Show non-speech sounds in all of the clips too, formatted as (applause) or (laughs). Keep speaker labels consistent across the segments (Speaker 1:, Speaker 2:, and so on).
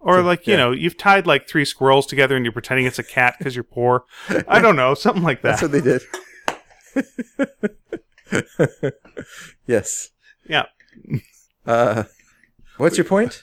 Speaker 1: Or like you know, you've tied like three squirrels together and you're pretending it's a cat because you're poor.
Speaker 2: (laughs)
Speaker 1: I don't know, something like that.
Speaker 2: That's what they did. (laughs) yes.
Speaker 1: yeah.
Speaker 2: Uh, what's your point?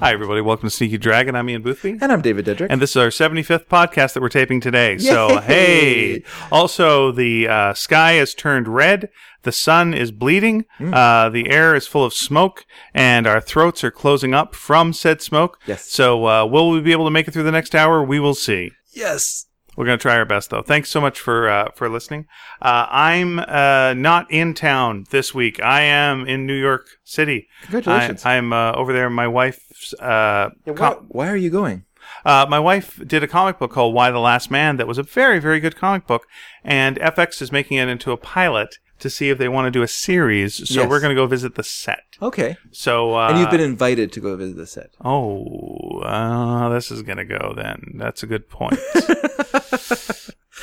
Speaker 1: Hi everybody, welcome to Sneaky Dragon. I'm Ian Boothby.
Speaker 2: And I'm David Dedrick.
Speaker 1: And this is our 75th podcast that we're taping today. So,
Speaker 2: Yay!
Speaker 1: hey. Also, the uh, sky has turned red. The sun is bleeding.
Speaker 2: Mm.
Speaker 1: Uh, the air is full of smoke. And our throats are closing up from said smoke.
Speaker 2: Yes.
Speaker 1: So, uh, will we be able to make it through the next hour? We will see.
Speaker 2: yes.
Speaker 1: We're going to try our best, though. Thanks so much for uh, for listening. Uh, I'm uh, not in town this week. I am in New York City.
Speaker 2: Congratulations.
Speaker 1: I, I'm uh, over there. My wife's uh,
Speaker 2: why,
Speaker 1: co-
Speaker 2: why are you going?
Speaker 1: uh, my wife did a comic book called Why the Last Man that was a very, very good comic book, and FX is making it into a pilot to see if they want to do a series. So
Speaker 2: Yes.
Speaker 1: we're going to go visit the set.
Speaker 2: Okay.
Speaker 1: So uh,
Speaker 2: And you've been invited to go visit the set.
Speaker 1: oh, uh, this is going to go then. That's a good
Speaker 2: (laughs)
Speaker 1: point.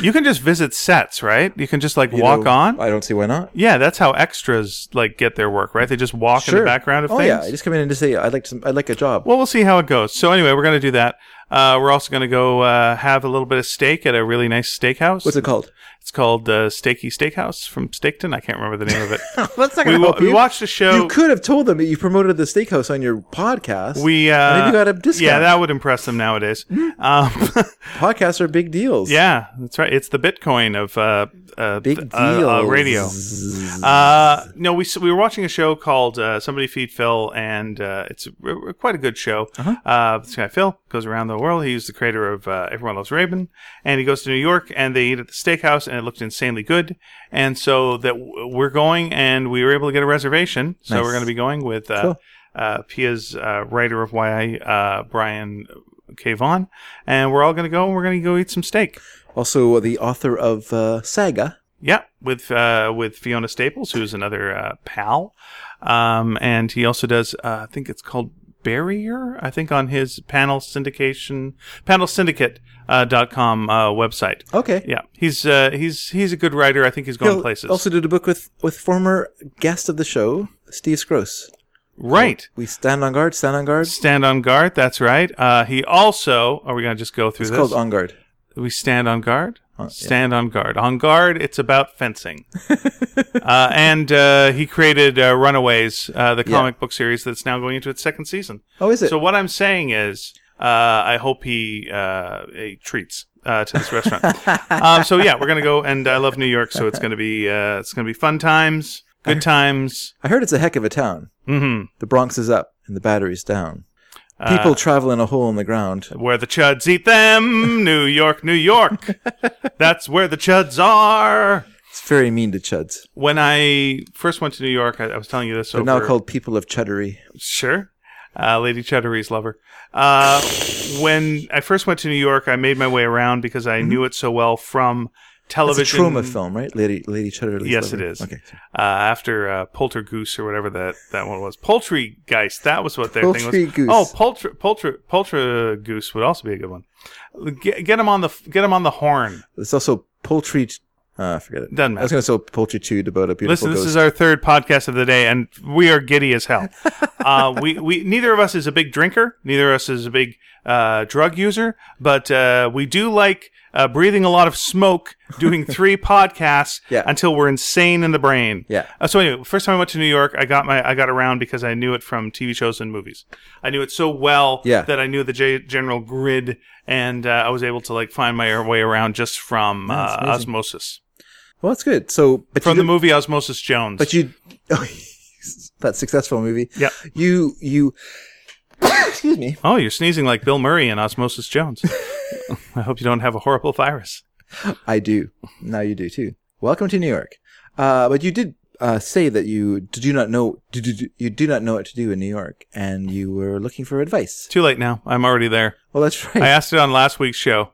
Speaker 1: you can just visit sets, right? You can just like
Speaker 2: You
Speaker 1: walk
Speaker 2: know,
Speaker 1: on.
Speaker 2: I don't see why not.
Speaker 1: yeah, that's how extras like get their work, right? They just walk in the background of
Speaker 2: oh,
Speaker 1: things.
Speaker 2: yeah. I just come in and just say, I'd like, some, I'd like a job.
Speaker 1: Well, we'll see how it goes. So anyway, we're going to do that. Uh, we're also going to go uh, have a little bit of steak at a really nice steakhouse.
Speaker 2: What's it (laughs) called?
Speaker 1: It's called uh, Steaky Steakhouse from Steakton. I can't remember the name of
Speaker 2: (laughs)
Speaker 1: it.
Speaker 2: That's not
Speaker 1: we,
Speaker 2: gonna
Speaker 1: wa-
Speaker 2: help
Speaker 1: we
Speaker 2: you.
Speaker 1: watched a show.
Speaker 2: You could have told them that you promoted the steakhouse on your podcast.
Speaker 1: we uh,
Speaker 2: And then you got a discount. Hmm.
Speaker 1: Yeah, that would impress them nowadays. um, (laughs)
Speaker 2: podcasts are big deals.
Speaker 1: yeah, that's right. It's the Bitcoin of uh, uh,
Speaker 2: big
Speaker 1: th-
Speaker 2: deals.
Speaker 1: uh, uh, radio.
Speaker 2: (laughs)
Speaker 1: Uh, no, we s- we were watching a show called uh, Somebody Feed Phil, and uh, it's r- r- quite a good show.
Speaker 2: Uh-huh.
Speaker 1: uh this guy Phil goes around the world. He's the creator of uh, Everyone Loves Raven, and he goes to New York, and they eat at the steakhouse, and it looked insanely good. And so that w- we're going, and we were able to get a reservation. So
Speaker 2: Nice.
Speaker 1: we're going to be going with uh,
Speaker 2: Cool.
Speaker 1: uh, Pia's uh, writer of YI, uh, Brian K. Vaughn, and we're all going to go, and we're going to go eat some steak.
Speaker 2: Also, the author of uh, Saga.
Speaker 1: Yeah, with uh, with Fiona Staples, who's another uh, pal, um, and he also does. Uh, I think it's called Barrier. I think on his panel syndication panel syndicate uh, dot com uh, website.
Speaker 2: Okay.
Speaker 1: Yeah, he's uh, he's he's a good writer. I think he's going
Speaker 2: He'll-
Speaker 1: places.
Speaker 2: Also, did a book with with former guest of the show, Steve Scross.
Speaker 1: right.
Speaker 2: We stand on guard. Stand on guard.
Speaker 1: Stand on guard. That's right. Uh, he also. Are we gonna just go through
Speaker 2: It's
Speaker 1: this?
Speaker 2: called on guard.
Speaker 1: we stand on guard.
Speaker 2: Uh, yeah.
Speaker 1: Stand on guard. On guard, it's about
Speaker 2: (laughs)
Speaker 1: fencing. uh, and uh, he created uh, Runaways, uh, the
Speaker 2: Yeah.
Speaker 1: comic book series that's now going into its second season.
Speaker 2: Oh, is it?
Speaker 1: So what I'm saying is, uh, I hope he, uh, he treats uh, to this
Speaker 2: (laughs)
Speaker 1: restaurant. um, so yeah, we're gonna go, and I love New York, so it's gonna be uh, it's gonna be fun times,
Speaker 2: (laughs)
Speaker 1: good times.
Speaker 2: I heard it's a heck of a town.
Speaker 1: hmm
Speaker 2: The Bronx is up and the battery's down.
Speaker 1: Uh,
Speaker 2: People travel in a hole in the ground.
Speaker 1: Where the chuds eat them, New York, New
Speaker 2: (laughs)
Speaker 1: York. That's where the chuds are.
Speaker 2: It's very mean to chuds.
Speaker 1: when I first went to New York, I, I was telling you this.
Speaker 2: They're
Speaker 1: over,
Speaker 2: now called people of chuddery.
Speaker 1: sure, uh, Lady Chattery's lover. Uh, when I first went to New York, I made my way around because I knew it so well from
Speaker 2: It's Mm-hmm. a
Speaker 1: television.
Speaker 2: trauma film, right? Lady Lady Chuddery.
Speaker 1: Yes, it is.
Speaker 2: Okay.
Speaker 1: Uh, after uh, Poltergoose or whatever that, that one was, Poultrygeist. That was what their thing was.
Speaker 2: Poultrygoose.
Speaker 1: Oh, Poultry Poultry Poultrygoose would also be a good one. Get, get him on the get him on the horn.
Speaker 2: There's also poultry. Uh, forget it.
Speaker 1: Doesn't
Speaker 2: I was
Speaker 1: matter.
Speaker 2: going to say poultry chewed about a
Speaker 1: Listen,
Speaker 2: beautiful ghost.
Speaker 1: this is our third podcast of the day, and we are giddy as
Speaker 2: (laughs)
Speaker 1: hell. uh, we, we neither of us is a big drinker, neither of us is a big uh, drug user, but uh, we do like uh, breathing a lot of smoke,
Speaker 2: (laughs)
Speaker 1: doing three podcasts
Speaker 2: Yeah.
Speaker 1: until we're insane in the brain.
Speaker 2: Yeah.
Speaker 1: Uh, so anyway, first time I went to New York, I got my I got around because I knew it from TV shows and movies. I knew it so well
Speaker 2: Yeah.
Speaker 1: that I knew the ge- general grid, and uh, I was able to like find my way around just from uh,
Speaker 2: amazing.
Speaker 1: osmosis
Speaker 2: well, that's good. So, but
Speaker 1: from
Speaker 2: you
Speaker 1: the movie Osmosis Jones.
Speaker 2: But you, (laughs) oh, that successful movie.
Speaker 1: Yep.
Speaker 2: You, you, (coughs) excuse me.
Speaker 1: Oh, you're sneezing like Bill Murray in Osmosis Jones.
Speaker 2: (laughs)
Speaker 1: I hope you don't have a horrible virus.
Speaker 2: I do. Now you do too. Welcome to New York. Uh, but you did, uh, say that you do not know, do, do, do- you do not know what to do in New York and you were looking for advice.
Speaker 1: Too late now. I'm already there.
Speaker 2: Well, that's right.
Speaker 1: I asked it on last week's show.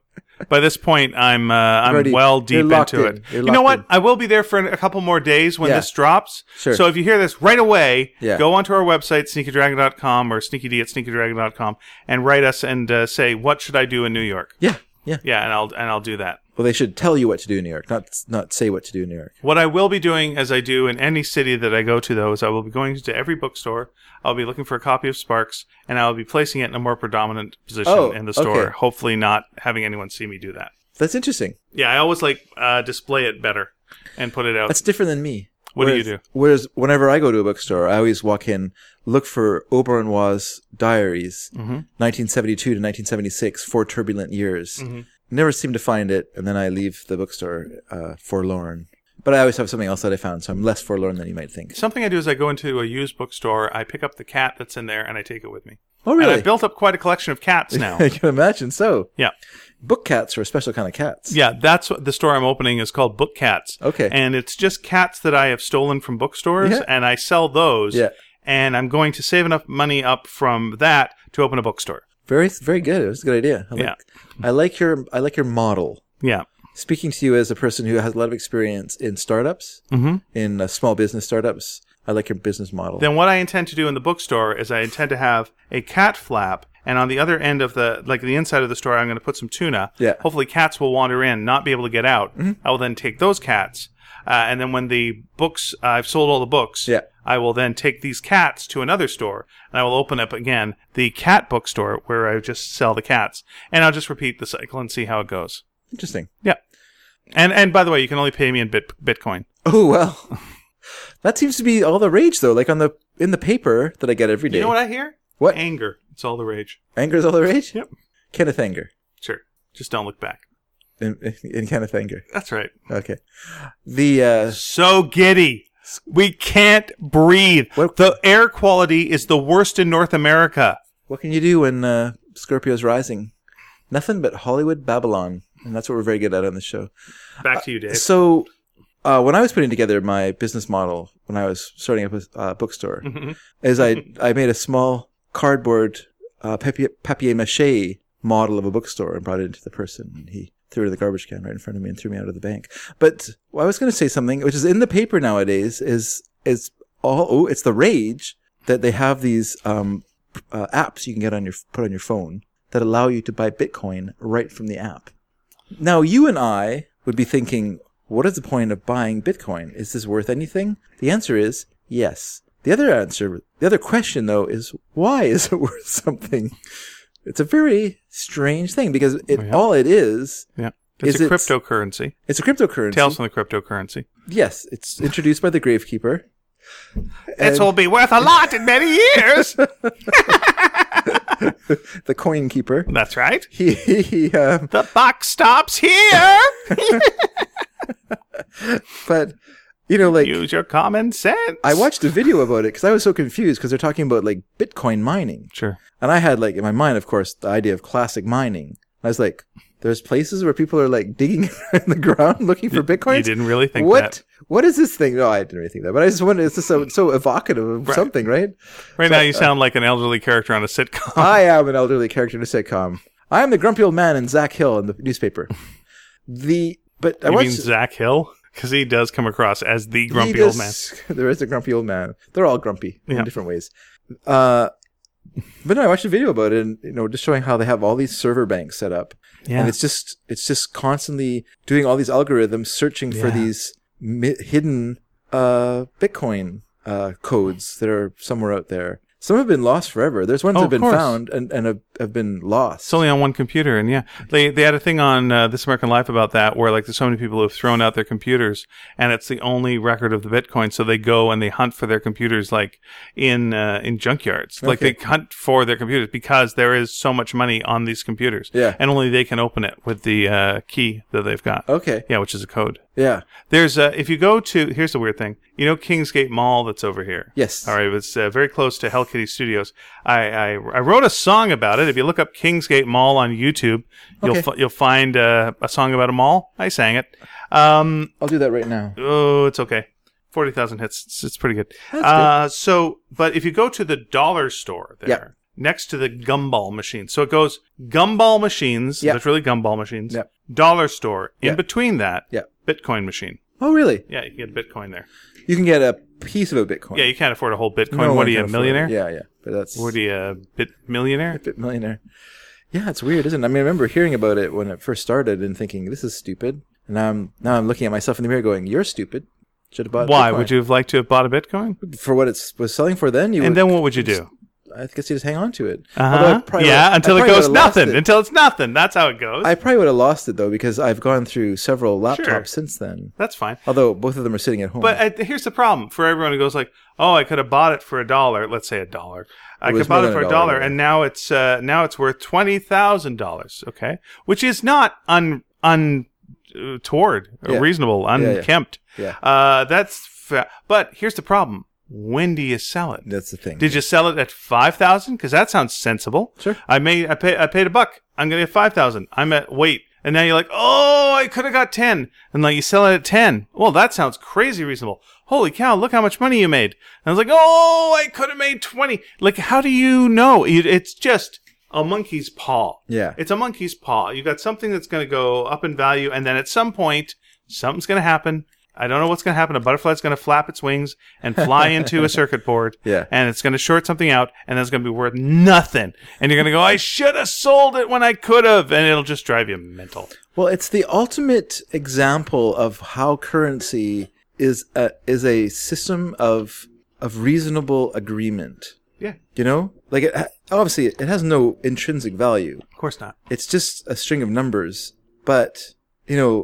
Speaker 1: by this point, I'm uh, I'm
Speaker 2: already-
Speaker 1: well
Speaker 2: you're
Speaker 1: deep
Speaker 2: locked
Speaker 1: into
Speaker 2: in.
Speaker 1: it.
Speaker 2: You're
Speaker 1: You know
Speaker 2: locked
Speaker 1: what?
Speaker 2: in.
Speaker 1: I will be there for an- a couple more days when
Speaker 2: Yeah.
Speaker 1: this drops.
Speaker 2: Sure.
Speaker 1: So if you hear this right away,
Speaker 2: Yeah.
Speaker 1: go onto our website sneakydragon.com or sneakyd at sneakydragon.com and write us and uh, say what should I do in New York.
Speaker 2: Yeah, yeah.
Speaker 1: Yeah, and I'll and I'll do that.
Speaker 2: Well, they should tell you what to do in New York, not not say what to do in New York.
Speaker 1: What I will be doing, as I do in any city that I go to, though, is I will be going to every bookstore. I'll be looking for a copy of Sparks, and I will be placing it in a more predominant position
Speaker 2: Oh,
Speaker 1: in the store.
Speaker 2: okay.
Speaker 1: Hopefully, not having anyone see me do that.
Speaker 2: That's interesting.
Speaker 1: Yeah, I always like uh, display it better and put it out.
Speaker 2: That's different than me.
Speaker 1: What do you
Speaker 2: whereas,
Speaker 1: do?
Speaker 2: Whereas whenever I go to a bookstore, I always walk in, look for Oberon Waugh's diaries,
Speaker 1: Mm-hmm.
Speaker 2: 1972 to 1976, four turbulent years.
Speaker 1: Mm-hmm.
Speaker 2: Never seem to find it, and then I leave the bookstore uh, forlorn. But I always have something else that I found, so I'm less forlorn than you might think.
Speaker 1: Something I do is I go into a used bookstore, I pick up the cat that's in there, and I take it with me.
Speaker 2: Oh,
Speaker 1: And
Speaker 2: really?
Speaker 1: I've built up quite a collection of cats now.
Speaker 2: (laughs) I can imagine. So,
Speaker 1: yeah.
Speaker 2: book cats are a special kind of cats.
Speaker 1: Yeah, that's what the store I'm opening is called Book Cats.
Speaker 2: Okay.
Speaker 1: And it's just cats that I have stolen from bookstores
Speaker 2: Yeah.
Speaker 1: and I sell those.
Speaker 2: Yeah.
Speaker 1: And I'm going to save enough money up from that to open a bookstore.
Speaker 2: Very, very good. It was a good idea. I like,
Speaker 1: Yeah.
Speaker 2: I like your, I like your model.
Speaker 1: Yeah.
Speaker 2: Speaking to you as a person who has a lot of experience in startups,
Speaker 1: hmm
Speaker 2: in uh, small business startups, I like your business model.
Speaker 1: Then what I intend to do in the bookstore is I intend to have a cat flap and on the other end of the like the inside of the store I'm going to put some tuna.
Speaker 2: Yeah. Mm-hmm.
Speaker 1: Hopefully cats will wander in, not be able to get out. I will then take those cats. Uh, and then when the books I've sold all the books,
Speaker 2: Yeah.
Speaker 1: I will then take these cats to another store and I will open up again the cat bookstore where I just sell the cats and I'll just repeat the cycle and see how it goes.
Speaker 2: Interesting.
Speaker 1: Yeah. And and by the way, you can only pay me in bit, Bitcoin.
Speaker 2: Oh well, (laughs) that seems to be all the rage though. Like on the in the paper that I get every day.
Speaker 1: You know what I hear?
Speaker 2: What?
Speaker 1: Anger. It's all the rage.
Speaker 2: anger is all the rage.
Speaker 1: Yep.
Speaker 2: Kenneth Anger.
Speaker 1: Sure. Just don't look back.
Speaker 2: In, in Kenneth Anger.
Speaker 1: That's right.
Speaker 2: Okay. The uh,
Speaker 1: so giddy. We can't breathe.
Speaker 2: What-
Speaker 1: The air quality is the worst in North America.
Speaker 2: what can you do when uh, Scorpio's rising? Nothing but Hollywood Babylon, and that's what we're very good at on the show.
Speaker 1: Back to you, Dave.
Speaker 2: So, uh, when I was putting together my business model, when I was starting up a uh, bookstore,
Speaker 1: Mhm.
Speaker 2: is I I made a small cardboard uh, papier, papier mache model of a bookstore and brought it into the person, and he threw it in the garbage can right in front of me and threw me out of the bank. But well, I was going to say something which is in the paper nowadays is is all oh it's the rage that they have these um, uh, apps you can get on your put on your phone that allow you to buy Bitcoin right from the app. Now, you and I would be thinking, what is the point of buying Bitcoin? Is this worth anything? The answer is yes. The other answer, the other question though is why is it (laughs) worth something? It's a very strange thing because it,
Speaker 1: Yeah.
Speaker 2: all it is,
Speaker 1: yeah. It's
Speaker 2: Uh, Is
Speaker 1: a
Speaker 2: it-
Speaker 1: cryptocurrency.
Speaker 2: it's a cryptocurrency.
Speaker 1: Tales from the cryptocurrency.
Speaker 2: yes, it's introduced by the gravekeeper.
Speaker 1: This will be worth a lot in many
Speaker 2: (laughs)
Speaker 1: years.
Speaker 2: The coin keeper. (laughs)
Speaker 1: That's right.
Speaker 2: He, he um,
Speaker 1: The buck stops here.
Speaker 2: but you know, like
Speaker 1: Use your common sense.
Speaker 2: I watched a video about it because I was so confused because they're talking about like Bitcoin mining.
Speaker 1: Sure.
Speaker 2: And I had like in my mind, of course, the idea of classic mining. I was like, there's places where people are like digging (laughs) in the ground looking for bitcoins.
Speaker 1: You didn't really think
Speaker 2: what?
Speaker 1: that.
Speaker 2: What is this thing? No, I didn't really think that. But I just wondered, it's just so, so evocative of
Speaker 1: Right.
Speaker 2: something, right?
Speaker 1: Right now,
Speaker 2: uh,
Speaker 1: you sound like an elderly character on a sitcom.
Speaker 2: I am an elderly character in a sitcom. I am the grumpy old man in Zach Hill in the
Speaker 1: (laughs)
Speaker 2: newspaper. The but I
Speaker 1: you mean
Speaker 2: watched
Speaker 1: Zach Hill? Because he does come across as the grumpy
Speaker 2: He
Speaker 1: old man.
Speaker 2: does- (laughs) There is a grumpy old man. They're all grumpy
Speaker 1: Yeah.
Speaker 2: in different ways. Uh, but no, I watched a video about it, and you know, just showing how they have all these server banks set up,
Speaker 1: Yeah.
Speaker 2: and it's just it's just constantly doing all these algorithms searching for
Speaker 1: Yeah.
Speaker 2: these mi- hidden uh, Bitcoin uh, codes that are somewhere out there. Some have been lost forever. There's ones
Speaker 1: Oh,
Speaker 2: that
Speaker 1: of
Speaker 2: have been
Speaker 1: course.
Speaker 2: found and, and have, have been lost.
Speaker 1: It's only on one computer, and yeah, they they had a thing on uh, This American Life about that, where like there's so many people who have thrown out their computers, and it's the only record of the Bitcoin. So they go and they hunt for their computers, like in uh, in junkyards, like
Speaker 2: Okay.
Speaker 1: they hunt for their computers because there is so much money on these computers,
Speaker 2: Yeah. Oh.
Speaker 1: and only they can open it with the uh, key that they've got,
Speaker 2: okay.
Speaker 1: yeah, which is a code.
Speaker 2: Yeah.
Speaker 1: There's uh, if you go to here's the weird thing, you know Kingsgate Mall that's over here.
Speaker 2: Yes.
Speaker 1: All right, it's uh, very close to Hell Kitty Studios. I, I I wrote a song about it. If you look up Kingsgate Mall on YouTube, you'll
Speaker 2: Okay.
Speaker 1: fi- you'll find uh, a song about a mall. I sang it. Um,
Speaker 2: I'll do that right now.
Speaker 1: oh, it's okay. Forty thousand hits. It's, it's pretty good.
Speaker 2: That's
Speaker 1: uh, So, but if you go to the dollar store there, next to the gumball machine. So it goes gumball machines,
Speaker 2: Yep.
Speaker 1: that's really gumball machines,
Speaker 2: Yep.
Speaker 1: dollar store. In
Speaker 2: Yep.
Speaker 1: between that,
Speaker 2: Yep.
Speaker 1: Bitcoin machine.
Speaker 2: Oh, really?
Speaker 1: Yeah, you can get Bitcoin there.
Speaker 2: You can get a piece of a Bitcoin.
Speaker 1: Yeah, you can't afford a whole Bitcoin.
Speaker 2: No one
Speaker 1: what are you, a
Speaker 2: can afford it.
Speaker 1: millionaire?
Speaker 2: Yeah, yeah. But that's
Speaker 1: What are you, a bit millionaire?
Speaker 2: Bit Millionaire. Yeah, it's weird, isn't it? I mean, I remember hearing about it when it first started and thinking this is stupid. And now I'm now I'm looking at myself in the mirror going, "You're stupid. Should have bought."
Speaker 1: Why
Speaker 2: Bitcoin."
Speaker 1: would you have liked to have bought a Bitcoin?
Speaker 2: For what it was selling for then, you
Speaker 1: And
Speaker 2: would,
Speaker 1: then what would you do?
Speaker 2: I guess you just hang on to it. Although I
Speaker 1: Uh-huh.
Speaker 2: probably
Speaker 1: Yeah,
Speaker 2: would've- I
Speaker 1: until it
Speaker 2: probably
Speaker 1: goes
Speaker 2: would've lost
Speaker 1: nothing.
Speaker 2: it.
Speaker 1: Until it's nothing. That's how it goes.
Speaker 2: I probably would have lost it though because I've gone through several laptops
Speaker 1: Sure.
Speaker 2: since then.
Speaker 1: That's fine.
Speaker 2: Although both of them are sitting at home.
Speaker 1: But I, here's the problem for everyone who goes like, "Oh, I could have bought it for a dollar. Let's say a dollar. I
Speaker 2: It
Speaker 1: could
Speaker 2: was
Speaker 1: have bought
Speaker 2: more
Speaker 1: it
Speaker 2: than
Speaker 1: for
Speaker 2: a
Speaker 1: a
Speaker 2: dollar,
Speaker 1: dollar,
Speaker 2: yeah.
Speaker 1: and now it's uh, now it's worth twenty thousand dollars. Okay, which is not un un uh, toward
Speaker 2: Yeah.
Speaker 1: reasonable,
Speaker 2: yeah.
Speaker 1: unkempt.
Speaker 2: yeah,
Speaker 1: Uh, that's fa- but here's the problem. When do you sell it?
Speaker 2: that's the thing.
Speaker 1: Did you sell it at five thousand? Because that sounds sensible.
Speaker 2: Sure.
Speaker 1: I made I pay I paid a buck. I'm gonna get five thousand. I'm at wait, and now you're like, oh, I could have got ten, and like you sell it at ten. Well, that sounds crazy reasonable. Holy cow! Look how much money you made. And I was like, oh, I could have made twenty. Like, how do you know? It, it's just a monkey's paw.
Speaker 2: Yeah.
Speaker 1: It's a monkey's paw. You got something that's gonna go up in value, and then at some point, something's gonna happen. I don't know what's going to happen. A butterfly's going to flap its wings and
Speaker 2: (laughs)
Speaker 1: fly into a circuit board
Speaker 2: Yeah.
Speaker 1: and it's going to short something out, and that's going to be worth nothing. And you're going to go, I should have sold it when I could have, and it'll just drive you mental.
Speaker 2: Well, it's the ultimate example of how currency is a is a system of of reasonable agreement.
Speaker 1: Yeah,
Speaker 2: You know, like it, obviously it has no intrinsic value.
Speaker 1: of course not.
Speaker 2: It's just a string of numbers, but you know,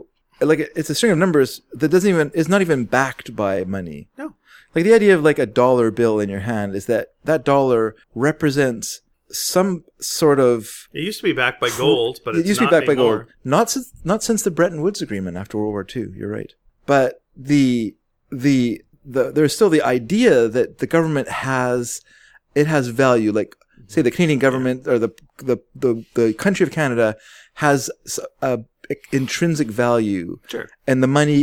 Speaker 2: like it- it's a string of numbers that doesn't even is not even backed by money.
Speaker 1: No.
Speaker 2: Like the idea of like a dollar bill in your hand is that that dollar represents some sort of
Speaker 1: It used to be backed by gold, but
Speaker 2: it
Speaker 1: it's
Speaker 2: used
Speaker 1: not
Speaker 2: to be backed
Speaker 1: anymore.
Speaker 2: by gold. Not since not since the Bretton Woods Agreement after World War II. You're right, but the the the there's still the idea that the government has it has value. Like say the Canadian government or the the the the country of Canada has s- a intrinsic value,
Speaker 1: Sure.
Speaker 2: and the money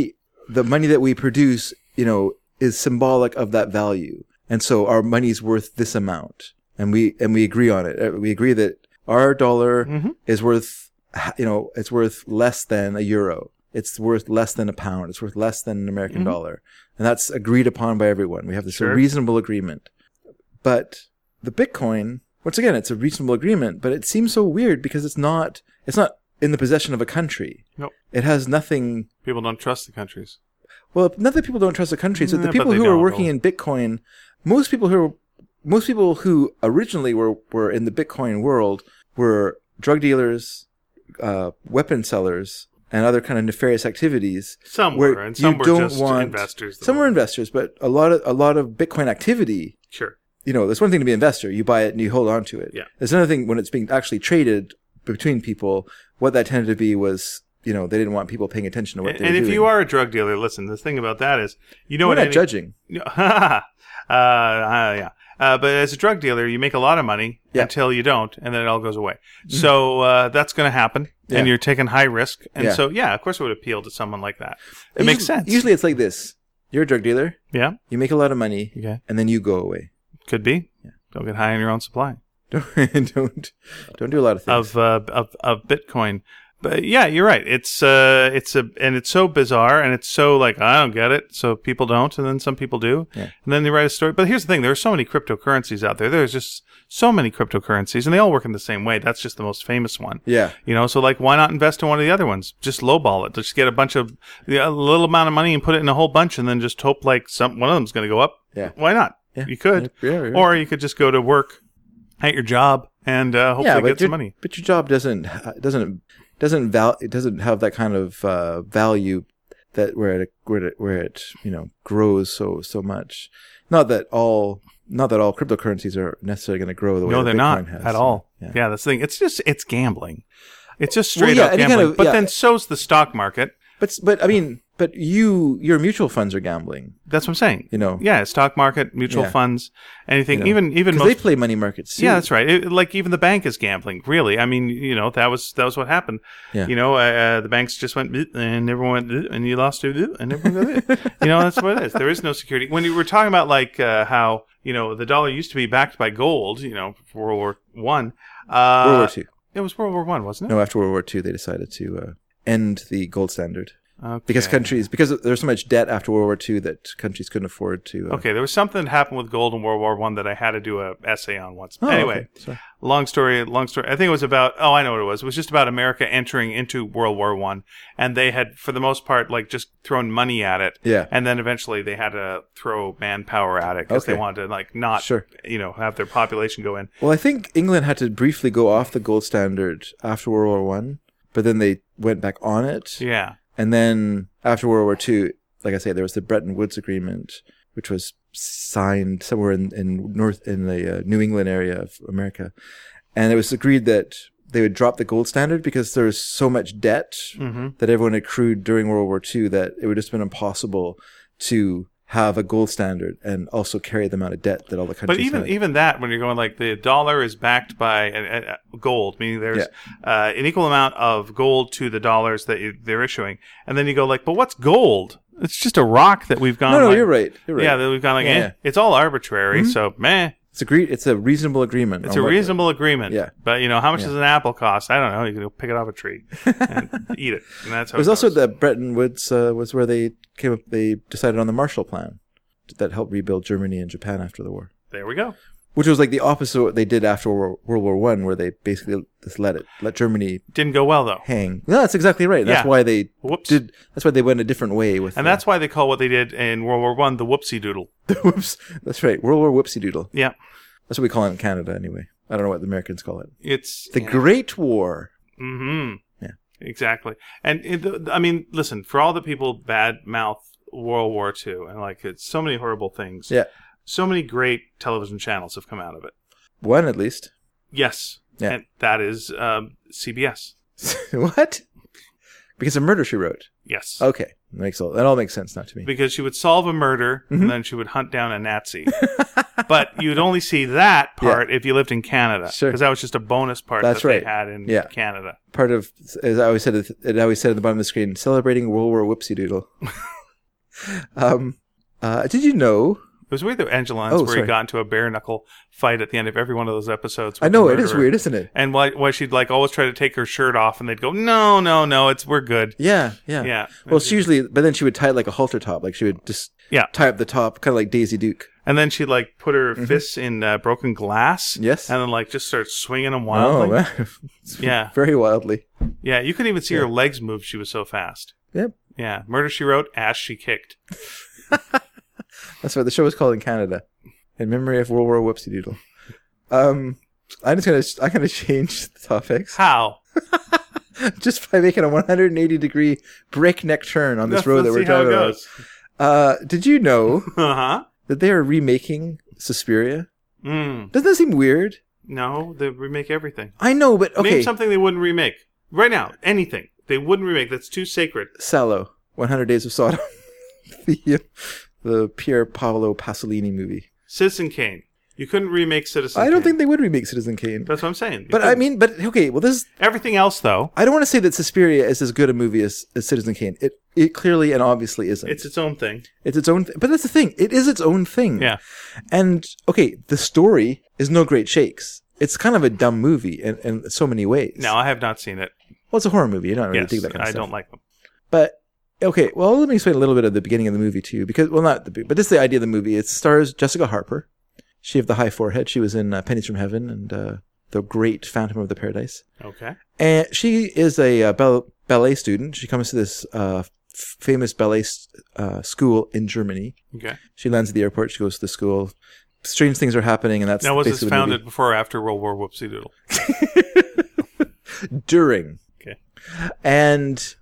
Speaker 2: the money that we produce, you know, is symbolic of that value. And so our money's worth this amount, and we and we agree on it. Uh, We agree that our dollar
Speaker 1: Mhm.
Speaker 2: is worth, ha- you know, it's worth less than a euro. It's worth less than a pound. It's worth less than an American
Speaker 1: Mhm.
Speaker 2: dollar, and that's agreed upon by everyone. We have this
Speaker 1: Sure.
Speaker 2: reasonable agreement. But the Bitcoin, once again, it's a reasonable agreement, but it seems so weird because it's not it's not in the possession of a country.
Speaker 1: Nope.
Speaker 2: It has nothing
Speaker 1: People don't trust the countries.
Speaker 2: well, not that people don't trust the country, so
Speaker 1: Yeah,
Speaker 2: the
Speaker 1: but
Speaker 2: people
Speaker 1: they
Speaker 2: who are
Speaker 1: don't,
Speaker 2: working
Speaker 1: though.
Speaker 2: in Bitcoin, most people who most people who originally were were in the Bitcoin world were drug dealers, uh, weapon sellers, and other kind of nefarious activities.
Speaker 1: Some
Speaker 2: Where
Speaker 1: were, and
Speaker 2: you
Speaker 1: some were
Speaker 2: don't
Speaker 1: just
Speaker 2: want-
Speaker 1: investors. that
Speaker 2: Some were
Speaker 1: were-
Speaker 2: investors, but a lot of a lot of Bitcoin activity.
Speaker 1: Sure.
Speaker 2: You know, there's one thing to be an investor. You buy it and you hold on to it.
Speaker 1: Yeah.
Speaker 2: There's another thing when it's being actually traded between people. What that tended to be was, you know, they didn't want people paying attention to what
Speaker 1: And,
Speaker 2: they were
Speaker 1: and if
Speaker 2: doing.
Speaker 1: you are a drug dealer, listen, the thing about that is, you know
Speaker 2: we're
Speaker 1: what
Speaker 2: not
Speaker 1: any,
Speaker 2: judging.
Speaker 1: No, (laughs) uh, uh, yeah. Uh, but as a drug dealer, you make a lot of money
Speaker 2: Yeah. Mm-hmm.
Speaker 1: until you don't, and then it all goes away. So uh, that's going to happen,
Speaker 2: Yeah.
Speaker 1: and you're taking high risk. And
Speaker 2: Yeah.
Speaker 1: so, yeah, of course, it would appeal to someone like that. It
Speaker 2: Usually-
Speaker 1: makes sense.
Speaker 2: Usually, it's like this: you're a drug dealer,
Speaker 1: yeah,
Speaker 2: you make a lot of money,
Speaker 1: okay,
Speaker 2: and then you go away. (laughs)
Speaker 1: could be. Don't get high on your own supply
Speaker 2: Don't don't don't do a lot of things.
Speaker 1: of uh, of of Bitcoin. But yeah, you're right. It's uh, it's a and it's so bizarre, and it's so like I don't get it. So people don't, and then some people do,
Speaker 2: Yeah.
Speaker 1: and then they write a story. But here's the thing: there are so many cryptocurrencies out there. There's just so many cryptocurrencies, and they all work in the same way. That's just the most famous one.
Speaker 2: yeah,
Speaker 1: You know, so like, why not invest in one of the other ones? Just lowball it. Just get a bunch of yeah, a little amount of money and put it in a whole bunch, and then just hope like some one of them's going to go up.
Speaker 2: Yeah.
Speaker 1: Why not?
Speaker 2: Yeah.
Speaker 1: You could,
Speaker 2: Yeah, yeah, yeah.
Speaker 1: or you could just go to work at your job and uh, hopefully
Speaker 2: yeah,
Speaker 1: get
Speaker 2: but
Speaker 1: some
Speaker 2: your,
Speaker 1: money.
Speaker 2: but your job doesn't ha- doesn't doesn't val it doesn't have that kind of uh, value that where it where it where it you know grows so so much. Not that all not that all cryptocurrencies are necessarily going to grow the way
Speaker 1: No,
Speaker 2: that
Speaker 1: they're
Speaker 2: Bitcoin
Speaker 1: not
Speaker 2: has.
Speaker 1: at all.
Speaker 2: Yeah.
Speaker 1: Yeah. that's the thing. It's just it's gambling. It's just
Speaker 2: Well,
Speaker 1: straight
Speaker 2: yeah,
Speaker 1: up
Speaker 2: and you
Speaker 1: gambling.
Speaker 2: gotta-
Speaker 1: but
Speaker 2: yeah.
Speaker 1: then so's the stock market.
Speaker 2: But but I mean, But you, your mutual funds are gambling.
Speaker 1: That's what I'm saying.
Speaker 2: You know,
Speaker 1: Yeah, stock market, mutual
Speaker 2: Yeah.
Speaker 1: funds, anything.
Speaker 2: You know,
Speaker 1: even even
Speaker 2: 'cause
Speaker 1: most
Speaker 2: they play money markets. Too.
Speaker 1: Yeah, that's right. It, like even the bank is gambling. Really, I mean, you know, that was that was what happened.
Speaker 2: Yeah.
Speaker 1: You know, uh, uh, the banks just went "Bleep," and everyone went "Bleep," and you lost it "Bleep," and everyone got
Speaker 2: (laughs)
Speaker 1: it. You know, that's what it is. There is no security. When you were talking about like uh, how you know the dollar used to be backed by gold, you know, World War One. Uh,
Speaker 2: World War Two.
Speaker 1: It was World War One, wasn't it?
Speaker 2: No, after World War Two, they decided to uh, end the gold standard
Speaker 1: Okay.
Speaker 2: because countries because there was so much debt after World War Two that countries couldn't afford to. Uh,
Speaker 1: Okay, there was something that happened with gold in World War One that I had to do a essay on once.
Speaker 2: Oh,
Speaker 1: anyway,
Speaker 2: okay. Sorry.
Speaker 1: long story long story i think it was about oh i know what it was it was just about america entering into world war one and they had for the most part like just thrown money at it
Speaker 2: Yeah.
Speaker 1: and then eventually they had to throw manpower at it because they
Speaker 2: Okay.
Speaker 1: wanted to like not
Speaker 2: Sure.
Speaker 1: you know have their population go in
Speaker 2: Well, I think England had to briefly go off the gold standard after World War One, but then they went back on it.
Speaker 1: yeah
Speaker 2: And then after World War II, like I say, there was the Bretton Woods Agreement, which was signed somewhere in, in North in the uh, New England area of America, and it was agreed that they would drop the gold standard because there was so much debt
Speaker 1: hmm
Speaker 2: that everyone accrued during World War II that it would just been impossible to have a gold standard and also carry the amount of debt that all the countries
Speaker 1: but even
Speaker 2: had.
Speaker 1: even that when you're going like the dollar is backed by uh, uh, gold meaning there's uh, an equal amount of gold to the dollars that you, they're issuing and then you go like but what's gold it's just a rock that we've gone
Speaker 2: no, no,
Speaker 1: like-
Speaker 2: you're right. You're right.
Speaker 1: Yeah, that we've gone like, eh,
Speaker 2: Yeah. Mm-hmm.
Speaker 1: it's all arbitrary, so meh.
Speaker 2: it's agreed. It's a reasonable agreement.
Speaker 1: It's
Speaker 2: on
Speaker 1: a
Speaker 2: what-
Speaker 1: reasonable agreement.
Speaker 2: Yeah.
Speaker 1: But, you know, how much does an apple cost? I don't know. You can go pick it off a tree and
Speaker 2: (laughs)
Speaker 1: eat it. And that's how
Speaker 2: There's
Speaker 1: it
Speaker 2: also
Speaker 1: goes.
Speaker 2: the Bretton Woods uh, was where they came up. They decided on the Marshall Plan that helped rebuild Germany and Japan after the war,
Speaker 1: There we go.
Speaker 2: which was like the opposite of what they did after Wor- World War One, where they basically just let it let Germany
Speaker 1: Didn't go well, though.
Speaker 2: hang. No, that's exactly right. That's
Speaker 1: Yeah.
Speaker 2: why they
Speaker 1: Whoops.
Speaker 2: did. That's why they went a different way with.
Speaker 1: and
Speaker 2: uh, (laughs)
Speaker 1: that's why they call what they did in World War One the whoopsie doodle.
Speaker 2: whoops. That's right. World War Whoopsie Doodle.
Speaker 1: Yeah.
Speaker 2: That's what we call it in Canada, anyway. I don't know what the Americans call it.
Speaker 1: It's
Speaker 2: The Great War.
Speaker 1: Mm-hmm.
Speaker 2: Yeah.
Speaker 1: Exactly. And it, th- I mean, listen, for all the people bad mouth World War II and like it's so many horrible things.
Speaker 2: Yeah.
Speaker 1: So many great television channels have come out of it.
Speaker 2: One at least. (laughs)
Speaker 1: Yes.
Speaker 2: Yeah.
Speaker 1: And that is um, CBS.
Speaker 2: what? Because of murder she wrote.
Speaker 1: Yes.
Speaker 2: Okay, that makes all that all makes sense now to me.
Speaker 1: Because she would solve a murder
Speaker 2: Mhm.
Speaker 1: and then she would hunt down a
Speaker 2: (laughs)
Speaker 1: Nazi. but you'd only see that part if you lived in Canada. Because
Speaker 2: Sure.
Speaker 1: that was just a bonus part
Speaker 2: That's
Speaker 1: that
Speaker 2: right.
Speaker 1: they had in
Speaker 2: Yeah.
Speaker 1: Canada.
Speaker 2: part of as I always said it, it always said at the bottom of the screen, celebrating World War
Speaker 1: (laughs)
Speaker 2: Whoopsie Doodle. um, uh, did you know?
Speaker 1: It was weird that Angela
Speaker 2: Oh,
Speaker 1: Lansbury
Speaker 2: sorry.
Speaker 1: got into a bare knuckle fight at the end of every one of those episodes.
Speaker 2: I
Speaker 1: with
Speaker 2: know
Speaker 1: the
Speaker 2: it is
Speaker 1: murderer.
Speaker 2: weird, isn't it?
Speaker 1: And why, why she'd like always try to take her shirt off and they'd go, no, no, no, it's we're good.
Speaker 2: Yeah, yeah.
Speaker 1: Yeah.
Speaker 2: Well, she usually, but then she would tie it like a halter top, like she would just
Speaker 1: Yeah.
Speaker 2: tie up the top, kind of like Daisy Duke.
Speaker 1: and then she like put her fists in uh, broken glass.
Speaker 2: Mm-hmm. Yes. Oh,
Speaker 1: And then like just starts swinging them wildly.
Speaker 2: (laughs) wow.
Speaker 1: Yeah.
Speaker 2: very wildly.
Speaker 1: Yeah, you couldn't even see her legs move. She was so fast.
Speaker 2: Yep.
Speaker 1: Yeah. Murder She Wrote, Ass She Kicked.
Speaker 2: That's what the show was called in Canada, in memory of World War Whoopsie Doodle. Um, I'm just gonna, I'm gonna change the topics (laughs)
Speaker 1: How?
Speaker 2: just by making a 180 degree breakneck turn on this
Speaker 1: Let's-
Speaker 2: road
Speaker 1: (laughs) let's
Speaker 2: that we're
Speaker 1: see how it
Speaker 2: driving on.
Speaker 1: goes.
Speaker 2: Uh, did you know
Speaker 1: (laughs) Uh huh.
Speaker 2: that they are remaking Suspiria?
Speaker 1: Mm.
Speaker 2: Doesn't that seem weird?
Speaker 1: No, they remake everything.
Speaker 2: I know, but okay.
Speaker 1: Name something they wouldn't remake. Right now, anything. They wouldn't remake. That's too sacred.
Speaker 2: Sallow, 100 Days of Sodom, (laughs) the the Pier Paolo Pasolini movie.
Speaker 1: Citizen Kane. You couldn't remake Citizen
Speaker 2: I don't
Speaker 1: Kane.
Speaker 2: think they would remake Citizen Kane.
Speaker 1: That's what I'm saying. You
Speaker 2: But I
Speaker 1: couldn't.
Speaker 2: mean, but okay. Well, this is,
Speaker 1: Everything else, though,
Speaker 2: I don't want to say that Suspiria is as good a movie as, as Citizen Kane. It it clearly and obviously isn't.
Speaker 1: it's its own thing.
Speaker 2: It's its own. Th- but that's the thing. It is its own thing.
Speaker 1: Yeah.
Speaker 2: And okay, the story is no great shakes. It's kind of a dumb movie in, in so many ways.
Speaker 1: No, I have not seen it.
Speaker 2: Well, it's a horror movie. You don't really
Speaker 1: Yes,
Speaker 2: dig that kind of
Speaker 1: I
Speaker 2: stuff.
Speaker 1: don't like them.
Speaker 2: But okay, well, let me explain a little bit of the beginning of the movie too, because well, not the be- but this is the idea of the movie. It stars Jessica Harper. She of the high forehead. She was in uh, Pennies from Heaven and uh, the Great Phantom of the Paradise.
Speaker 1: Okay.
Speaker 2: And she is a uh, bal- ballet student. She comes to this uh, f- famous ballet s uh, school in Germany.
Speaker 1: Okay.
Speaker 2: She lands at the airport. She goes to the school. Strange things are happening, and that's
Speaker 1: Now, was this
Speaker 2: basically the movie.
Speaker 1: founded before or after World War Whoopsie Doodle?
Speaker 2: during.
Speaker 1: Okay.
Speaker 2: And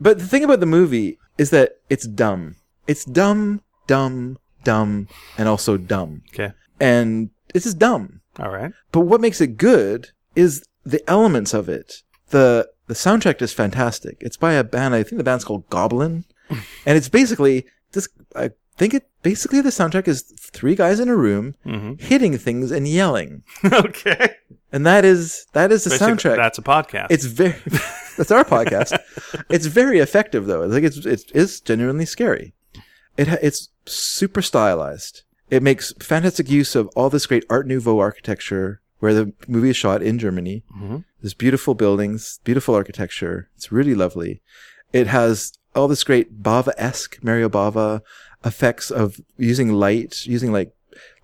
Speaker 2: but the thing about the movie is that it's dumb. It's dumb, dumb, dumb, and also dumb.
Speaker 1: Okay.
Speaker 2: And it's just dumb.
Speaker 1: All right.
Speaker 2: But what makes it good is
Speaker 1: (laughs)
Speaker 2: the elements of it. The the soundtrack is fantastic. It's by a band, I think the band's called Goblin. and it's basically this. I think it basically the soundtrack is three guys in a room
Speaker 1: hmm
Speaker 2: hitting things and yelling,
Speaker 1: (laughs) okay.
Speaker 2: and that is that is the
Speaker 1: Basically,
Speaker 2: soundtrack.
Speaker 1: That's a podcast.
Speaker 2: It's very (laughs) that's our podcast. it's very effective though. Like it's it's, it's genuinely scary. It ha- it's super stylized. It makes fantastic use of all this great Art Nouveau architecture where the movie is shot in Germany.
Speaker 1: Mhm.
Speaker 2: There's beautiful buildings, beautiful architecture. It's really lovely. It has all this great Bava-esque Mario Bava effects of using light, using like,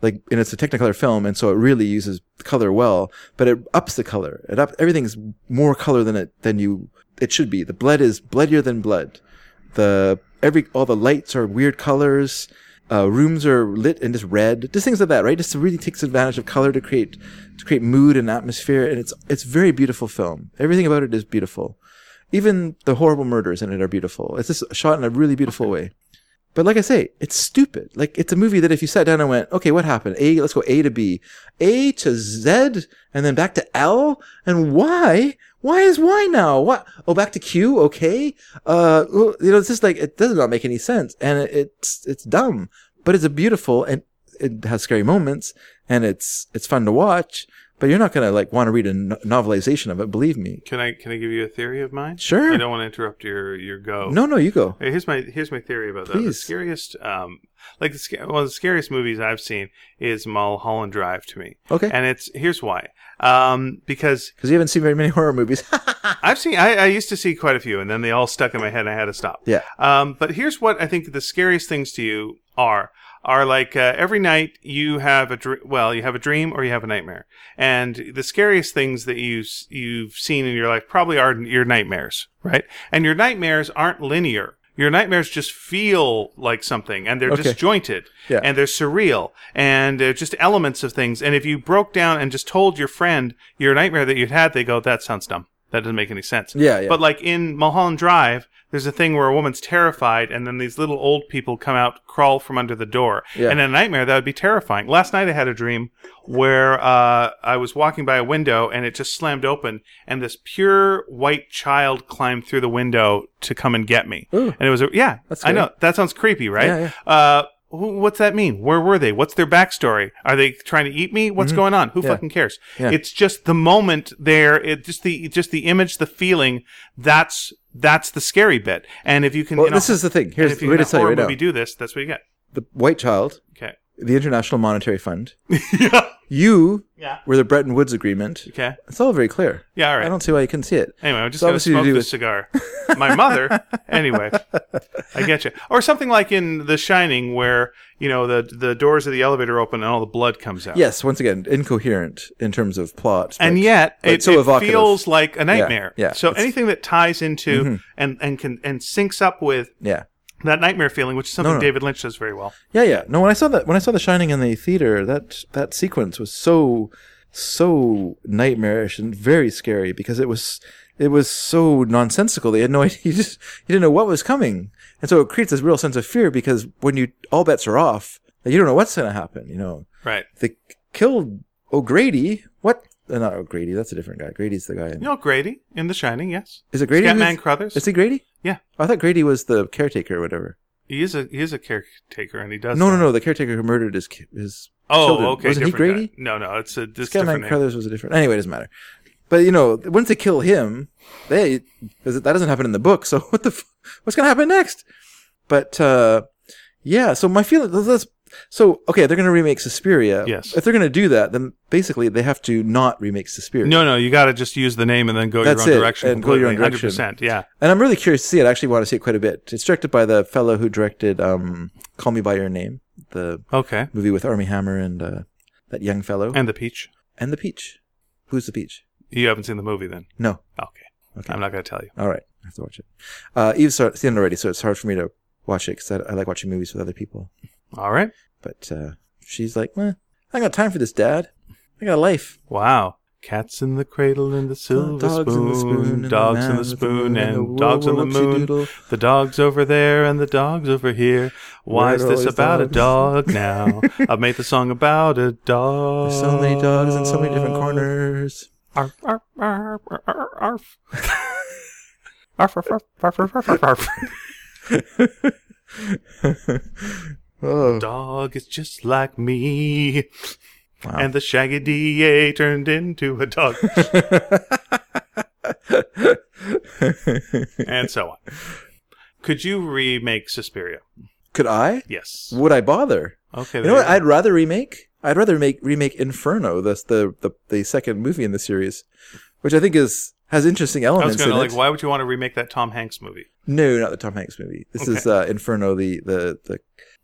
Speaker 2: like, and it's a Technicolor film, and so it really uses color well, but it ups the color. It up everything's more color than it than you it should be. The blood is bloodier than blood. The every all the lights are weird colors. Uh, rooms are lit and just red. Just things like that, right? Just really takes advantage of color to create to create mood and atmosphere, and it's it's very beautiful film. Everything about it is beautiful. Even the horrible murders in it are beautiful. It's just shot in a really beautiful way. But like I say, it's stupid. Like it's a movie that if you sat down and went, okay, what happened? A, let's go A to B, A to Z, and then back to L and Y. Why is Y now? What? Oh, back to Q. Okay. Uh, well, you know, it's just like it does not make any sense, and it, it's it's dumb, but it's a beautiful and it has scary moments, and it's it's fun to watch. But you're not gonna like want to read a no- novelization of it. Believe me.
Speaker 1: can I can I give you a theory of mine?
Speaker 2: Sure.
Speaker 1: I don't want to interrupt your your go.
Speaker 2: No, no, you go.
Speaker 1: Hey, Here's my here's my theory about that. The
Speaker 2: Please.
Speaker 1: scariest, um, like the sca- one of the scariest movies I've seen is Mulholland Drive to me,
Speaker 2: Okay.
Speaker 1: and it's here's why. Um, because
Speaker 2: Because you haven't seen very many horror movies. (laughs)
Speaker 1: I've seen I, I used to see quite a few, and then they all stuck in my head, and I had to stop.
Speaker 2: yeah.
Speaker 1: Um, but here's what I think the scariest things to you are are like uh, every night you have a dr- well you have a dream or you have a nightmare and the scariest things that you s- you've seen in your life probably are your nightmares right and your nightmares aren't linear your nightmares just feel like something and they're
Speaker 2: Okay.
Speaker 1: disjointed
Speaker 2: Yeah.
Speaker 1: and they're surreal and they're just elements of things and if you broke down and just told your friend your nightmare that you'd had they go that sounds dumb that doesn't make any sense
Speaker 2: Yeah, yeah.
Speaker 1: but like in Mulholland Drive, there's a thing where a woman's terrified, and then these little old people come out, crawl from under the door.
Speaker 2: Yeah.
Speaker 1: And in a nightmare, that would be terrifying. Last night, I had a dream where uh, I was walking by a window, and it just slammed open, and this pure white child climbed through the window to come and get me.
Speaker 2: Ooh.
Speaker 1: And it was a yeah,
Speaker 2: That's
Speaker 1: I
Speaker 2: good.
Speaker 1: know that sounds creepy, right?
Speaker 2: Yeah,
Speaker 1: Uh, wh- What's that mean? Where were they? What's their backstory? Are they trying to eat me? What's going on? Who fucking cares?
Speaker 2: Mm-hmm. Yeah.
Speaker 1: It's just the moment there. It just the just the image, the feeling. That's that's the scary bit. And if you can,
Speaker 2: Well,
Speaker 1: in a-
Speaker 2: this is the thing.
Speaker 1: and
Speaker 2: Here's
Speaker 1: if
Speaker 2: the
Speaker 1: you
Speaker 2: way
Speaker 1: can in
Speaker 2: to
Speaker 1: a
Speaker 2: tell you
Speaker 1: horror
Speaker 2: right now.
Speaker 1: movie do this. That's what you get.
Speaker 2: the white child,
Speaker 1: Okay.
Speaker 2: the International Monetary Fund,
Speaker 1: (laughs) yeah.
Speaker 2: you
Speaker 1: Yeah.
Speaker 2: were the Bretton Woods Agreement.
Speaker 1: Okay.
Speaker 2: It's all very clear.
Speaker 1: Yeah. All
Speaker 2: I
Speaker 1: right.
Speaker 2: don't see why you couldn't see it.
Speaker 1: Anyway, I'm just
Speaker 2: So
Speaker 1: going to
Speaker 2: obviously you
Speaker 1: smoke
Speaker 2: do
Speaker 1: this
Speaker 2: it-
Speaker 1: cigar. My
Speaker 2: (laughs)
Speaker 1: mother, anyway. I get you. Or something like in The Shining, where you know the the doors of the elevator open and all the blood comes out.
Speaker 2: Yes, once again, incoherent in terms of plot.
Speaker 1: and
Speaker 2: but-
Speaker 1: yet
Speaker 2: but
Speaker 1: it,
Speaker 2: so
Speaker 1: it
Speaker 2: evocative.
Speaker 1: feels like a nightmare.
Speaker 2: yeah,
Speaker 1: so
Speaker 2: it's- Mm-hmm.
Speaker 1: anything that ties into and and can and syncs up with
Speaker 2: yeah,
Speaker 1: that nightmare feeling, which is something
Speaker 2: no.
Speaker 1: David Lynch does very well.
Speaker 2: yeah, yeah. No, when I saw that, when I saw The Shining in the theater, that that sequence was so so nightmarish and very scary because it was it was so nonsensical. They had no (laughs) idea. You just you didn't know what was coming, and so it creates this real sense of fear because when you all bets are off, like, you don't know what's going to happen. You know.
Speaker 1: Right.
Speaker 2: they killed O'Grady. What? Uh, not O'Grady. That's a different guy. Grady's the guy. in-
Speaker 1: You know Grady in The Shining, yes.
Speaker 2: is it Grady?
Speaker 1: Scatman
Speaker 2: who's-
Speaker 1: Crothers.
Speaker 2: Is he Grady?
Speaker 1: Yeah.
Speaker 2: I thought Grady was the caretaker or whatever.
Speaker 1: he is a he is a caretaker and he does
Speaker 2: no,
Speaker 1: that.
Speaker 2: no, no. The caretaker who murdered his ki- his
Speaker 1: Oh,
Speaker 2: children.
Speaker 1: okay.
Speaker 2: Wasn't he
Speaker 1: different
Speaker 2: Grady?
Speaker 1: guy. No, no, it's a this different
Speaker 2: Scatman
Speaker 1: name.
Speaker 2: Crothers was a different. Anyway, it doesn't matter. But you know, once they kill him, they that doesn't happen in the book. So (laughs) what the f- what's gonna happen next? But uh, yeah, so my feeling that's so okay. They're gonna remake Suspiria.
Speaker 1: Yes.
Speaker 2: If they're gonna do that, then basically they have to not remake Suspiria.
Speaker 1: No, no, you got to just use the name and then go
Speaker 2: That's
Speaker 1: your
Speaker 2: it,
Speaker 1: own direction.
Speaker 2: and go your own
Speaker 1: completely,
Speaker 2: direction.
Speaker 1: 100%. Yeah.
Speaker 2: And I'm really curious to see it. I actually want to see it quite a bit. It's directed by the fellow who directed um, Call Me By Your Name, the
Speaker 1: Okay.
Speaker 2: movie with Army Hammer and uh, that young fellow. And,
Speaker 1: And the peach.
Speaker 2: the Peach. Who's the Peach?
Speaker 1: You haven't seen the movie then.
Speaker 2: No.
Speaker 1: Okay.
Speaker 2: Okay.
Speaker 1: I'm not going to tell you.
Speaker 2: All right. I have to watch it. Uh, Eve's saw- seen it already, so it's hard for me to watch it because I, I like watching movies with other people.
Speaker 1: All right.
Speaker 2: But uh, she's like, eh, I ain't got time for this, Dad. I got a life.
Speaker 1: Wow. Cats in the cradle and the silver
Speaker 2: dogs
Speaker 1: spoon,
Speaker 2: in the spoon, and the
Speaker 1: dogs in
Speaker 2: man
Speaker 1: the
Speaker 2: with the
Speaker 1: spoon,
Speaker 2: moon, and
Speaker 1: and,
Speaker 2: the
Speaker 1: dogs on the
Speaker 2: whoopsie-doodle.
Speaker 1: moon. The dogs over there and the dogs over here. Why
Speaker 2: Where
Speaker 1: is
Speaker 2: are
Speaker 1: this
Speaker 2: all these
Speaker 1: about a dog
Speaker 2: dogs? (laughs)
Speaker 1: now? I've made the song about a dog.
Speaker 2: There's so many dogs in so many different
Speaker 1: Oh.
Speaker 2: corners.
Speaker 1: Arf, arf, arf, arf, arf. Arf, arf, arf, arf, arf, arf, arf, arf.
Speaker 2: oh.
Speaker 1: (laughs) Dog is just like me.
Speaker 2: Wow.
Speaker 1: And the Shaggy DA turned into a dog, and so on. Could you remake Suspiria?
Speaker 2: (laughs) Could I?
Speaker 1: Yes.
Speaker 2: Would I bother?
Speaker 1: Okay.
Speaker 2: You know
Speaker 1: there
Speaker 2: what?
Speaker 1: you
Speaker 2: I'd rather remake. I'd rather make remake Inferno, the the the, the second movie in the series, which I think is has interesting
Speaker 1: go. I was
Speaker 2: elements
Speaker 1: going to
Speaker 2: in
Speaker 1: like,
Speaker 2: it.
Speaker 1: why would you want to remake that Tom Hanks movie?
Speaker 2: No, not the Tom Hanks movie. This is uh, Inferno, the the the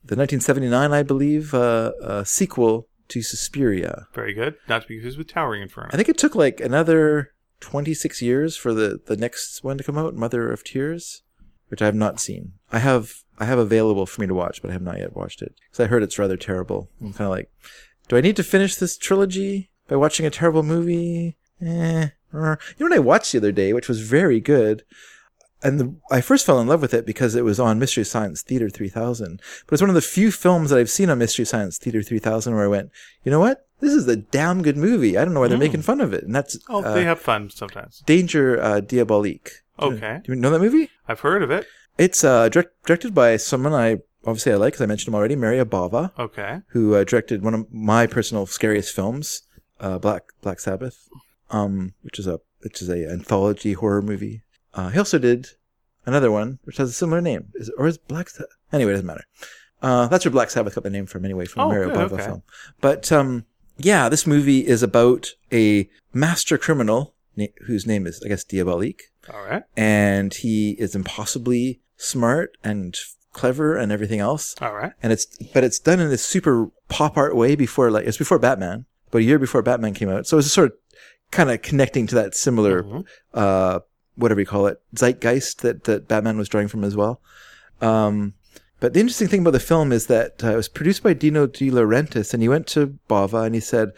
Speaker 2: the 1979, I believe, uh, uh, sequel to Suspiria.
Speaker 1: Very good. Not to be confused with Towering Inferno.
Speaker 2: I think it took like another 26 years for the the next one to come out, Mother of Tears, which I have not seen. I have I have available for me to watch, but I have not yet watched it because I heard it's rather terrible. I'm kind of like, do I need to finish this trilogy by watching a terrible movie? Eh. er. You know what I watched the other day, which was very good. And the, I first fell in love with it because it was on Mystery Science Theater 3000. But it's one of the few films that I've seen on Mystery Science Theater 3000 where I went, you know what? This is a damn good movie. I don't know why they're making fun of it. And that's
Speaker 1: Mm. oh,
Speaker 2: uh,
Speaker 1: they have fun sometimes.
Speaker 2: Danger uh, Diabolique. Do you-
Speaker 1: Okay.
Speaker 2: Do you know that movie?
Speaker 1: I've heard of it.
Speaker 2: It's uh, direct, directed by someone I obviously I like, because I mentioned him already, Maria Bava,
Speaker 1: Okay.
Speaker 2: who uh, directed one of my personal scariest films, uh, Black Black Sabbath, um, which is a which is a anthology horror movie. Uh, he also did another one which has a similar name, is or is Black Sabbath? Anyway, it doesn't matter. Uh, that's where Black Sabbath got the name from, anyway, from
Speaker 1: Oh,
Speaker 2: a Mario
Speaker 1: good,
Speaker 2: Bava
Speaker 1: okay.
Speaker 2: film. But um, yeah, this movie is about a master criminal na- whose name is, I guess, Diabolique
Speaker 1: All right.
Speaker 2: and he is impossibly smart and clever and everything else.
Speaker 1: All right.
Speaker 2: And it's but it's done in this super pop art way before like it's before Batman, but a year before Batman came out. So it's sort of kind of connecting to that similar
Speaker 1: Mhm.
Speaker 2: uh whatever you call it zeitgeist that that Batman was drawing from as well. Um but the interesting thing about the film is that uh, it was produced by Dino De Laurentiis, and he went to Bava and he said,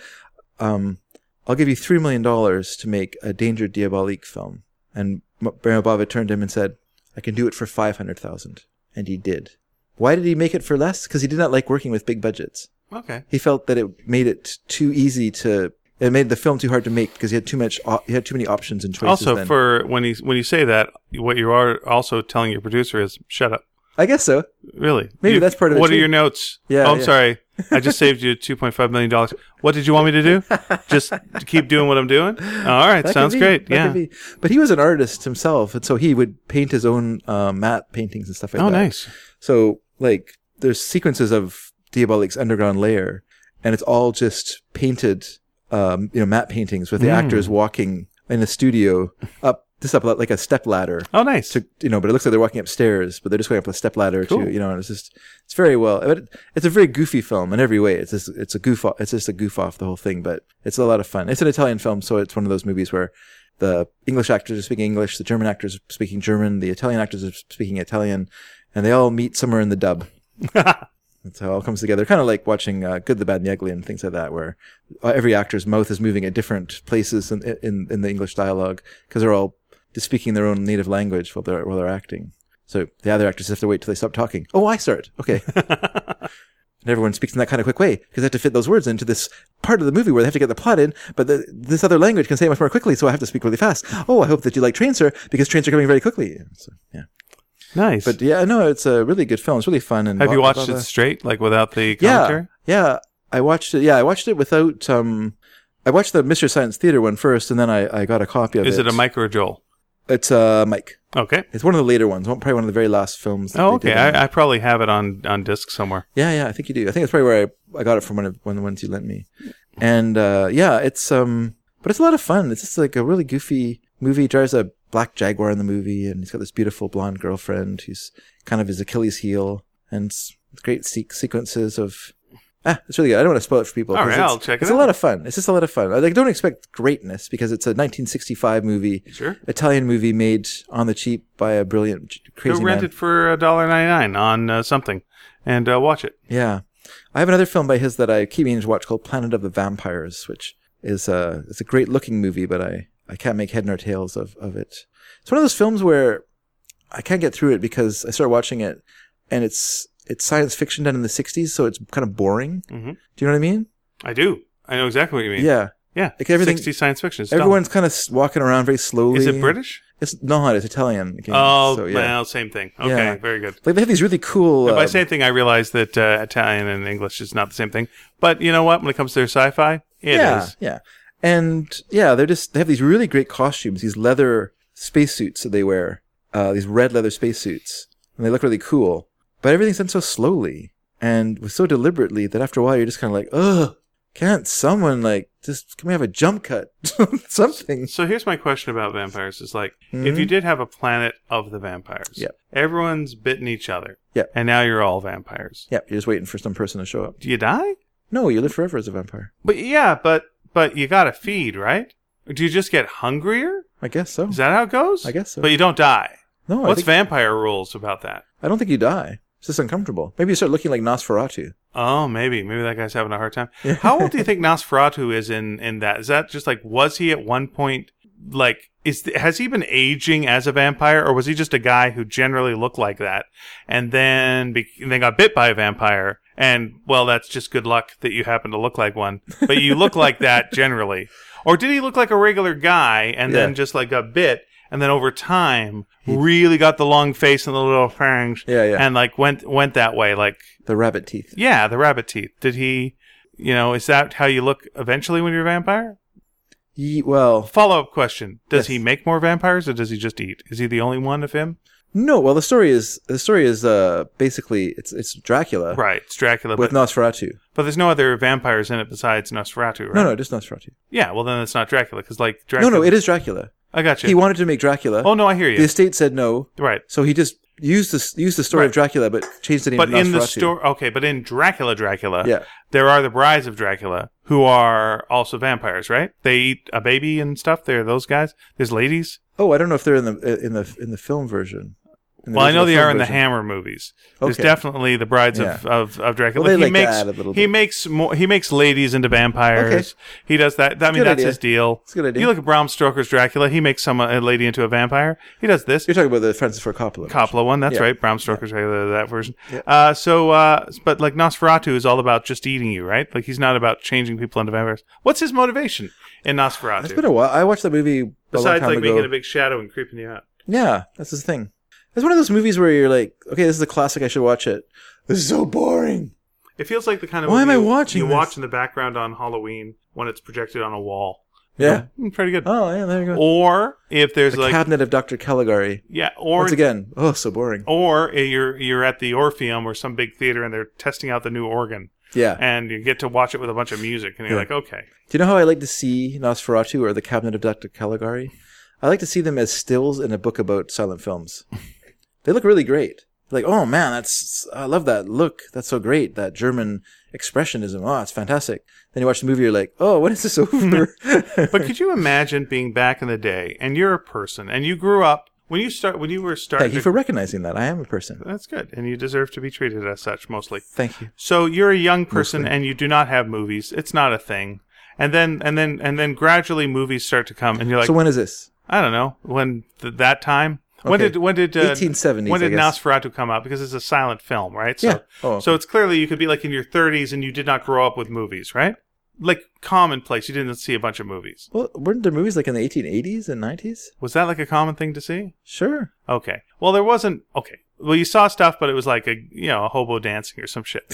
Speaker 2: um, "I'll give you three million dollars to make a Danger Diabolique film." And M- Mario Bava turned to him and said, "I can do it for five hundred thousand. And he did. Why did he make it for less? Because he did not like working with big budgets.
Speaker 1: Okay.
Speaker 2: He felt that it made it too easy to. It made the film too hard to make because he had too much. Op- he had too many options and choices.
Speaker 1: Also,
Speaker 2: then.
Speaker 1: for when you when you say that, what you are also telling your producer is shut up.
Speaker 2: I guess so.
Speaker 1: Really?
Speaker 2: Maybe
Speaker 1: You-
Speaker 2: that's part of it,
Speaker 1: What
Speaker 2: too.
Speaker 1: are your notes?
Speaker 2: Yeah,
Speaker 1: Oh, I'm
Speaker 2: yeah.
Speaker 1: sorry. I
Speaker 2: (laughs)
Speaker 1: just saved you two point five million dollars. What did you want me to do?
Speaker 2: (laughs)
Speaker 1: just to keep doing what I'm doing. All right,
Speaker 2: That could
Speaker 1: sounds
Speaker 2: be-
Speaker 1: great.
Speaker 2: that
Speaker 1: Yeah.
Speaker 2: could be. But he was an artist himself, and so he would paint his own uh, matte paintings and stuff like
Speaker 1: oh,
Speaker 2: that.
Speaker 1: nice.
Speaker 2: So like there's sequences of Diabolic's underground lair, and it's all just painted, um, you know, matte paintings with the
Speaker 1: Mm.
Speaker 2: actors walking in a studio up this up like a step ladder
Speaker 1: Oh, nice.
Speaker 2: to you know, but it looks like they're walking upstairs, but they're just going up a step ladder
Speaker 1: Cool.
Speaker 2: to you know, and it's just it's very well. But it- it's a very goofy film in every way. It's just it's a goof off. It's just a goof off the whole thing, but it's a lot of fun. It's an Italian film, so it's one of those movies where the English actors are speaking English, the German actors are speaking German, the Italian actors are speaking Italian, and they all meet somewhere in the dub. That's how it all comes together. Kind of like watching uh, Good, the Bad, and the Ugly and things like that, where uh, every actor's mouth is moving at different places in in, in the English dialogue because they're all just speaking their own native language while they're while they're acting. So the other actors have to wait till they stop talking. Oh, I start.
Speaker 1: (laughs)
Speaker 2: Okay. And everyone speaks in that kind of quick way because they have to fit those words into this part of the movie where they have to get the plot in, but the, this other language can say it much more quickly, so I have to speak really fast. Oh, I hope that you like trains, sir, because trains are coming very quickly. So, yeah.
Speaker 1: nice.
Speaker 2: But yeah, no, it's a really good film. It's really fun. And
Speaker 1: Have you
Speaker 2: blah-
Speaker 1: watched
Speaker 2: blah-
Speaker 1: it
Speaker 2: blah.
Speaker 1: straight, like without the
Speaker 2: Yeah,
Speaker 1: commentary?
Speaker 2: Yeah, I watched it. Yeah, I watched it without. um I watched the Mystery Science Theater one first, and then I, I got a copy of
Speaker 1: Is
Speaker 2: it.
Speaker 1: it a Mike or a Joel?
Speaker 2: It's a Mike.
Speaker 1: Okay.
Speaker 2: It's one of the later ones. one- Probably one of the very last films. That
Speaker 1: Oh,
Speaker 2: they
Speaker 1: okay.
Speaker 2: did.
Speaker 1: I, I probably have it on on disc somewhere.
Speaker 2: yeah, yeah. I think you do. I think it's probably where I, I got it from one of one of the ones you lent me. And uh yeah, it's um, but it's a lot of fun. It's just like a really goofy movie. He drives a black jaguar in the movie, and he's got this beautiful blonde girlfriend who's kind of his Achilles heel, and it's great se- sequences of. Ah, it's really good. I don't want to spoil it for people.
Speaker 1: All
Speaker 2: 'cause
Speaker 1: right,
Speaker 2: it's-
Speaker 1: I'll check it
Speaker 2: It's a
Speaker 1: out.
Speaker 2: lot of fun. It's just a lot of fun. I like, don't expect greatness because it's a 1965 movie,
Speaker 1: Sure.
Speaker 2: Italian movie made on the cheap by a brilliant, ch-
Speaker 1: Go
Speaker 2: crazy man.
Speaker 1: rent it for a dollar ninety nine on uh, something, and uh, watch it.
Speaker 2: Yeah. I have another film by his that I keep meaning to watch called Planet of the Vampires, which is uh, it's a great looking movie, but I, I can't make head nor tails of, of it. It's one of those films where I can't get through it because I started watching it and it's it's science fiction done in the 60s, so it's kind of boring.
Speaker 1: Mhm.
Speaker 2: Do you know what I mean?
Speaker 1: I do. I know exactly what you mean.
Speaker 2: Yeah.
Speaker 1: Yeah.
Speaker 2: Like everything-
Speaker 1: 60 science fiction. It's dumb.
Speaker 2: Everyone's kind of s- walking around very slowly.
Speaker 1: Is it British?
Speaker 2: It's It's not. It's Italian. Game,
Speaker 1: Oh,
Speaker 2: so, yeah.
Speaker 1: well, same thing. Okay,
Speaker 2: Yeah.
Speaker 1: very good.
Speaker 2: Like they have these really cool.
Speaker 1: By
Speaker 2: um,
Speaker 1: same thing, I realize that uh, Italian and English is not the same thing. But you know what? When it comes to their sci-fi, it is.
Speaker 2: yeah, yeah, and yeah, they're just they have these really great costumes, these leather spacesuits that they wear, uh, these red leather spacesuits, and they look really cool. But everything's done so slowly and with so deliberately that after a while you're just kind of like, ugh, can't someone like just can we have a jump cut, (laughs) something?
Speaker 1: So here's my question about vampires: is like, if
Speaker 2: Mhm.
Speaker 1: you did have a planet of the vampires,
Speaker 2: Yep.
Speaker 1: everyone's bitten each other,
Speaker 2: Yep.
Speaker 1: and now you're all vampires.
Speaker 2: Yeah, you're just waiting for some person to show up.
Speaker 1: Do you die?
Speaker 2: No, you live forever as a vampire.
Speaker 1: But yeah, but but you gotta feed, right? Do you just get hungrier?
Speaker 2: I guess so.
Speaker 1: Is that how it goes?
Speaker 2: I guess so.
Speaker 1: But you don't die.
Speaker 2: no, I,
Speaker 1: What's
Speaker 2: think,
Speaker 1: vampire rules about that?
Speaker 2: I don't think you die. It's just uncomfortable. Maybe you start looking like Nosferatu.
Speaker 1: Oh, maybe maybe that guy's having a hard time. How old do
Speaker 2: (laughs)
Speaker 1: you think Nosferatu is in in that? Is that just like was he at one point like is th- has he been aging as a vampire or was he just a guy who generally looked like that and then be- and then got bit by a vampire and well that's just good luck that you happen to look like one but you look like
Speaker 2: (laughs)
Speaker 1: that generally or did he look like a regular guy and then
Speaker 2: Yeah.
Speaker 1: just like got bit and then over time really got the long face and the little fangs
Speaker 2: Yeah, yeah.
Speaker 1: and like went went that way like
Speaker 2: the rabbit teeth.
Speaker 1: yeah, the rabbit teeth. Did he, you know, is that how you look eventually when you're a vampire?
Speaker 2: Ye- well,
Speaker 1: Follow up question Does
Speaker 2: Yes.
Speaker 1: he make more vampires or does he just eat? Is he the only one of him?
Speaker 2: no. Well, the story is the story is uh, basically it's it's Dracula
Speaker 1: Right, it's Dracula.
Speaker 2: with
Speaker 1: But,
Speaker 2: Nosferatu.
Speaker 1: but there's no other vampires in it besides Nosferatu, right?
Speaker 2: No, no, just Nosferatu.
Speaker 1: Yeah, well, then it's not Dracula because, like, Dracula.
Speaker 2: No, no, it is Dracula.
Speaker 1: I got you.
Speaker 2: He wanted to make Dracula.
Speaker 1: oh, no, I hear you.
Speaker 2: The estate said no,
Speaker 1: right.
Speaker 2: so he just used the used the story
Speaker 1: Right.
Speaker 2: of Dracula, but changed the name.
Speaker 1: But
Speaker 2: to Nosferatu.
Speaker 1: in the uh, story, okay, but in Dracula, Dracula,
Speaker 2: yeah,
Speaker 1: there are the brides of Dracula who are also vampires, right? They eat a baby and stuff. They're those guys. There's ladies.
Speaker 2: Oh, I don't know if they're in the in the in the film version. In the
Speaker 1: Well, I know
Speaker 2: original
Speaker 1: they
Speaker 2: film
Speaker 1: are in the
Speaker 2: version.
Speaker 1: Hammer movies. There's
Speaker 2: Okay.
Speaker 1: definitely the brides of,
Speaker 2: Yeah.
Speaker 1: of, of Dracula.
Speaker 2: Well, they
Speaker 1: he
Speaker 2: like to
Speaker 1: makes
Speaker 2: add a little
Speaker 1: he
Speaker 2: bit.
Speaker 1: makes more. He makes ladies into vampires. He does that. that I mean,
Speaker 2: Good
Speaker 1: that's
Speaker 2: idea.
Speaker 1: his deal.
Speaker 2: It's a good idea.
Speaker 1: You look at Bram Stoker's Dracula. He makes some uh, a lady into a vampire. He does this.
Speaker 2: You're talking about the Francis Ford Coppola. version.
Speaker 1: Coppola one, that's
Speaker 2: Yeah.
Speaker 1: right. Bram Stoker's Dracula, that version.
Speaker 2: Yeah.
Speaker 1: Uh, so, uh, but like Nosferatu is all about just eating you, right? Like he's not about changing people into vampires. What's his motivation in Nosferatu?
Speaker 2: It's been a while. I watched that movie a long
Speaker 1: Besides,
Speaker 2: time
Speaker 1: like
Speaker 2: ago.
Speaker 1: making a big shadow and creeping you out.
Speaker 2: Yeah, that's the thing. It's one of those movies where you're like, okay, this is a classic. I should watch it. This is so boring.
Speaker 1: It feels like the kind of
Speaker 2: Why am
Speaker 1: movie
Speaker 2: I
Speaker 1: you-
Speaker 2: watching
Speaker 1: You
Speaker 2: this?
Speaker 1: watch in the background on Halloween when it's projected on a wall.
Speaker 2: Yeah.
Speaker 1: Mm, pretty good.
Speaker 2: Oh, yeah. There you go.
Speaker 1: Or if there's
Speaker 2: the
Speaker 1: like
Speaker 2: cabinet of Dr. Caligari.
Speaker 1: yeah, or
Speaker 2: Once again, oh, so boring.
Speaker 1: or you're you're at the Orpheum or some big theater and they're testing out the new organ
Speaker 2: Yeah.
Speaker 1: and you get to watch it with a bunch of music and you're
Speaker 2: Yeah.
Speaker 1: like, okay,
Speaker 2: Do you know how I like to see Nosferatu or the cabinet of Dr. Caligari? I like to see them as stills in a book about silent
Speaker 1: (laughs)
Speaker 2: films. they look really great. Like, oh man, that's I love that look. That's so great. That German expressionism. Oh, it's fantastic. Then you watch the movie, you're like, oh, when
Speaker 1: (laughs)
Speaker 2: is this over? (laughs)
Speaker 1: but could you imagine being back in the day and you're a person and you grew up when you start when you were starting
Speaker 2: Thank you
Speaker 1: to-
Speaker 2: for recognizing that. I am a person.
Speaker 1: that's good and you deserve to be treated as such mostly.
Speaker 2: Thank you.
Speaker 1: So you're a young person
Speaker 2: Mostly.
Speaker 1: and you do not have movies. It's not a thing. And then and then and then gradually movies start to come and you're like
Speaker 2: so when is this?
Speaker 1: I don't know when th- that time. When
Speaker 2: Okay.
Speaker 1: did when did uh,
Speaker 2: 1870s,
Speaker 1: when
Speaker 2: I
Speaker 1: did
Speaker 2: guess.
Speaker 1: Nosferatu come out? Because it's a silent film, right? So,
Speaker 2: Yeah. Oh,
Speaker 1: so it's clearly you could be like in your 30s and you did not grow up with movies, right? Like commonplace, you didn't see a bunch of movies.
Speaker 2: Well, weren't there movies like in the 1880s and 90s?
Speaker 1: Was that like a common thing to see?
Speaker 2: Sure.
Speaker 1: Okay. Well, there wasn't. Okay. Well, you saw stuff, but it was like a you know a hobo dancing or some
Speaker 2: (laughs)
Speaker 1: shit,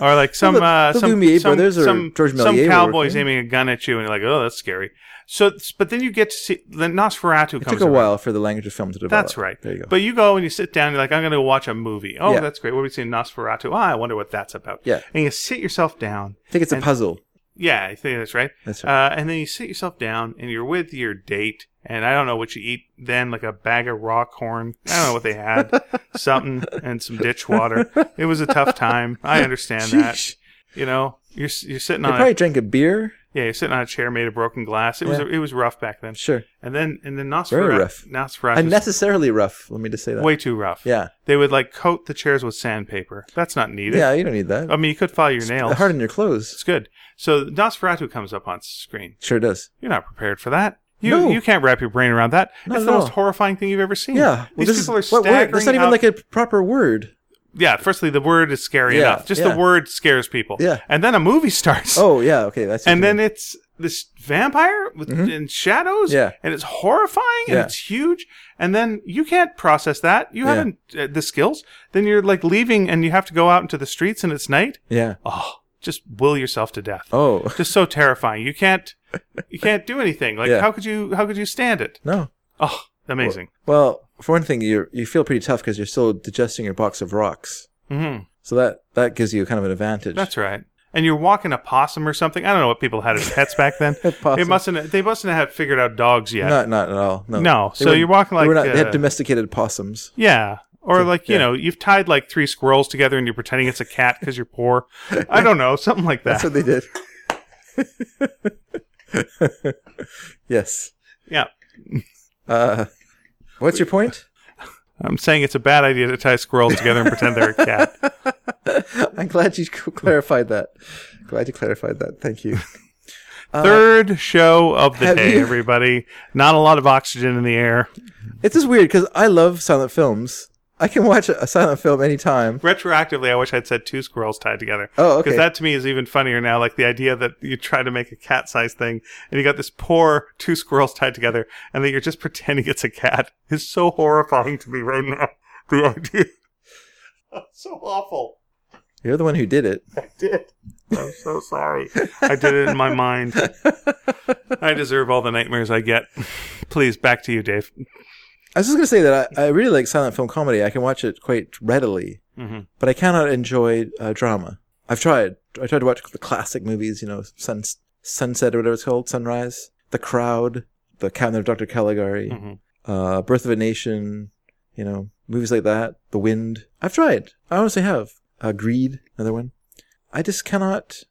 Speaker 1: or like some
Speaker 2: Well, the-
Speaker 1: uh,
Speaker 2: the
Speaker 1: some
Speaker 2: Lumiere
Speaker 1: some,
Speaker 2: brothers or
Speaker 1: some,
Speaker 2: George
Speaker 1: some
Speaker 2: Méliès were
Speaker 1: cowboys
Speaker 2: working.
Speaker 1: aiming a gun at you, and you're like, oh, that's scary. So, but then you get to see the Nosferatu.
Speaker 2: It
Speaker 1: comes
Speaker 2: took a
Speaker 1: around.
Speaker 2: while for the language of film to develop.
Speaker 1: That's right.
Speaker 2: There you go.
Speaker 1: But you go and you sit down. You're like, I'm going to watch a movie. Oh,
Speaker 2: Yeah.
Speaker 1: that's great. What are we seeing? Nosferatu. Ah, I wonder what that's about.
Speaker 2: Yeah.
Speaker 1: And you sit yourself down.
Speaker 2: I think it's a puzzle.
Speaker 1: Yeah, I think that's right.
Speaker 2: That's right.
Speaker 1: Uh, and then you sit yourself down, and you're with your date. And I don't know what you eat then, like a bag of rock horn. I don't know what they
Speaker 2: (laughs)
Speaker 1: had, something, and some ditch water. It was a tough time. I understand that.
Speaker 2: Sheesh.
Speaker 1: You know, you're s- you're sitting
Speaker 2: They
Speaker 1: on
Speaker 2: probably
Speaker 1: a,
Speaker 2: drank a beer.
Speaker 1: yeah, you're sitting on a chair made of broken glass. It was
Speaker 2: Yeah.
Speaker 1: it was rough back then.
Speaker 2: Sure.
Speaker 1: And then and then
Speaker 2: Very rough.
Speaker 1: Nosferatu, Nosferatu,
Speaker 2: Unnecessarily rough. Let me just say that.
Speaker 1: way too rough.
Speaker 2: Yeah.
Speaker 1: They would like coat the chairs with sandpaper. That's not needed.
Speaker 2: Yeah, you don't need that.
Speaker 1: I mean, you could file your nails.
Speaker 2: Harden your clothes.
Speaker 1: It's good. So Nosferatu comes up on screen.
Speaker 2: Sure does.
Speaker 1: You're not prepared for that. You
Speaker 2: No.
Speaker 1: you can't wrap your brain around that.
Speaker 2: Not
Speaker 1: it's
Speaker 2: at
Speaker 1: the most
Speaker 2: all.
Speaker 1: horrifying thing you've ever seen.
Speaker 2: Yeah. Well,
Speaker 1: Hmm. These
Speaker 2: this is-
Speaker 1: people are
Speaker 2: what
Speaker 1: staggering
Speaker 2: word? That's not even
Speaker 1: out-
Speaker 2: like a proper word.
Speaker 1: yeah, firstly, the word is scary
Speaker 2: Yeah,
Speaker 1: enough. Just
Speaker 2: yeah.
Speaker 1: the word scares people.
Speaker 2: Yeah.
Speaker 1: And then a movie starts.
Speaker 2: Oh yeah. Okay. That's.
Speaker 1: and then it's this vampire with in shadows
Speaker 2: Mm-hmm. Yeah.
Speaker 1: and it's horrifying and
Speaker 2: Yeah.
Speaker 1: it's huge and then you can't process that you
Speaker 2: Yeah.
Speaker 1: haven't uh, the skills then you're like leaving and you have to go out into the streets and it's night
Speaker 2: Yeah.
Speaker 1: oh just will yourself to death
Speaker 2: Oh (laughs)
Speaker 1: just so terrifying you can't you can't do anything like
Speaker 2: Yeah.
Speaker 1: how could you how could you stand it
Speaker 2: no.
Speaker 1: oh amazing
Speaker 2: Well, for one thing, you you feel pretty tough because you're still digesting your box of rocks.
Speaker 1: hmm
Speaker 2: So that that gives you kind of an advantage.
Speaker 1: that's right and you're walking a possum or something i don't know what people had as pets back
Speaker 2: (laughs)
Speaker 1: then it
Speaker 2: Possum.
Speaker 1: mustn't they mustn't have figured out dogs yet
Speaker 2: Not not at all. No.
Speaker 1: No,
Speaker 2: They
Speaker 1: so
Speaker 2: were-
Speaker 1: you're walking
Speaker 2: they,
Speaker 1: like
Speaker 2: were not, they
Speaker 1: uh,
Speaker 2: had domesticated possums.
Speaker 1: Yeah. Or like, you
Speaker 2: yeah.
Speaker 1: know, you've tied like three squirrels together and you're pretending it's a cat because you're poor. I don't know, something like that.
Speaker 2: That's what they did. (laughs) yes.
Speaker 1: yeah.
Speaker 2: Uh, what's your point?
Speaker 1: I'm saying it's a bad idea to tie squirrels together and pretend
Speaker 2: (laughs)
Speaker 1: they're a cat.
Speaker 2: (laughs) I'm glad you clarified that. Glad you clarified that. Thank you.
Speaker 1: Third show of the
Speaker 2: Uh, have
Speaker 1: day,
Speaker 2: you-
Speaker 1: everybody. Not a lot of oxygen in the air.
Speaker 2: (laughs) It's just weird because I love silent films. I can watch a silent film anytime.
Speaker 1: Retroactively, I wish I'd said two squirrels tied together.
Speaker 2: Oh, okay.
Speaker 1: Because that to me is even funnier now. Like the idea that you try to make a cat sized thing and you got this poor two squirrels tied together and that you're just pretending it's a cat is so horrifying to me right now. The idea. (laughs) so awful.
Speaker 2: You're the one who did it.
Speaker 1: I did. I'm so sorry. I did it in my mind. I deserve all the nightmares I get. (laughs) Please, back to you, Dave.
Speaker 2: I was just gonna say that I, I really like silent film comedy. I can watch it quite readily,
Speaker 1: Mm-hmm.
Speaker 2: but I cannot enjoy uh, drama. I've tried. I tried to watch the classic movies, you know, Sun, Sunset or whatever it's called, Sunrise, The Crowd, The Cabinet of Dr. Caligari,
Speaker 1: Mm-hmm.
Speaker 2: uh, Birth of a Nation, you know, movies like that, The Wind. I've tried. I honestly have. Uh, Greed, another one. I just cannot.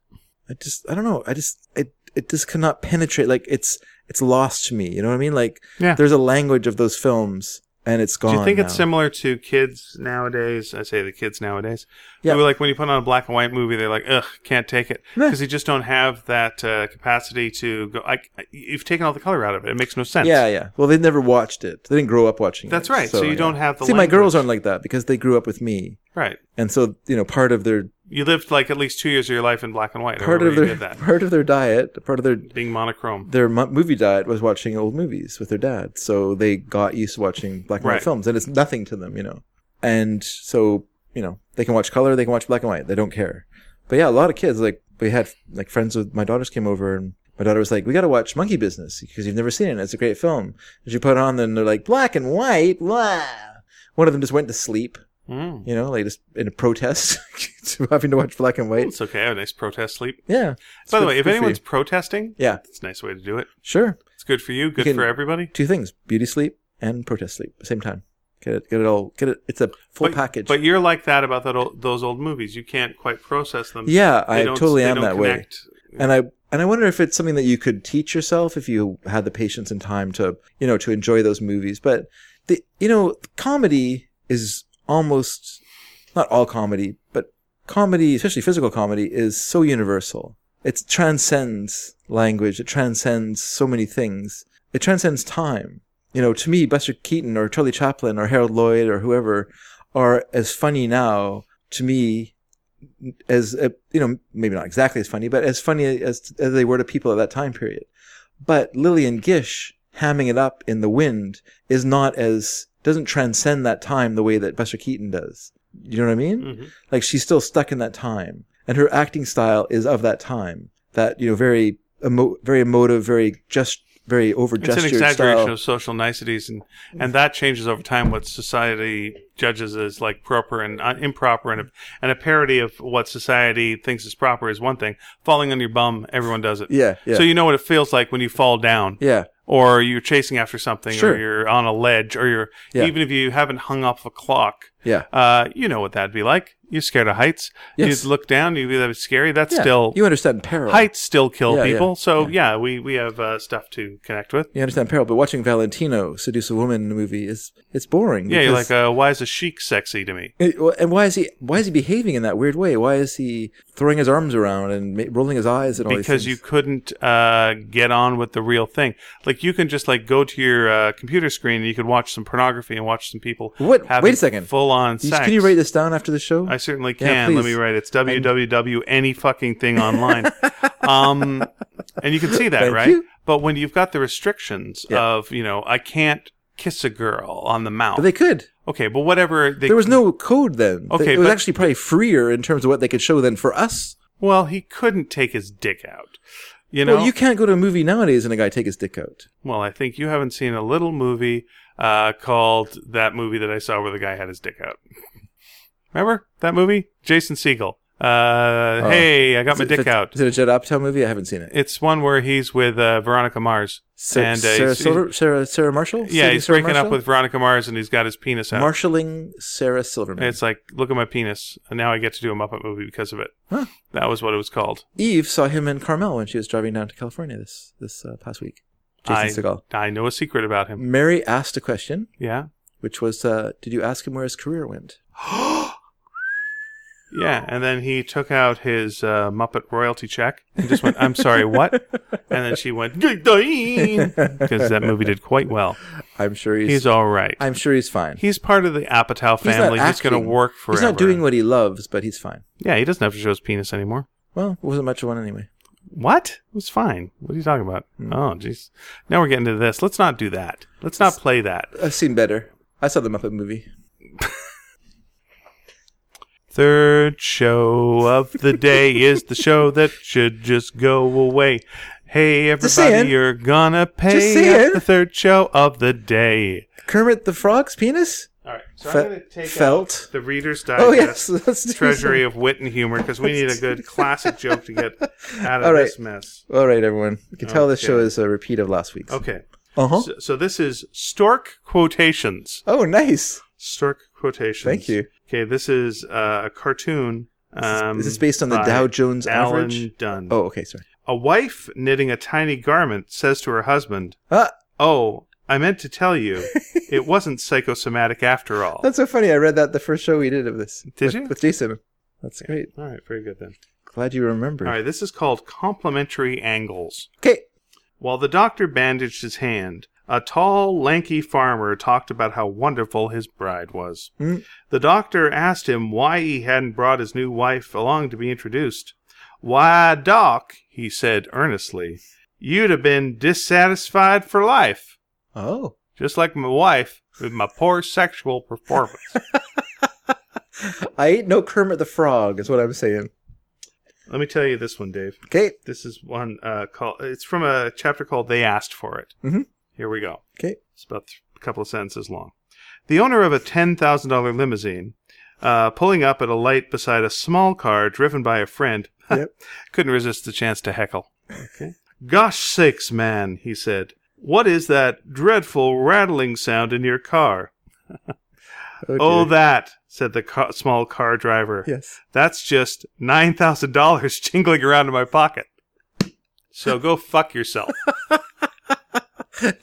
Speaker 2: I just. I don't know. I just. It. It just cannot penetrate. Like it's. It's lost to me. You know what I mean? Like
Speaker 1: Yeah.
Speaker 2: there's a language of those films, and it's gone.
Speaker 1: Do you think it's
Speaker 2: now.
Speaker 1: similar to kids nowadays? I say the kids nowadays.
Speaker 2: Yeah.
Speaker 1: Who, like when you put on a black and white movie, they're like, ugh, can't take it.
Speaker 2: Meh.
Speaker 1: Because they just don't have that uh, capacity to go. I, I- you've taken all the color out of it. It makes no sense.
Speaker 2: Yeah, yeah. Well, they never watched it. They didn't grow up watching it.
Speaker 1: That's right. So, you
Speaker 2: yeah.
Speaker 1: don't have the
Speaker 2: See, my
Speaker 1: language.
Speaker 2: girls aren't like that because they grew up with me,
Speaker 1: Right.
Speaker 2: and so you know, part of their
Speaker 1: You lived like at least two years of your life in black and white.
Speaker 2: part
Speaker 1: or
Speaker 2: of
Speaker 1: you
Speaker 2: their
Speaker 1: did that.
Speaker 2: (laughs) part of their diet, part of their
Speaker 1: Being monochrome.
Speaker 2: their mo- movie diet was watching old movies with their dad. So they got used to watching black and
Speaker 1: Right.
Speaker 2: white films, and it's nothing to them, you know. And so you know, they can watch color, they can watch black and white, they don't care. But yeah, a lot of kids like we had like friends with my daughters came over and. My daughter was like, "We got to watch Monkey Business because you've never seen it. It's a great film." And she put it on, and they're like, "Black and white, blah." One of them just went to sleep,
Speaker 1: Mm.
Speaker 2: you know, like just in a protest (laughs) to having to watch black and white.
Speaker 1: It's okay. I have a nice protest sleep.
Speaker 2: Yeah. It's
Speaker 1: By the
Speaker 2: good-
Speaker 1: way, if
Speaker 2: good for you.
Speaker 1: anyone's protesting,
Speaker 2: yeah,
Speaker 1: it's a nice way to do it.
Speaker 2: sure.
Speaker 1: It's good for you, good
Speaker 2: can-
Speaker 1: for everybody.
Speaker 2: two things: beauty sleep and protest sleep. at the Same time. Get it. Get it all. Get it. It's a full
Speaker 1: but,
Speaker 2: package.
Speaker 1: But you're like that about that old, those old movies. You can't quite process them.
Speaker 2: yeah,
Speaker 1: They
Speaker 2: I
Speaker 1: don't-
Speaker 2: totally
Speaker 1: they
Speaker 2: am
Speaker 1: don't
Speaker 2: that way.
Speaker 1: connect.
Speaker 2: And I and I wonder if it's something that you could teach yourself if you had the patience and time to you know to enjoy those movies. But the you know comedy is almost not all comedy, but comedy, especially physical comedy, is so universal. It transcends language. It transcends so many things. It transcends time. You know, to me, Buster Keaton or Charlie Chaplin or Harold Lloyd or whoever are as funny now to me as uh, you know, maybe not exactly as funny, but as funny as, as they were to people at that time period. But Lillian Gish hamming it up in the wind is not as doesn't transcend that time the way that Buster Keaton does. You know what I mean?
Speaker 1: Mhm.
Speaker 2: Like she's still stuck in that time, and her acting style is of that time. That you know, very emo- very emotive, very just, very over
Speaker 1: It's an
Speaker 2: gestured
Speaker 1: exaggeration
Speaker 2: style.
Speaker 1: of social niceties, and, and that changes over time. What society judges as like proper and uh, improper, and a, and a parody of what society thinks is proper is one thing. Falling on your bum, everyone does it.
Speaker 2: yeah, yeah,
Speaker 1: So you know what it feels like when you fall down,
Speaker 2: yeah,
Speaker 1: or you're chasing after something, or
Speaker 2: Sure.
Speaker 1: you're on a ledge, or you're
Speaker 2: Yeah.
Speaker 1: even if you haven't hung off a clock,
Speaker 2: yeah.
Speaker 1: uh, you know what that'd be like. You're scared of heights.
Speaker 2: Yes.
Speaker 1: You'd look down. You'd be that scary. That's
Speaker 2: Yeah.
Speaker 1: still
Speaker 2: you understand peril.
Speaker 1: heights still kill
Speaker 2: Yeah, yeah,
Speaker 1: people. so yeah. we we have uh, stuff to connect with.
Speaker 2: You understand peril, but watching Valentino seduce a woman in a movie is it's boring.
Speaker 1: Yeah, you're
Speaker 2: because-
Speaker 1: like, uh, why is a chic sexy to me?
Speaker 2: It- well, and why is he why is he behaving in that weird way? Why is he throwing his arms around and ma- rolling his eyes and all these
Speaker 1: Because you
Speaker 2: things?
Speaker 1: couldn't uh, get on with the real thing. Like you can just like go to your uh, computer screen and you could watch some pornography and watch some people.
Speaker 2: What?
Speaker 1: having
Speaker 2: Wait a second.
Speaker 1: Full on
Speaker 2: You-
Speaker 1: sex.
Speaker 2: Can you write this down after the show?
Speaker 1: I certainly
Speaker 2: Yeah,
Speaker 1: can. Let
Speaker 2: please. (laughs)
Speaker 1: me write it. It's www any fucking thing online. um, and you can see that,
Speaker 2: Thank
Speaker 1: right?
Speaker 2: you.
Speaker 1: But when you've got the restrictions
Speaker 2: Yeah.
Speaker 1: of, you know, I can't kiss a girl on the mouth.
Speaker 2: But they could.
Speaker 1: okay, but whatever they
Speaker 2: There was no code then.
Speaker 1: Okay,
Speaker 2: it was
Speaker 1: but-
Speaker 2: actually probably freer in terms of what they could show than for us.
Speaker 1: Well, he couldn't take his dick out. You know,
Speaker 2: Well, you can't go to a movie nowadays and a guy take his dick out.
Speaker 1: Well, I think you haven't seen a little movie uh, called that movie that I saw where the guy had his dick out. (laughs) Remember that movie? Jason Siegel. Uh, hey, I got my
Speaker 2: Oh. Is it-
Speaker 1: dick out.
Speaker 2: Is it a Judd Apatow movie? I haven't seen it.
Speaker 1: It's one where he's with uh, Veronica Mars.
Speaker 2: Sa-
Speaker 1: and, uh,
Speaker 2: Sarah,
Speaker 1: he's-
Speaker 2: Silver, Sarah, Sarah Marshall?
Speaker 1: Yeah,
Speaker 2: Sarah-
Speaker 1: he's
Speaker 2: Sarah
Speaker 1: breaking up
Speaker 2: Marshall?
Speaker 1: with Veronica Mars and he's got his penis out.
Speaker 2: Marshalling Sarah Silverman.
Speaker 1: It's like, look at my penis. And now I get to do a Muppet movie because of it.
Speaker 2: Huh.
Speaker 1: That was what it was called.
Speaker 2: Eve saw him in Carmel when she was driving down to California this this uh, past week.
Speaker 1: I-
Speaker 2: Jason Segel.
Speaker 1: I know a secret about him.
Speaker 2: Mary asked a question,
Speaker 1: Yeah.
Speaker 2: which was, uh, "Did you ask him where his career went?" (laughs)
Speaker 1: (gasps) Yeah, and then he took out his uh, Muppet royalty check and just went, "I'm sorry, what?" And then she went, "Because that movie did quite well.
Speaker 2: I'm sure he's.
Speaker 1: He's, all right.
Speaker 2: I'm sure he's fine.
Speaker 1: he's part of the Apatow
Speaker 2: He's not
Speaker 1: family. He's, going to
Speaker 2: acting.
Speaker 1: work forever.
Speaker 2: He's not doing what he loves, but he's fine.
Speaker 1: Yeah, he doesn't have to show his penis anymore.
Speaker 2: Well, it wasn't much of one anyway.
Speaker 1: What? It was fine. What are you talking about?
Speaker 2: Hmm.
Speaker 1: Oh, jeez. Now we're getting to this. Let's not do that. Let's not play that.
Speaker 2: I've seen better. I saw the Muppet movie.
Speaker 1: Third show of the day is the show that should just go away. Hey,
Speaker 2: Just
Speaker 1: everybody,
Speaker 2: saying.
Speaker 1: you're gonna pay
Speaker 2: saying.
Speaker 1: at the third show of the day.
Speaker 2: Kermit the Frog's penis
Speaker 1: All right, so
Speaker 2: Fe-
Speaker 1: I'm gonna take out
Speaker 2: felt.
Speaker 1: the Reader's
Speaker 2: (laughs) Oh (laughs) yes,
Speaker 1: Digest
Speaker 2: let's do
Speaker 1: Treasury of Wit and Humor because we need a good classic joke to get out of
Speaker 2: All right.
Speaker 1: this mess.
Speaker 2: some- All right, everyone. You can tell this
Speaker 1: Okay.
Speaker 2: show is a repeat of last week's.
Speaker 1: Okay,
Speaker 2: Uh huh.
Speaker 1: so, so this is Stork quotations.
Speaker 2: Oh, nice.
Speaker 1: Stork quotations.
Speaker 2: Thank you.
Speaker 1: Okay, this is uh, a cartoon. Um,
Speaker 2: is this based on the
Speaker 1: by
Speaker 2: Dow Jones
Speaker 1: Alan
Speaker 2: average?
Speaker 1: Dunn.
Speaker 2: Oh, okay. Sorry.
Speaker 1: A wife knitting a tiny garment says to her husband,
Speaker 2: Ah,
Speaker 1: Oh, I meant to tell
Speaker 2: (laughs)
Speaker 1: you, it wasn't psychosomatic after all.
Speaker 2: that's so funny. I read that the first show we did of this.
Speaker 1: Did
Speaker 2: with,
Speaker 1: you?
Speaker 2: with Jason? That's great.
Speaker 1: all right, very good then.
Speaker 2: Glad you remembered.
Speaker 1: All right, this is called complementary angles.
Speaker 2: Okay.
Speaker 1: While the doctor bandaged his hand, a tall, lanky farmer talked about how wonderful his bride was.
Speaker 2: Hmm.
Speaker 1: The doctor asked him why he hadn't brought his new wife along to be introduced. Why, Doc, he said earnestly, you'd have been dissatisfied for life.
Speaker 2: Oh.
Speaker 1: just like my wife with my poor sexual performance.
Speaker 2: I ain't no Kermit the Frog, is what I'm saying.
Speaker 1: Let me tell you this one, Dave.
Speaker 2: Okay.
Speaker 1: This is one uh, called. It's from a chapter called "They Asked for It."
Speaker 2: Mhm.
Speaker 1: Here we go. (laughs)
Speaker 2: Okay.
Speaker 1: It's about th- a couple of sentences long. The owner of a ten thousand dollar limousine, uh, pulling up at a light beside a small car driven by a friend,
Speaker 2: Yep.
Speaker 1: couldn't resist the chance to heckle. Okay. Gosh sakes, man, he said. What is that dreadful rattling sound in your car? Oh,
Speaker 2: dear.
Speaker 1: that, said the ca- small car driver.
Speaker 2: Yes. (laughs)
Speaker 1: That's just nine thousand dollars (laughs) jingling around in my pocket. So go fuck
Speaker 2: (laughs)
Speaker 1: yourself.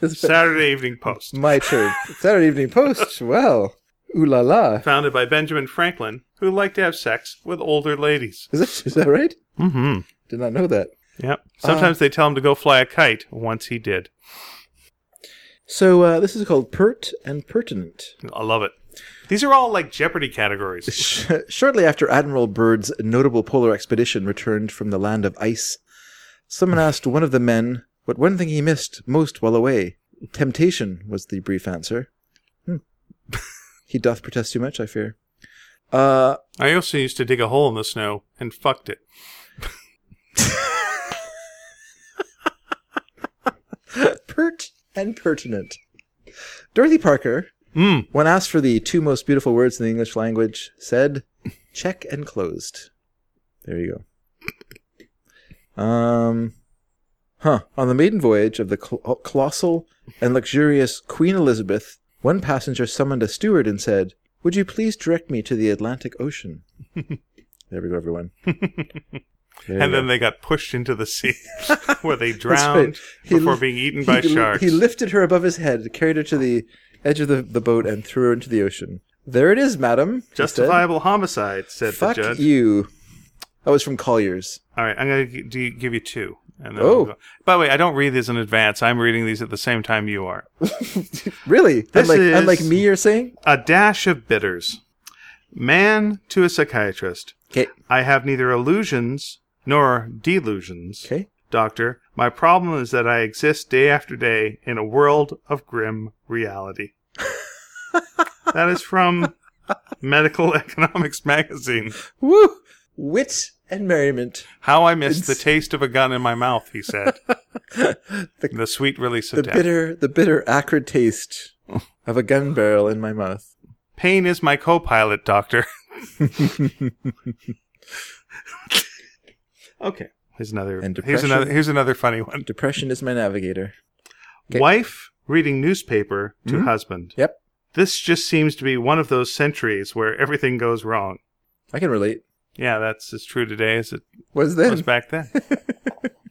Speaker 2: This is
Speaker 1: Saturday Evening Post,
Speaker 2: my turn. Saturday Evening Post. Well. Ooh la la.
Speaker 1: founded by Benjamin Franklin, who liked to have sex with older ladies.
Speaker 2: Is that, is that right?
Speaker 1: Mm-hmm.
Speaker 2: Did not know that.
Speaker 1: Yep.
Speaker 2: Uh.
Speaker 1: Sometimes they tell him to go fly a kite. Once he did.
Speaker 2: So uh, this is called Pert and Pertinent.
Speaker 1: I love it. These are all like Jeopardy categories.
Speaker 2: Sh- (laughs) Shortly after Admiral Byrd's notable polar expedition returned from the land of ice, someone asked one of the men what one thing he missed most while away. Temptation was the brief answer. Hmm. (laughs) he doth protest too much, I fear. Uh,
Speaker 1: I also used to dig a hole in the snow and fucked it.
Speaker 2: pert and pertinent. Dorothy Parker,
Speaker 1: Mm.
Speaker 2: when asked for the two most beautiful words in the English language, said, check and closed. There you go. Um, huh. On the maiden voyage of the col- colossal and luxurious Queen Elizabeth, one passenger summoned a steward and said, Would you please direct me to the Atlantic Ocean? there we go, everyone. There you
Speaker 1: And
Speaker 2: go.
Speaker 1: then they got pushed into the
Speaker 2: (laughs)
Speaker 1: sea, where they
Speaker 2: That's right.
Speaker 1: drowned
Speaker 2: He
Speaker 1: before
Speaker 2: l-
Speaker 1: being eaten
Speaker 2: he
Speaker 1: by
Speaker 2: li-
Speaker 1: sharks.
Speaker 2: He lifted her above his head, carried her to the edge of the, the boat, and threw her into the ocean. There it is, madam. he said.
Speaker 1: Justifiable homicide," said
Speaker 2: Fuck
Speaker 1: the judge.
Speaker 2: you. That was from Collier's.
Speaker 1: All right, I'm going to do, give you two. And then
Speaker 2: Oh.
Speaker 1: we'll go. By the way, I don't read these in advance. I'm reading these at the same time you are.
Speaker 2: Really?
Speaker 1: This
Speaker 2: unlike,
Speaker 1: is-
Speaker 2: unlike me, you're saying?
Speaker 1: A dash of bitters. Man to a psychiatrist.
Speaker 2: Okay.
Speaker 1: I have neither illusions nor delusions,
Speaker 2: Okay.
Speaker 1: Doctor. My problem is that I exist day after day in a world of grim
Speaker 2: (laughs)
Speaker 1: reality. that is from Medical (laughs) Economics Magazine.
Speaker 2: Woo! Wit and merriment.
Speaker 1: How I missed the taste of a gun in my mouth, he said.
Speaker 2: (laughs) The,
Speaker 1: The sweet release of
Speaker 2: the
Speaker 1: death.
Speaker 2: bitter, the bitter, acrid taste of a gun barrel in my mouth.
Speaker 1: Pain is my co pilot,
Speaker 2: (laughs)
Speaker 1: Doctor. (laughs) okay. Here's another
Speaker 2: And
Speaker 1: here's
Speaker 2: depression.
Speaker 1: another here's another funny one.
Speaker 2: Depression is my navigator. Okay.
Speaker 1: Wife reading newspaper to
Speaker 2: Mhm.
Speaker 1: husband.
Speaker 2: Yep.
Speaker 1: This just seems to be one of those centuries where everything goes wrong.
Speaker 2: I can relate.
Speaker 1: Yeah, that's as true today as it was
Speaker 2: Was then?
Speaker 1: back then.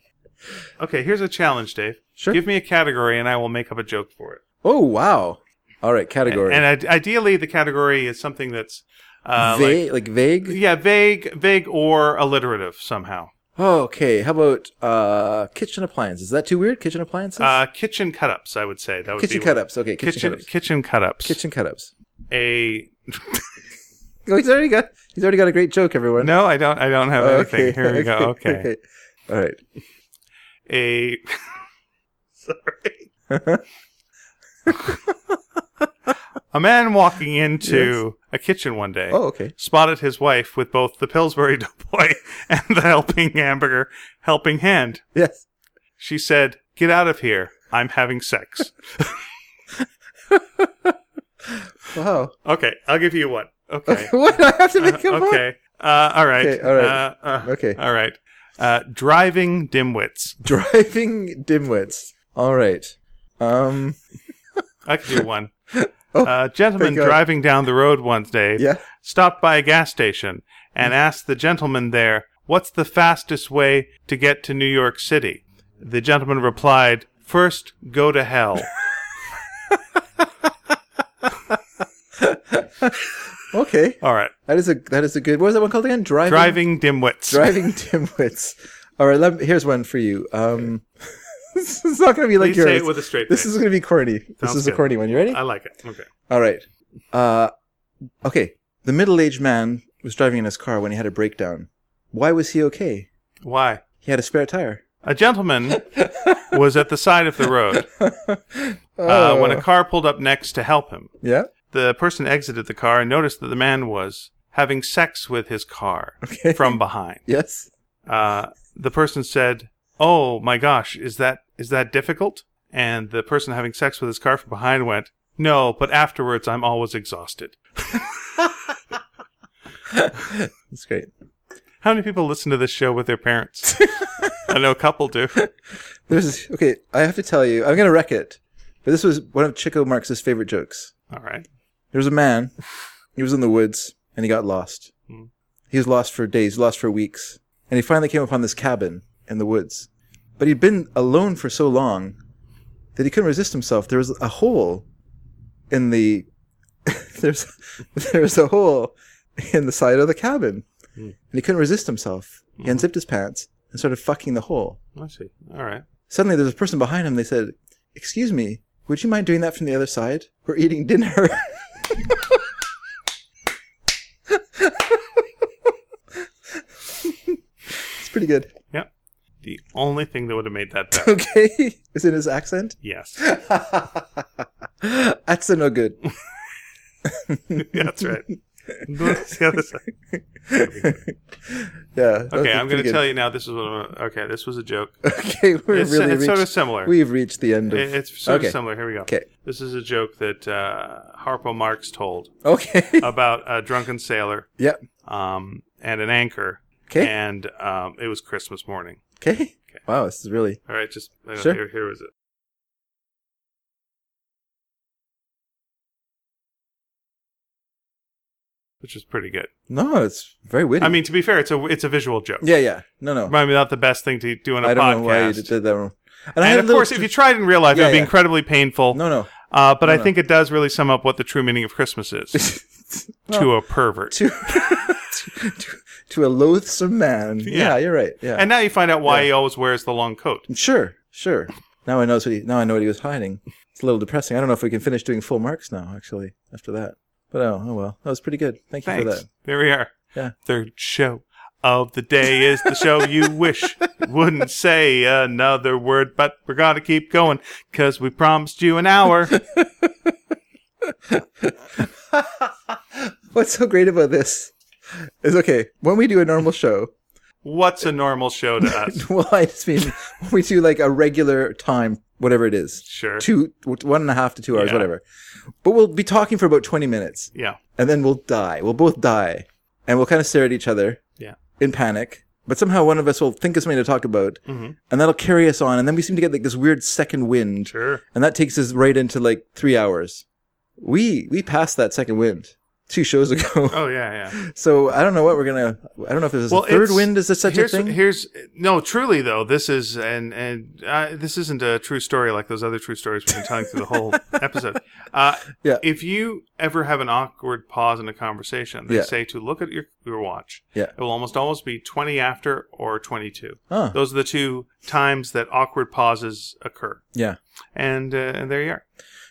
Speaker 2: (laughs)
Speaker 1: okay, here's a challenge, Dave.
Speaker 2: Sure.
Speaker 1: Give me a category and I will make up a joke for it.
Speaker 2: oh wow! All right, category.
Speaker 1: And I- ideally, the category is something that's uh, like,
Speaker 2: vague, like, vague.
Speaker 1: yeah, vague, vague or alliterative somehow.
Speaker 2: Oh, okay. How about uh, kitchen appliances? Is that too weird? Kitchen appliances?
Speaker 1: Uh, kitchen cut ups, I would say that would
Speaker 2: kitchen
Speaker 1: be
Speaker 2: cut ups. Okay, kitchen,
Speaker 1: Kitchen
Speaker 2: cut ups.
Speaker 1: kitchen cut ups.
Speaker 2: Kitchen cut ups.
Speaker 1: A
Speaker 2: Oh, he's already got. He's already got a great joke, everyone.
Speaker 1: no, I don't. I don't have anything.
Speaker 2: okay.
Speaker 1: Here we go. Okay.
Speaker 2: All right.
Speaker 1: A (laughs) sorry. a man walking into a kitchen one day.
Speaker 2: Oh, okay.
Speaker 1: spotted his wife with both the Pillsbury (laughs) Doughboy and the helping hamburger helping hand.
Speaker 2: Yes.
Speaker 1: She said, "Get out of here. I'm having sex."
Speaker 2: Wow.
Speaker 1: okay, I'll give you one. Okay.
Speaker 2: (laughs) what? I have to
Speaker 1: Uh,
Speaker 2: make up one.
Speaker 1: okay. Uh, all right.
Speaker 2: Okay, all right.
Speaker 1: Uh, uh,
Speaker 2: Okay.
Speaker 1: All right. Uh, driving dimwits.
Speaker 2: Driving dimwits. All right. Um.
Speaker 1: I can
Speaker 2: (laughs)
Speaker 1: do one.
Speaker 2: Oh,
Speaker 1: uh, gentleman
Speaker 2: thank God.
Speaker 1: driving down the road one day
Speaker 2: Yeah. Mm.
Speaker 1: stopped by a gas station and asked the gentleman there, What's the fastest way to get to New York City? The gentleman replied, First, go to
Speaker 2: (laughs)
Speaker 1: hell.
Speaker 2: Okay.
Speaker 1: All right.
Speaker 2: That is a that is a good. What was that one called again? Driving.
Speaker 1: Driving dimwits.
Speaker 2: Driving dimwits. All right. Let me, here's one for you. Um. (laughs) this is not going to be like
Speaker 1: Please say
Speaker 2: yours.
Speaker 1: it with a straight
Speaker 2: This
Speaker 1: face.
Speaker 2: is going to be corny. this
Speaker 1: Sounds
Speaker 2: is a
Speaker 1: good.
Speaker 2: corny one. You ready?
Speaker 1: I like it. Okay.
Speaker 2: All right. Uh, okay. The middle-aged man was driving in his car when he had a breakdown. Why was he okay?
Speaker 1: Why?
Speaker 2: He had a spare tire.
Speaker 1: A
Speaker 2: (laughs)
Speaker 1: gentleman was at the side of the road uh, when
Speaker 2: Oh.
Speaker 1: a car pulled up next to help him.
Speaker 2: yeah.
Speaker 1: The person exited the car and noticed that the man was having sex with his car
Speaker 2: Okay.
Speaker 1: from behind.
Speaker 2: Yes.
Speaker 1: Uh, the person said, "Oh my gosh, is that is that difficult?" And the person having sex with his car from behind went, "No, but afterwards I'm always exhausted."
Speaker 2: That's great.
Speaker 1: How many people listen to this show with their parents? I know a couple do.
Speaker 2: There's this, okay. I have to tell you, I'm gonna wreck it. But this was one of Chico Marx's favorite jokes.
Speaker 1: All right.
Speaker 2: There was a man. He was in the woods and he got lost.
Speaker 1: Hmm.
Speaker 2: He was lost for days, lost for weeks, and he finally came upon this cabin in the woods. But he'd been alone for so long that he couldn't resist himself. There was a hole in the (laughs) there's there's a hole in the side of the cabin,
Speaker 1: Hmm.
Speaker 2: and he couldn't resist himself. He unzipped his pants and started fucking the hole.
Speaker 1: I see. All right.
Speaker 2: Suddenly, there's a person behind him. They said, "Excuse me, would you mind doing that from the other side? We're eating dinner." (laughs) it's pretty good.
Speaker 1: The only thing that would have made that better.
Speaker 2: Okay, is it his accent? (laughs)
Speaker 1: yes. (laughs)
Speaker 2: That's a no good. (laughs)
Speaker 1: Yeah, that's right. That's the other side.
Speaker 2: Yeah.
Speaker 1: Okay, I'm going to tell you now. This is what I'm, okay. This was a joke.
Speaker 2: Okay, we're
Speaker 1: It's,
Speaker 2: really
Speaker 1: it's
Speaker 2: reached,
Speaker 1: sort of similar.
Speaker 2: we've reached the end of.
Speaker 1: It- it's sort
Speaker 2: Okay.
Speaker 1: of similar. Here we go.
Speaker 2: Okay.
Speaker 1: This is a joke that uh, Harpo Marx
Speaker 2: (laughs)
Speaker 1: told
Speaker 2: Okay.
Speaker 1: about a drunken sailor
Speaker 2: yep.
Speaker 1: um, and an anchor,
Speaker 2: Okay.
Speaker 1: and um, it was Christmas morning.
Speaker 2: Okay. Wow, this is really.
Speaker 1: All right, just uh,
Speaker 2: Sure.
Speaker 1: here, here was it. Which is pretty good.
Speaker 2: No, it's very witty.
Speaker 1: I mean, to be fair, it's a it's a visual joke.
Speaker 2: yeah, yeah. No, no.
Speaker 1: Maybe not the best thing to do on a
Speaker 2: I don't
Speaker 1: podcast.
Speaker 2: know why you did that wrong.
Speaker 1: and
Speaker 2: had
Speaker 1: of
Speaker 2: little
Speaker 1: course, if you tried in real life, it
Speaker 2: Yeah,
Speaker 1: would be
Speaker 2: yeah.
Speaker 1: incredibly painful.
Speaker 2: (laughs)
Speaker 1: (laughs)
Speaker 2: no, no,
Speaker 1: Uh, but
Speaker 2: No,
Speaker 1: I
Speaker 2: no.
Speaker 1: think it does really sum up what the true meaning of Christmas
Speaker 2: (laughs)
Speaker 1: is to a pervert. (laughs)
Speaker 2: to, to to to a loathsome man. Yeah,
Speaker 1: Yeah.
Speaker 2: you're right. Yeah,
Speaker 1: And now you find out why
Speaker 2: Yeah.
Speaker 1: he always wears the long coat.
Speaker 2: sure, sure. Now I know what he. Now I know what he was hiding. It's a little depressing. I don't know if we can finish doing full marks now. Actually, after that, but oh, oh well, that was pretty good. Thank you
Speaker 1: Thanks.
Speaker 2: for that.
Speaker 1: There we are.
Speaker 2: Yeah.
Speaker 1: Third show of the day is the show you
Speaker 2: (laughs)
Speaker 1: wish wouldn't say another word, but we're going to keep going because we promised you an
Speaker 2: (laughs)
Speaker 1: hour.
Speaker 2: What's so great about this is okay, when we do a normal show, (laughs)
Speaker 1: What's a normal show to us?
Speaker 2: well, I just mean when we do like a regular time, whatever it is,
Speaker 1: Sure.
Speaker 2: two, one and a half to two hours,
Speaker 1: Yeah.
Speaker 2: whatever. But we'll be talking for about 20 minutes
Speaker 1: Yeah.
Speaker 2: and then we'll die. We'll both die and we'll kind of stare at each other
Speaker 1: Yeah.
Speaker 2: in panic. But somehow one of us will think of something to talk about
Speaker 1: Mhm.
Speaker 2: and that'll carry us on. And then we seem to get like this weird second wind
Speaker 1: Sure.
Speaker 2: and that takes us right into like three hours. We, we passed that second wind two
Speaker 1: (laughs)
Speaker 2: shows ago.
Speaker 1: Oh yeah, yeah.
Speaker 2: so I don't know what we're going to, I don't know if there's
Speaker 1: Well,
Speaker 2: a third
Speaker 1: it's-
Speaker 2: wind. Is this such a
Speaker 1: here's
Speaker 2: thing?
Speaker 1: here's no. Truly though, this is and and uh, this isn't a true story like those other true stories we've been telling through the
Speaker 2: (laughs)
Speaker 1: whole episode. Uh,
Speaker 2: Yeah.
Speaker 1: If you ever have an awkward pause in a conversation, they
Speaker 2: Yeah.
Speaker 1: say to look at your your watch.
Speaker 2: Yeah.
Speaker 1: It will almost always be twenty after or twenty two.
Speaker 2: Huh.
Speaker 1: Those are the two times that awkward pauses occur.
Speaker 2: Yeah.
Speaker 1: And uh, and there you are.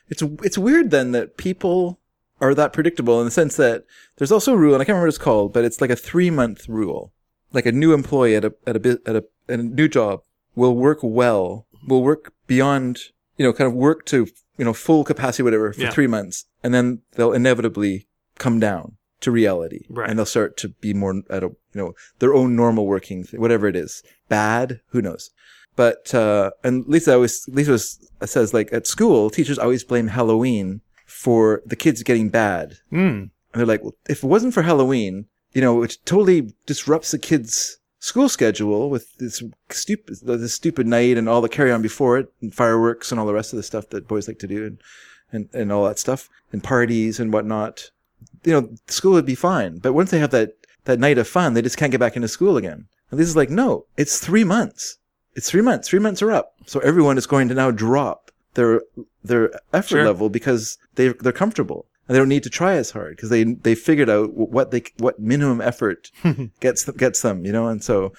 Speaker 2: It's it's weird then that people are that predictable in the sense that there's also a rule, and I can't remember what it's called, but it's like a three month rule. Like a new employee at a at a bu- at a, at a new job will work well, will work beyond you know, kind of work to you know full capacity, whatever, for
Speaker 1: Yeah.
Speaker 2: three months, and then they'll inevitably come down to reality,
Speaker 1: Right.
Speaker 2: and they'll start to be more at a you know their own normal working, th- whatever it is, bad, who knows. But uh, and Lisa always Lisa was, says like at school, teachers always blame Halloween for the kids getting bad,
Speaker 1: Hmm.
Speaker 2: and they're like, well, if it wasn't for Halloween, you know, it totally disrupts the kids' school schedule with this stupid, this stupid night and all the carry on before it and fireworks and all the rest of the stuff that boys like to do and, and, and all that stuff and parties and whatnot. You know, school would be fine. But once they have that, that night of fun, they just can't get back into school again. And this is like, no, it's three months. It's three months. Three months are up. So everyone is going to now drop their their effort
Speaker 1: Sure.
Speaker 2: level because they they're comfortable and they don't need to try as hard because they they figured out wh- what they what minimum effort gets them, gets them. You know, and so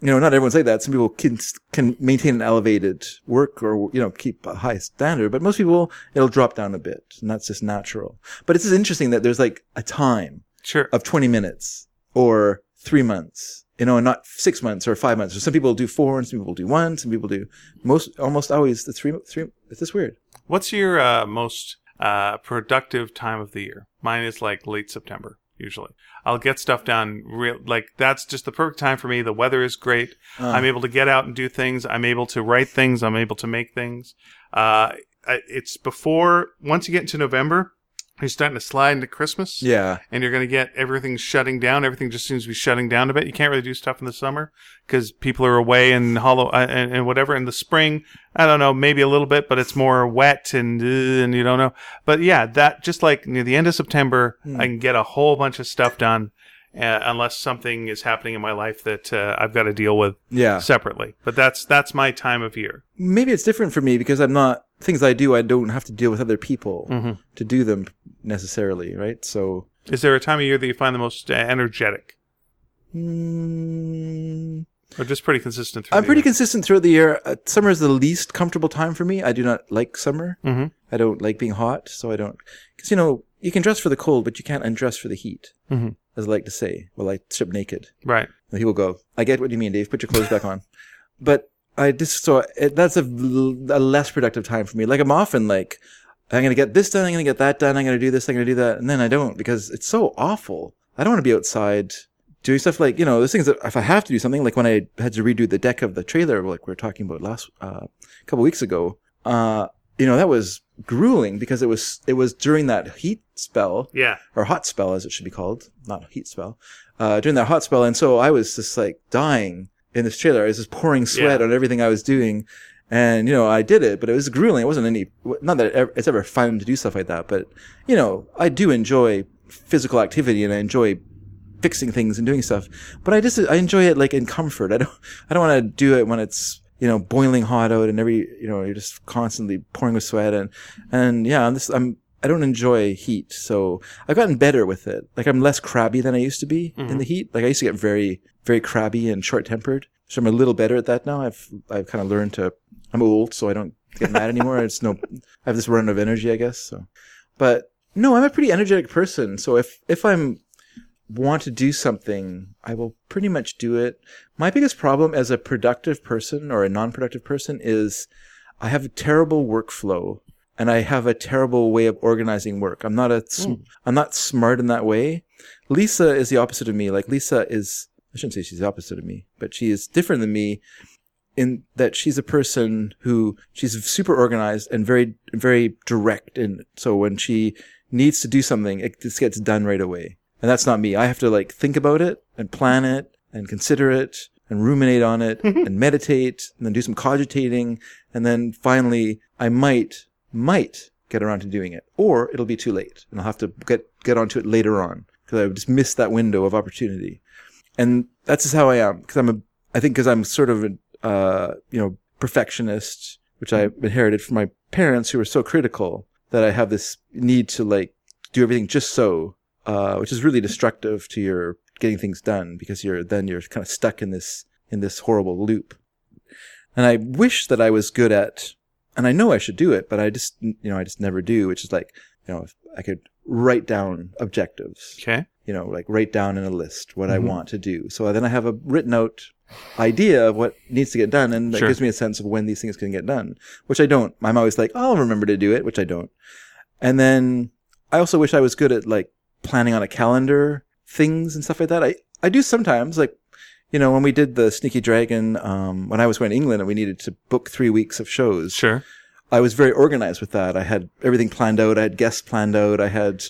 Speaker 2: you know, not everyone's like that. Some people can can maintain an elevated work or you know keep a high standard, but most people it'll drop down a bit, and that's just natural. But it's just interesting that there's like a time
Speaker 1: Sure.
Speaker 2: of 20 minutes or three months, you know, and not six months or five months. So some people do four and some people do one, some people do most, almost always the three, three, it's just weird.
Speaker 1: What's your uh, most uh, productive time of the year? Mine is like late September usually. I'll get stuff done real like that's just the perfect time for me. The weather is great.
Speaker 2: Uh.
Speaker 1: I'm able to get out and do things. I'm able to write things. I'm able to make things. Uh, I- it's before once you get into November, you're starting to slide into Christmas.
Speaker 2: Yeah.
Speaker 1: And you're going to get everything shutting down. Everything just seems to be shutting down a bit. You can't really do stuff in the summer because people are away and hollow uh, and, and whatever. In the spring, I don't know, maybe a little bit, but it's more wet and uh, and you don't know. But yeah, that just like near the end of September,
Speaker 2: Hmm.
Speaker 1: I can get a whole bunch of stuff done, uh, unless something is happening in my life that uh, I've got to deal with
Speaker 2: Yeah.
Speaker 1: separately. But that's that's my time of year.
Speaker 2: Maybe it's different for me because I'm not, things I do, I don't have to deal with other people
Speaker 1: Mhm.
Speaker 2: to do them necessarily. Right. So,
Speaker 1: Is there a time of year that you find the most uh, energetic,
Speaker 2: mm,
Speaker 1: or just pretty consistent? Through
Speaker 2: I'm
Speaker 1: the
Speaker 2: pretty
Speaker 1: year?
Speaker 2: consistent throughout the year. Uh, summer is the least comfortable time for me. I do not like summer.
Speaker 1: Mhm.
Speaker 2: I don't like being hot, so I don't. Because you know, you can dress for the cold, but you can't undress for the heat,
Speaker 1: Mhm.
Speaker 2: as I like to say. Well, I strip naked.
Speaker 1: right.
Speaker 2: And he will go. I get what you mean, Dave. Put your clothes back on. But I just so it, that's a, l- a less productive time for me. Like I'm often like, I'm gonna get this done. I'm gonna get that done. I'm gonna do this. I'm gonna do that, and then I don't because it's so awful. I don't want to be outside doing stuff like you know those things that if I have to do something like when I had to redo the deck of the trailer like we were talking about last uh, couple weeks ago. Uh, you know that was grueling because it was it was during that heat spell
Speaker 1: Yeah.
Speaker 2: or hot spell as it should be called, not heat spell, uh, during that hot spell. And so I was just like dying in this trailer. I was just pouring sweat
Speaker 1: Yeah.
Speaker 2: on everything I was doing. And, you know, I did it, but it was grueling. It wasn't any, not that it ever- it's ever fun to do stuff like that, but, you know, I do enjoy physical activity and I enjoy fixing things and doing stuff, but I just, I enjoy it like in comfort. I don't, I don't want to do it when it's, you know, boiling hot out and every, you know, you're just constantly pouring with sweat and, and yeah, I'm just, I'm, I don't enjoy heat. So I've gotten better with it. Like I'm less crabby than I used to be in the heat. Like I used to get very, very crabby and short tempered. So I'm a little better at that now. I've, I've kind of learned to, I'm old, so I don't get mad anymore. It's no, I have this run of energy, I guess. So, but no, I'm a pretty energetic person. So if, if I'm want to do something, I will pretty much do it. My biggest problem as a productive person or a non productive person is I have a terrible workflow and I have a terrible way of organizing work. I'm not a, sm- am not smart in that way. Lisa is the opposite of me. Like Lisa is, I shouldn't say she's the opposite of me, but she is different than me in that she's a person who she's super organized and very, very direct. And so when she needs to do something, it just gets done right away. And that's not me. I have to like think about it and plan it and consider it and ruminate on it and meditate and then do some cogitating. And then finally I might, might get around to doing it or it'll be too late and I'll have to get, get onto it later on because I just missed that window of opportunity. And that's just how I am because I'm a, I think because I'm sort of a, uh, you know, perfectionist, which I inherited from my parents who were so critical that I have this need to like do everything just so uh, which is really destructive to your getting things done because you're then you're kind of stuck in this in this horrible loop. And I wish that I was good at, and I know I should do it, but I just you know I just never do. Which is like you know if I could write down objectives,
Speaker 1: Okay.
Speaker 2: you know, like write down in a list what
Speaker 1: Mhm.
Speaker 2: I want to do. So then I have a written out idea of what needs to get done, and that
Speaker 1: Sure.
Speaker 2: gives me a sense of when these things can get done, which I don't. I'm always like, I'll remember to do it, which I don't. And then I also wish I was good at like planning on a calendar things and stuff like that. I, I do sometimes, like, you know, when we did the Sneaky Dragon, um, when I was going to England and we needed to book three weeks of shows,
Speaker 1: Sure.
Speaker 2: I was very organized with that. I had everything planned out. I had guests planned out. I had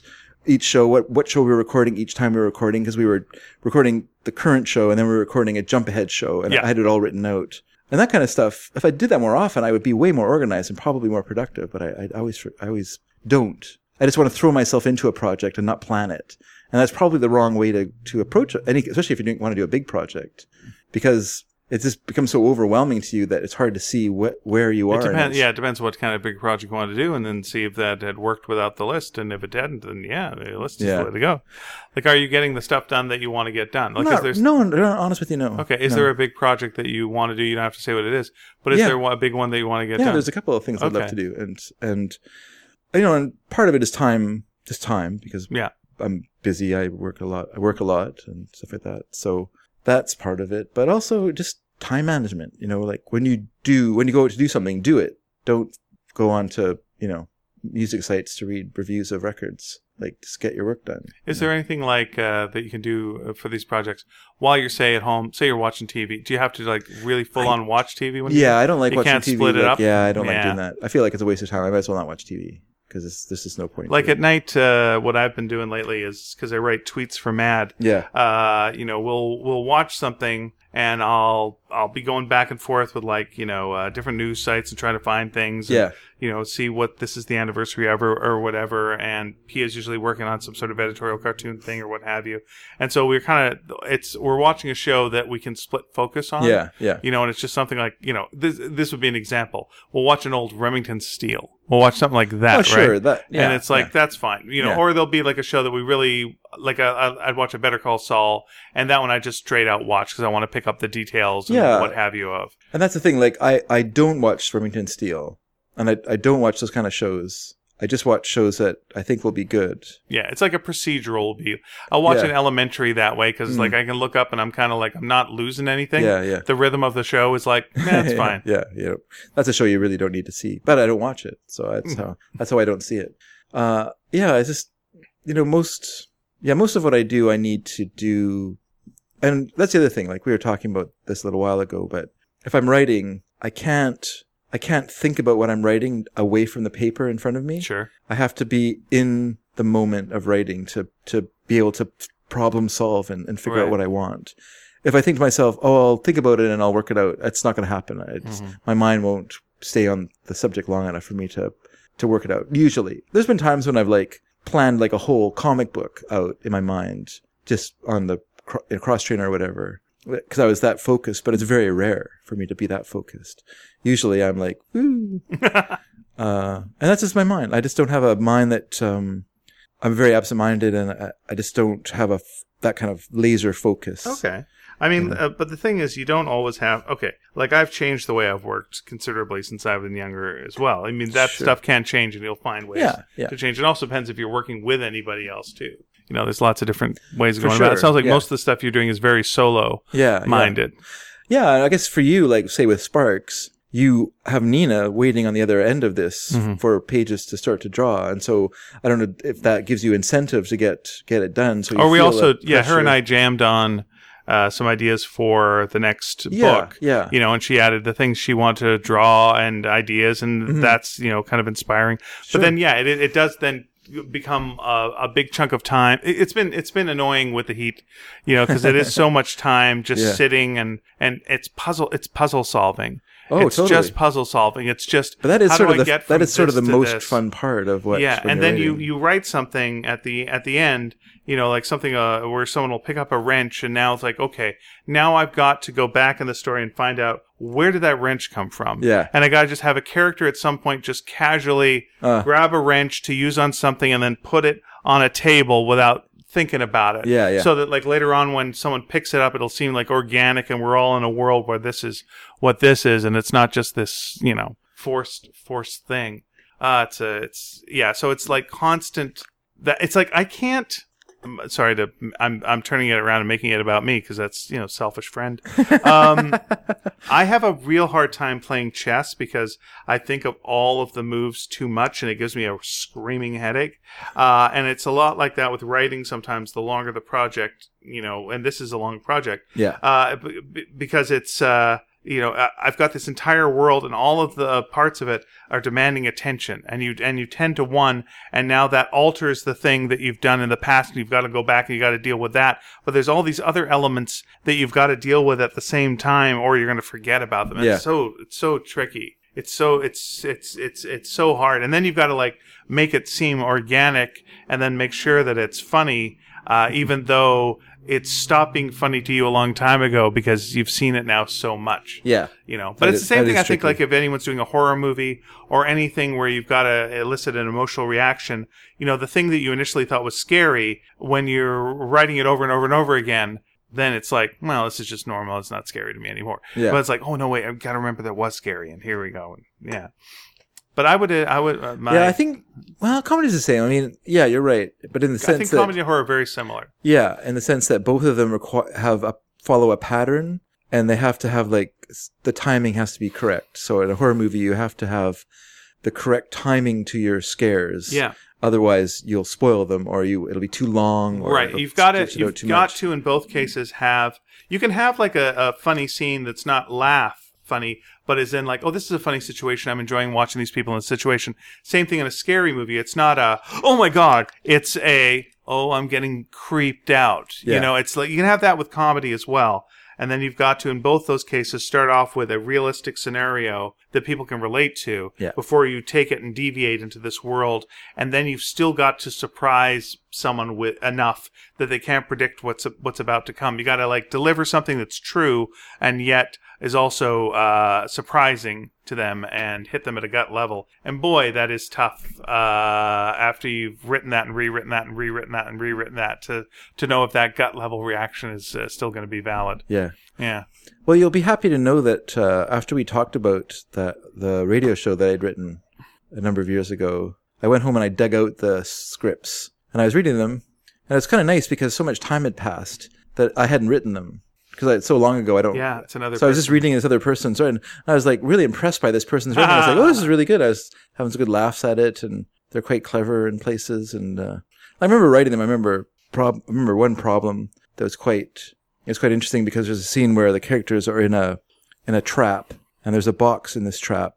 Speaker 2: each show, what, what show we were recording each time we were recording, because we were recording the current show and then we were recording a jump ahead show and
Speaker 1: Yeah.
Speaker 2: I had it all written out. And that kind of stuff. If I did that more often, I would be way more organized and probably more productive, but I, I always, I always don't. I just want to throw myself into a project and not plan it. And that's probably the wrong way to, to approach any, especially if you don't want to do a big project because it just becomes so overwhelming to you that it's hard to see what, where you are.
Speaker 1: It
Speaker 2: in
Speaker 1: depends.
Speaker 2: it.
Speaker 1: Yeah, it depends what kind of big project you want to do, and then see if that had worked without the list. And if it hadn't, then yeah, the list is
Speaker 2: Yeah.
Speaker 1: the way to go. Like, are you getting the stuff done that you want to get done? Like, is
Speaker 2: Not-
Speaker 1: there
Speaker 2: no, no, no, honest with you, no.
Speaker 1: okay? Is
Speaker 2: No.
Speaker 1: there a big project that you want to do? You don't have to say what it is, but is
Speaker 2: Yeah.
Speaker 1: there one, a big one that you want to get
Speaker 2: yeah?
Speaker 1: done?
Speaker 2: There's a couple of things I'd love
Speaker 1: Okay.
Speaker 2: to do, and and you know, and part of it is time, just time, because
Speaker 1: Yeah.
Speaker 2: I'm busy. I work a lot. I work a lot and stuff like that. So that's part of it, but also just time management. You know, like when you do when you go out to do something, do it. Don't go on to you know music sites to read reviews of records. Like just get your work done.
Speaker 1: Is there anything like uh, that you can do uh, for these projects while you're say at home? Say you're watching TV. Do you have to like really full on watch TV? When you-
Speaker 2: Yeah, I don't like
Speaker 1: you
Speaker 2: watching
Speaker 1: can't
Speaker 2: TV.
Speaker 1: split it
Speaker 2: like-
Speaker 1: up?
Speaker 2: Yeah, I don't like
Speaker 1: Yeah.
Speaker 2: doing that. I feel like it's a waste of time. I might as well not watch TV because there's just no point.
Speaker 1: like
Speaker 2: to
Speaker 1: at night, uh, what I've been doing lately is because I write tweets for Mad.
Speaker 2: Yeah.
Speaker 1: Uh, you know, we'll we'll watch something, and I'll I'll be going back and forth with like you know uh, different news sites and trying to find things. and,
Speaker 2: Yeah.
Speaker 1: you know, see what this is the anniversary of or, or whatever. And Pia's usually working on some sort of editorial cartoon thing or what have you. And so we're kind of it's we're watching a show that we can split focus on.
Speaker 2: Yeah. Yeah.
Speaker 1: You know, and it's just something like you know this. This would be an example. We'll watch an old Remington Steel. We'll watch something like that.
Speaker 2: Oh, sure.
Speaker 1: Right?
Speaker 2: That. Yeah.
Speaker 1: and it's like that's fine, you know.
Speaker 2: Yeah.
Speaker 1: Or there'll be like a show that we really like. A, a, I'd watch a Better Call Saul, and that one I just straight out watch because I want to pick up the details and
Speaker 2: Yeah.
Speaker 1: what have you of.
Speaker 2: yeah. and that's the thing. Like, I I don't watch Remington Steel, and I I don't watch those kind of shows. I just watch shows that I think will be good.
Speaker 1: Yeah, it's like a procedural view. I'll watch an
Speaker 2: Yeah.
Speaker 1: elementary that way because
Speaker 2: Mm.
Speaker 1: like I can look up and I'm kind of like I'm not losing anything.
Speaker 2: Yeah. Yeah.
Speaker 1: The rhythm of the show is like that's
Speaker 2: (laughs) Yeah,
Speaker 1: fine.
Speaker 2: yeah, you know, that's a show you really don't need to see, but I don't watch it, so that's
Speaker 1: Mhm.
Speaker 2: how that's how I don't see it. Uh, yeah, I just you know most yeah most of what I do I need to do, and that's the other thing. Like we were talking about this a little while ago, but if I'm writing, I can't I can't think about what I'm writing away from the paper in front of me.
Speaker 1: Sure.
Speaker 2: I have to be in the moment of writing to to be able to problem solve and, and figure
Speaker 1: Right.
Speaker 2: out what I want. If I think to myself, oh, I'll think about it and I'll work it out, it's not going to happen. It's,
Speaker 1: Mhm.
Speaker 2: My mind won't stay on the subject long enough for me to to work it out. Usually, there's been times when I've like planned like a whole comic book out in my mind, just on the cr- in cross trainer or whatever, because I was that focused. But it's very rare for me to be that focused. Usually, I'm like,
Speaker 1: (laughs)
Speaker 2: woo, uh, and that's just my mind. I just don't have a mind that um, I'm very absent-minded, and I, I just don't have a f- that kind of laser focus.
Speaker 1: Okay. I mean, uh, but the thing is, you don't always have. Okay, like I've changed the way I've worked considerably since I've been younger as well. I mean, that
Speaker 2: Sure.
Speaker 1: stuff can change, and you'll find ways
Speaker 2: Yeah, yeah.
Speaker 1: to change. It also depends if you're working with anybody else too. you know, there's lots of different ways of
Speaker 2: For
Speaker 1: going about it. It
Speaker 2: sure,
Speaker 1: sounds like
Speaker 2: yeah. Uh,
Speaker 1: most of the stuff you're doing is very solo
Speaker 2: Yeah, yeah.
Speaker 1: minded.
Speaker 2: Yeah, and I guess for you, like say with Sparks, you have Nina waiting on the other end of this
Speaker 1: Mm-hmm.
Speaker 2: for pages to start to draw, and so I don't know if that gives you incentive to get get it done. So you
Speaker 1: Or we
Speaker 2: feel
Speaker 1: also,
Speaker 2: that
Speaker 1: yeah, her and
Speaker 2: pressure.
Speaker 1: I jammed on uh, some ideas for the next
Speaker 2: Yeah,
Speaker 1: book.
Speaker 2: yeah.
Speaker 1: You know, and she added the things she wanted to draw and ideas, and
Speaker 2: Mm-hmm.
Speaker 1: that's, you know, kind of inspiring. But then, yeah, it, it does then become a, a big chunk of time It- it's been it's been annoying with the heat you know because it is
Speaker 2: (laughs)
Speaker 1: so much time just
Speaker 2: Yeah.
Speaker 1: sitting and and it's puzzle it's puzzle solving
Speaker 2: Oh,
Speaker 1: it's
Speaker 2: totally.
Speaker 1: just puzzle solving it's just
Speaker 2: But that is
Speaker 1: how
Speaker 2: sort
Speaker 1: do
Speaker 2: of
Speaker 1: I
Speaker 2: the
Speaker 1: get
Speaker 2: that
Speaker 1: from
Speaker 2: is sort of the
Speaker 1: this to
Speaker 2: most
Speaker 1: this?
Speaker 2: fun part of what.
Speaker 1: yeah
Speaker 2: when
Speaker 1: and
Speaker 2: you're
Speaker 1: then you
Speaker 2: writing.
Speaker 1: you write something at the at the end you know like something uh, where someone will pick up a wrench and now it's like okay now i've got to go back in the story and find out where did that wrench come from
Speaker 2: Yeah.
Speaker 1: and i gotta just have a character at some point just
Speaker 2: (laughs)
Speaker 1: casually
Speaker 2: Uh.
Speaker 1: grab a wrench to use on something and then put it on a table without thinking about it
Speaker 2: Yeah, yeah.
Speaker 1: so that like later on when someone picks it up it'll seem like organic and we're all in a world where this is what this is and it's not just this you know forced forced thing uh, it's a, it's yeah. So it's like constant. That it's like I can't. I'm sorry to. I'm I'm turning it around and making it about me because that's you know selfish friend. Um, I have a real hard time playing chess because I think of all of the moves too much and it gives me a screaming headache. Uh, and it's a lot like that with writing. Sometimes the longer the project, you know, and this is a long project
Speaker 2: yeah
Speaker 1: uh, b- b- because it's uh, you know I- I've got this entire world and all of the parts of it are demanding attention, and you and you tend to one, and now that alters the thing that you've done in the past, and you've got to go back and you got to deal with that. But there's all these other elements that you've got to deal with at the same time, or you're going to forget about them. And
Speaker 2: Yeah.
Speaker 1: It's so it's so tricky. It's so it's it's it's it's so hard, and then you've got to like make it seem organic, and then make sure that it's funny, uh,
Speaker 2: Mm-hmm.
Speaker 1: even though it's stopped being funny to you a long time ago because you've seen it now so much.
Speaker 2: yeah
Speaker 1: You know, but
Speaker 2: That
Speaker 1: it's the
Speaker 2: is-
Speaker 1: same
Speaker 2: that
Speaker 1: thing.
Speaker 2: is
Speaker 1: I think,
Speaker 2: tricky.
Speaker 1: like if anyone's doing a horror movie or anything where you've got to elicit an emotional reaction, you know, the thing that you initially thought was scary when you're writing it over and over and over again, then it's like, well, this is just normal. It's not scary to me anymore.
Speaker 2: Yeah.
Speaker 1: But it's like, oh no, wait, I've got to remember that was scary, and here we go. And, yeah. But I would, uh, I would, uh, my,
Speaker 2: yeah.
Speaker 1: I
Speaker 2: I
Speaker 1: think,
Speaker 2: think well, comedy's the same. I mean, yeah, you're right, but in the sense that
Speaker 1: comedy and horror are very similar.
Speaker 2: Yeah, in the sense that both of them requ- have a, follow a pattern, and they have to have like s- the timing has to be correct. So in a horror movie, you have to have the correct timing to your scares.
Speaker 1: Yeah.
Speaker 2: Otherwise, you'll spoil them, or you it'll be too long. Or
Speaker 1: right
Speaker 2: it'll
Speaker 1: you've got to
Speaker 2: stretch it out
Speaker 1: you've
Speaker 2: too
Speaker 1: got
Speaker 2: much.
Speaker 1: to in both cases have you can have like a, a funny scene that's not laugh funny but is in like oh this is a funny situation i'm enjoying watching these people in this situation same thing in a scary movie it's not a oh my god it's a oh i'm getting creeped out you
Speaker 2: Yeah.
Speaker 1: know it's like you can have that with comedy as well and then you've got to in both those cases start off with a realistic scenario that people can relate to
Speaker 2: Yeah.
Speaker 1: before you take it and deviate into this world and then you've still got to surprise someone with enough that they can't predict what's what's about to come you got to like deliver something that's true and yet is also uh, surprising to them and hit them at a gut level and boy that is tough uh, after you've written that and rewritten that and rewritten that and rewritten that to to know if that gut level reaction is uh, still going to be valid
Speaker 2: Yeah.
Speaker 1: yeah
Speaker 2: Well, you'll be happy to know that uh, after we talked about that the radio show that I'd written a number of years ago, I went home and I dug out the scripts and I was reading them, and it was kind of nice because so much time had passed that I hadn't written them because it's so long ago. I don't.
Speaker 1: yeah it's another
Speaker 2: Oh, So I was just reading this other person's writing, and I was like really impressed by this person's writing. I was like, "Oh, this is really good." I was having some good laughs at it, and they're quite clever in places. And uh, I remember writing them. I remember prob- I remember one problem that was quite it was quite interesting because there's a scene where the characters are in a in a trap, and there's a box in this trap,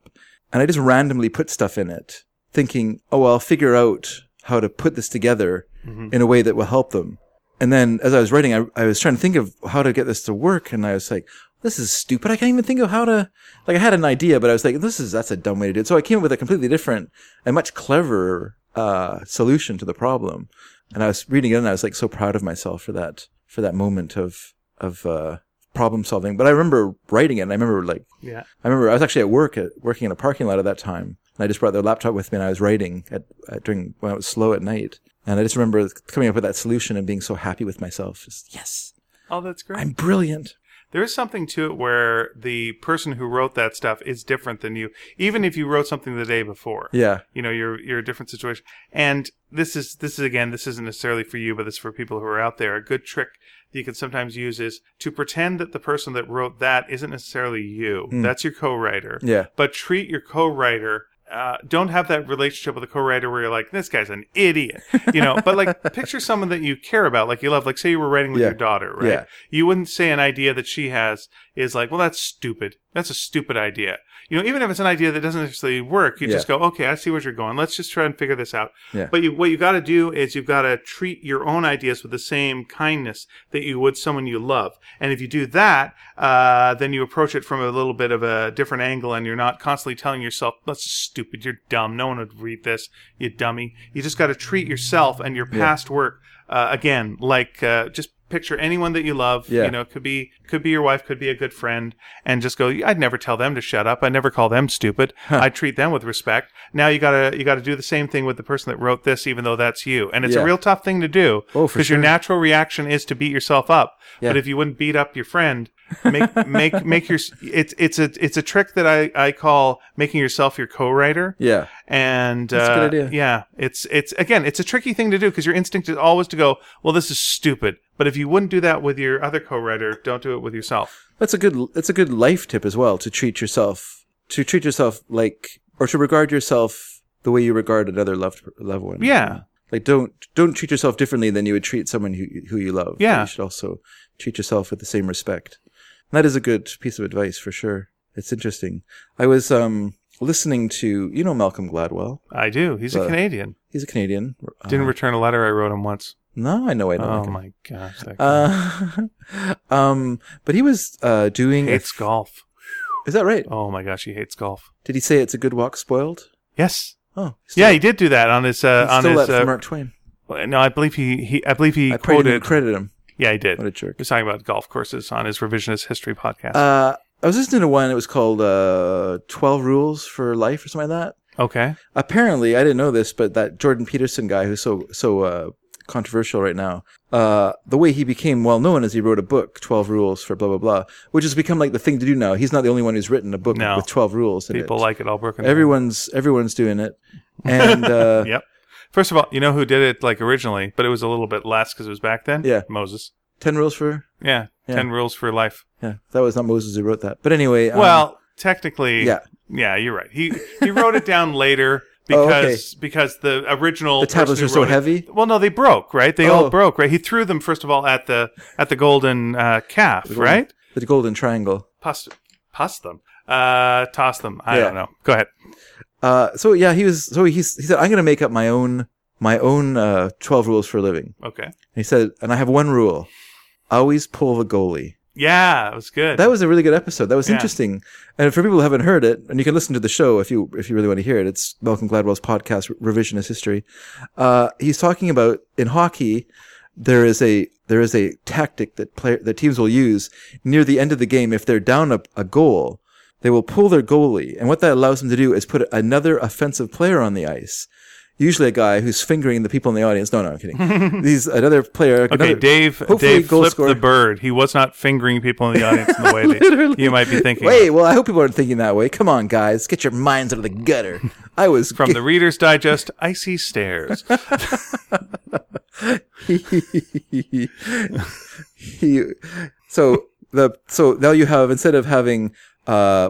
Speaker 2: and I just randomly put stuff in it, thinking, "Oh, I'll figure out how to put this together in a way that will help them." And then as I was writing, I, I was trying to think of how to get this to work. And I was like, this is stupid. I can't even think of how to, like, I had an idea, but I was like, this is, that's a dumb way to do it. So I came up with a completely different and much cleverer, uh, solution to the problem. And I was reading it and I was like so proud of myself for that, for that moment of, of, uh, problem solving. But I remember writing it and I remember like
Speaker 1: yeah
Speaker 2: I remember I was actually at work at working in a parking lot at that time, and I just brought the laptop with me, and I was writing at, at during when it was slow at night, and I just remember coming up with that solution and being so happy with myself. Just, yes,
Speaker 1: oh that's great
Speaker 2: I'm brilliant.
Speaker 1: there is something to it where the person who wrote that stuff is different than you, even if you wrote something the day before.
Speaker 2: Yeah.
Speaker 1: You know, you're you're a different situation. And this is this is again, this isn't necessarily for you, but this is for people who are out there. A good trick that you can sometimes use is to pretend that the person that wrote that isn't necessarily you.
Speaker 2: Hmm.
Speaker 1: That's your co-writer.
Speaker 2: Yeah.
Speaker 1: But treat your co-writer. Uh, don't have that relationship with a co-writer where you're like, this guy's an idiot, you know. but like,
Speaker 2: (laughs)
Speaker 1: picture someone that you care about, like you love. Like, say you were writing with
Speaker 2: Yeah.
Speaker 1: your daughter, right?
Speaker 2: Yeah.
Speaker 1: You wouldn't say an idea that she has is like, well, that's stupid. That's a stupid idea. You know, even if it's an idea that doesn't necessarily work, you
Speaker 2: Yeah.
Speaker 1: just go, okay, I see where you're going. Let's just try and figure this out.
Speaker 2: Yeah.
Speaker 1: But you, what you got to do is you've got to treat your own ideas with the same kindness that you would someone you love. And if you do that, uh, then you approach it from a little bit of a different angle, and you're not constantly telling yourself, "That's stupid. You're dumb. No one would read this. You dummy." You just got to treat yourself and your past work uh, again, like uh, just picture anyone that you love.
Speaker 2: Yeah.
Speaker 1: You know, it could be could be your wife, could be a good friend, and just go. I'd never tell them to shut up. I never call them stupid. I treat them with respect. Now you gotta you gotta do the same thing with the person that wrote this, even though that's you. And it's
Speaker 2: Yeah.
Speaker 1: a real tough thing to do
Speaker 2: Oh, for
Speaker 1: your natural reaction is to beat yourself up.
Speaker 2: Yeah.
Speaker 1: But if you wouldn't beat up your
Speaker 2: (laughs)
Speaker 1: friend, make make make your it's it's a it's a trick that I I call making yourself your co-writer.
Speaker 2: Yeah.
Speaker 1: And
Speaker 2: That's a good
Speaker 1: uh,
Speaker 2: idea.
Speaker 1: yeah, it's it's again, it's a tricky thing to do because your instinct is always to go, well, this is stupid. But if you wouldn't do that with your other co-writer, don't do it with yourself.
Speaker 2: That's a good that's a good life tip as well to treat yourself to treat yourself like or to regard yourself the way you regard another loved loved one.
Speaker 1: Yeah.
Speaker 2: Like don't don't treat yourself differently than you would treat someone who who you love. But
Speaker 1: Yeah.
Speaker 2: You should also treat yourself with the same respect. And that is a good piece of advice for sure. It's interesting. I was um listening to you know Malcolm Gladwell.
Speaker 1: I do. He's a
Speaker 2: Uh,
Speaker 1: Canadian.
Speaker 2: He's a Canadian. Uh,
Speaker 1: Didn't return a letter I wrote him once.
Speaker 2: no, I know I know.
Speaker 1: Oh
Speaker 2: Malcolm.
Speaker 1: my gosh, that guy
Speaker 2: Uh, (laughs) um, but he was uh doing. a-
Speaker 1: hates golf.
Speaker 2: is that right?
Speaker 1: Oh my gosh, he hates golf.
Speaker 2: Did he say it's a good walk spoiled?
Speaker 1: Yes.
Speaker 2: Oh, he's
Speaker 1: yeah, he did do that on his uh,
Speaker 2: He's
Speaker 1: on
Speaker 2: still
Speaker 1: his.
Speaker 2: that
Speaker 1: Uh,
Speaker 2: from Mark Twain.
Speaker 1: no, I believe he, he I believe he
Speaker 2: I paid him,
Speaker 1: quoted.
Speaker 2: credit him.
Speaker 1: yeah, he did.
Speaker 2: What a
Speaker 1: He
Speaker 2: jerk.
Speaker 1: was talking about golf courses on his revisionist history podcast.
Speaker 2: Uh, I was listening to one. It was called uh, 12 Rules for Life or something like that.
Speaker 1: okay.
Speaker 2: Apparently, I didn't know this, but that Jordan Peterson guy who's so so uh, controversial right now, uh, the way he became well known is he wrote a book, 12 Rules for blah, blah, blah, which has become like the thing to do now. He's not the only one who's written a book
Speaker 1: No.
Speaker 2: with 12 rules in
Speaker 1: People
Speaker 2: it.
Speaker 1: like it all broken. down.
Speaker 2: everyone's, everyone's
Speaker 1: (laughs)
Speaker 2: doing it. And uh,
Speaker 1: Yep. First of all, you know who did it like originally, but it was a little bit less because it was back then.
Speaker 2: Yeah.
Speaker 1: Moses.
Speaker 2: 10 rules for.
Speaker 1: Yeah.
Speaker 2: Yeah.
Speaker 1: Ten rules for life.
Speaker 2: Yeah, that was not Moses who wrote that. But anyway. um,
Speaker 1: well, technically.
Speaker 2: yeah.
Speaker 1: Yeah, you're right. He he wrote it down later
Speaker 2: (laughs) Oh, okay.
Speaker 1: because because the original
Speaker 2: The tablets
Speaker 1: person who
Speaker 2: are so
Speaker 1: wrote it-
Speaker 2: heavy.
Speaker 1: Well, no, they broke, right? They
Speaker 2: Oh.
Speaker 1: all broke, right? He threw them first of all at the at the golden uh, calf,
Speaker 2: golden-
Speaker 1: right?
Speaker 2: The golden triangle.
Speaker 1: Pus, pus them, uh, toss them. I
Speaker 2: Yeah.
Speaker 1: don't know. Go ahead.
Speaker 2: Uh, so yeah, he was. So he's, he said, "I'm going to make up my own my own uh, twelve rules for a living."
Speaker 1: Okay.
Speaker 2: And he said, "And I have one rule: always pull the goalie."
Speaker 1: Yeah, it was good.
Speaker 2: That was a really good episode. That was
Speaker 1: Yeah.
Speaker 2: interesting. And for people who haven't heard it, and you can listen to the show if you if you really want to hear it, it's Malcolm Gladwell's podcast, Revisionist History. Uh, he's talking about in hockey, there is a there is a tactic that player that teams will use near the end of the game if they're down a, a goal. They will pull their goalie, and what that allows them to do is put another offensive player on the ice. Usually, a guy who's fingering the people in the audience. No, no, I'm
Speaker 1: (laughs)
Speaker 2: kidding. These another player.
Speaker 1: okay,
Speaker 2: another-
Speaker 1: Dave.
Speaker 2: hopefully
Speaker 1: Dave
Speaker 2: goal
Speaker 1: flipped
Speaker 2: scorer.
Speaker 1: the bird. He was not fingering people in the audience in the way that
Speaker 2: (laughs) Literally.
Speaker 1: you might be thinking.
Speaker 2: Wait, well, I hope people aren't thinking that way. Come on, guys, get your minds out of the gutter. I
Speaker 1: (laughs)
Speaker 2: was (laughs)
Speaker 1: From the Reader's Digest, icy stairs.
Speaker 2: he, so the so now you have instead of having uh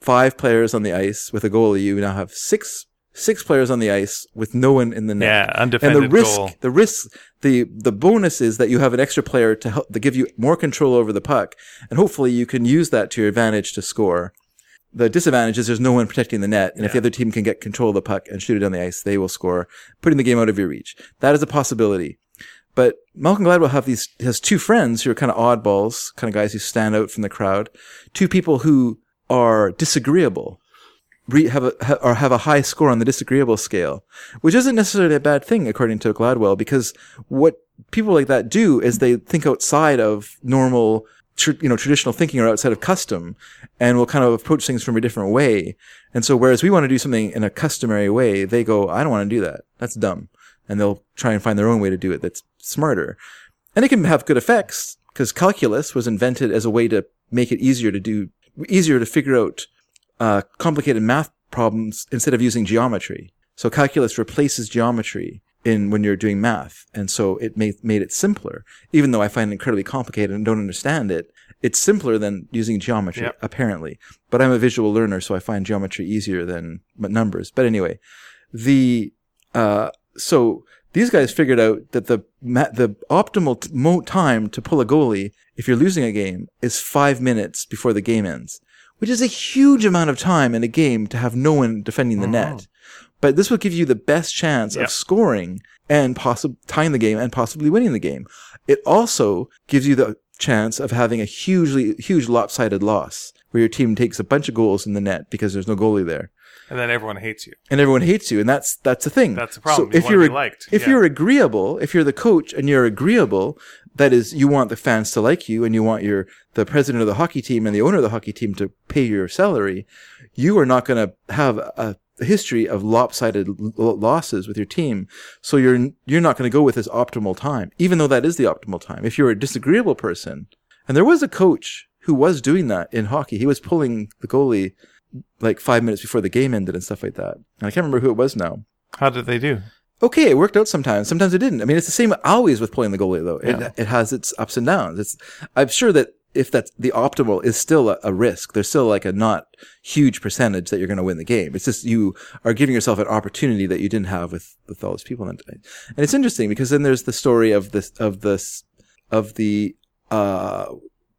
Speaker 2: five players on the ice with a goalie, you now have six six players on the ice with no one in the net.
Speaker 1: Yeah,
Speaker 2: and the
Speaker 1: undefended
Speaker 2: risk,
Speaker 1: goal.
Speaker 2: the risk, the the bonus is that you have an extra player to help to give you more control over the puck, and hopefully you can use that to your advantage to score. The disadvantage is there's no one protecting the net, and if the other team can get control of the puck and shoot it on the ice, they will score, putting the game out of your reach. That is a possibility. But Malcolm Gladwell have these has two friends who are kind of oddballs, kind of guys who stand out from the crowd, two people who are disagreeable, re, have a ha, or have a high score on the disagreeable scale, which isn't necessarily a bad thing according to Gladwell, because what people like that do is they think outside of normal. Tr- you know, traditional thinking or outside of custom, and will kind of approach things from a different way. And so, whereas we want to do something in a customary way, they go, "I don't want to do that. That's dumb." and they'll try and find their own way to do it that's smarter. And it can have good effects, because calculus was invented as a way to make it easier to do easier to figure out uh, complicated math problems instead of using geometry. So calculus replaces geometry in when you're doing math, and so it made made it simpler. Even though I find it incredibly complicated and don't understand it, it's simpler than using geometry
Speaker 1: Yep.
Speaker 2: apparently. But I'm a visual learner, so I find geometry easier than m- numbers. But anyway, the uh, so these guys figured out that the ma- the optimal t- mo- time to pull a goalie if you're losing a game is five minutes before the game ends, which is a huge amount of time in a game to have no one defending the net. But this will give you the best chance
Speaker 1: Yeah.
Speaker 2: of scoring and possibly tying the game and possibly winning the game. It also gives you the chance of having a hugely huge lopsided loss where your team takes a bunch of goals in the net because there's no goalie there
Speaker 1: and then everyone hates you.
Speaker 2: and everyone hates you, and that's that's the thing.
Speaker 1: That's the problem.
Speaker 2: So
Speaker 1: You
Speaker 2: if
Speaker 1: wanna
Speaker 2: you're
Speaker 1: be liked.
Speaker 2: if
Speaker 1: Yeah.
Speaker 2: you're agreeable, if you're the coach and you're agreeable, that is, you want the fans to like you, and you want your the president of the hockey team and the owner of the hockey team to pay your salary. You are not going to have a history of lopsided l- l- losses with your team, so you're you're not going to go with this optimal time, even though that is the optimal time. If you're a disagreeable person, and there was a coach who was doing that in hockey, he was pulling the goalie like five minutes before the game ended and stuff like that. And I can't remember who it was now.
Speaker 1: How did they do?
Speaker 2: Okay, it worked out sometimes. Sometimes it didn't. I mean, it's the same always with playing the goalie though. It, it has its ups and downs. It's, I'm sure that if that's the optimal is still a, a risk, there's still like a not huge percentage that you're going to win the game. It's just you are giving yourself an opportunity that you didn't have with, with all those people. And, and it's interesting because then there's the story of this, of this, of the, uh,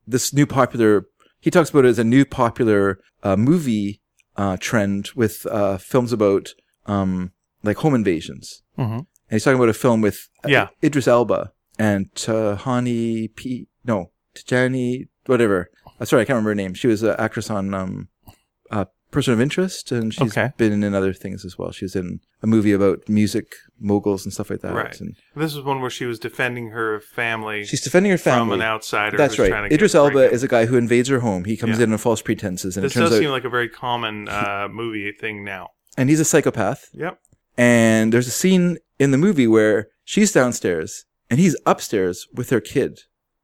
Speaker 2: this new popular, he talks about it as a new popular, uh, movie, uh, trend with, uh, films about, um, like home invasions.
Speaker 1: Mm-hmm.
Speaker 2: And he's talking about a film with uh,
Speaker 1: Yeah.
Speaker 2: Idris Elba and Tahani P. No, Tajani, whatever. Uh, sorry, I can't remember her name. She was an actress on um, uh, Person of Interest, and she's
Speaker 1: Okay.
Speaker 2: been in other things as well. She was in a movie about music moguls and stuff like that.
Speaker 1: Right.
Speaker 2: And
Speaker 1: This is one where she was defending her family
Speaker 2: she's defending her
Speaker 1: from
Speaker 2: family.
Speaker 1: an outsider.
Speaker 2: That's
Speaker 1: who's
Speaker 2: right.
Speaker 1: Trying to
Speaker 2: Idris
Speaker 1: get
Speaker 2: Elba
Speaker 1: pregnant.
Speaker 2: is a guy who invades her home. He comes
Speaker 1: Yeah.
Speaker 2: in on false pretenses, and
Speaker 1: This
Speaker 2: it turns
Speaker 1: does
Speaker 2: out,
Speaker 1: seem like a very common uh, (laughs) movie thing now.
Speaker 2: and he's a psychopath.
Speaker 1: Yep.
Speaker 2: And there's a scene in the movie where she's downstairs and he's upstairs with her kid.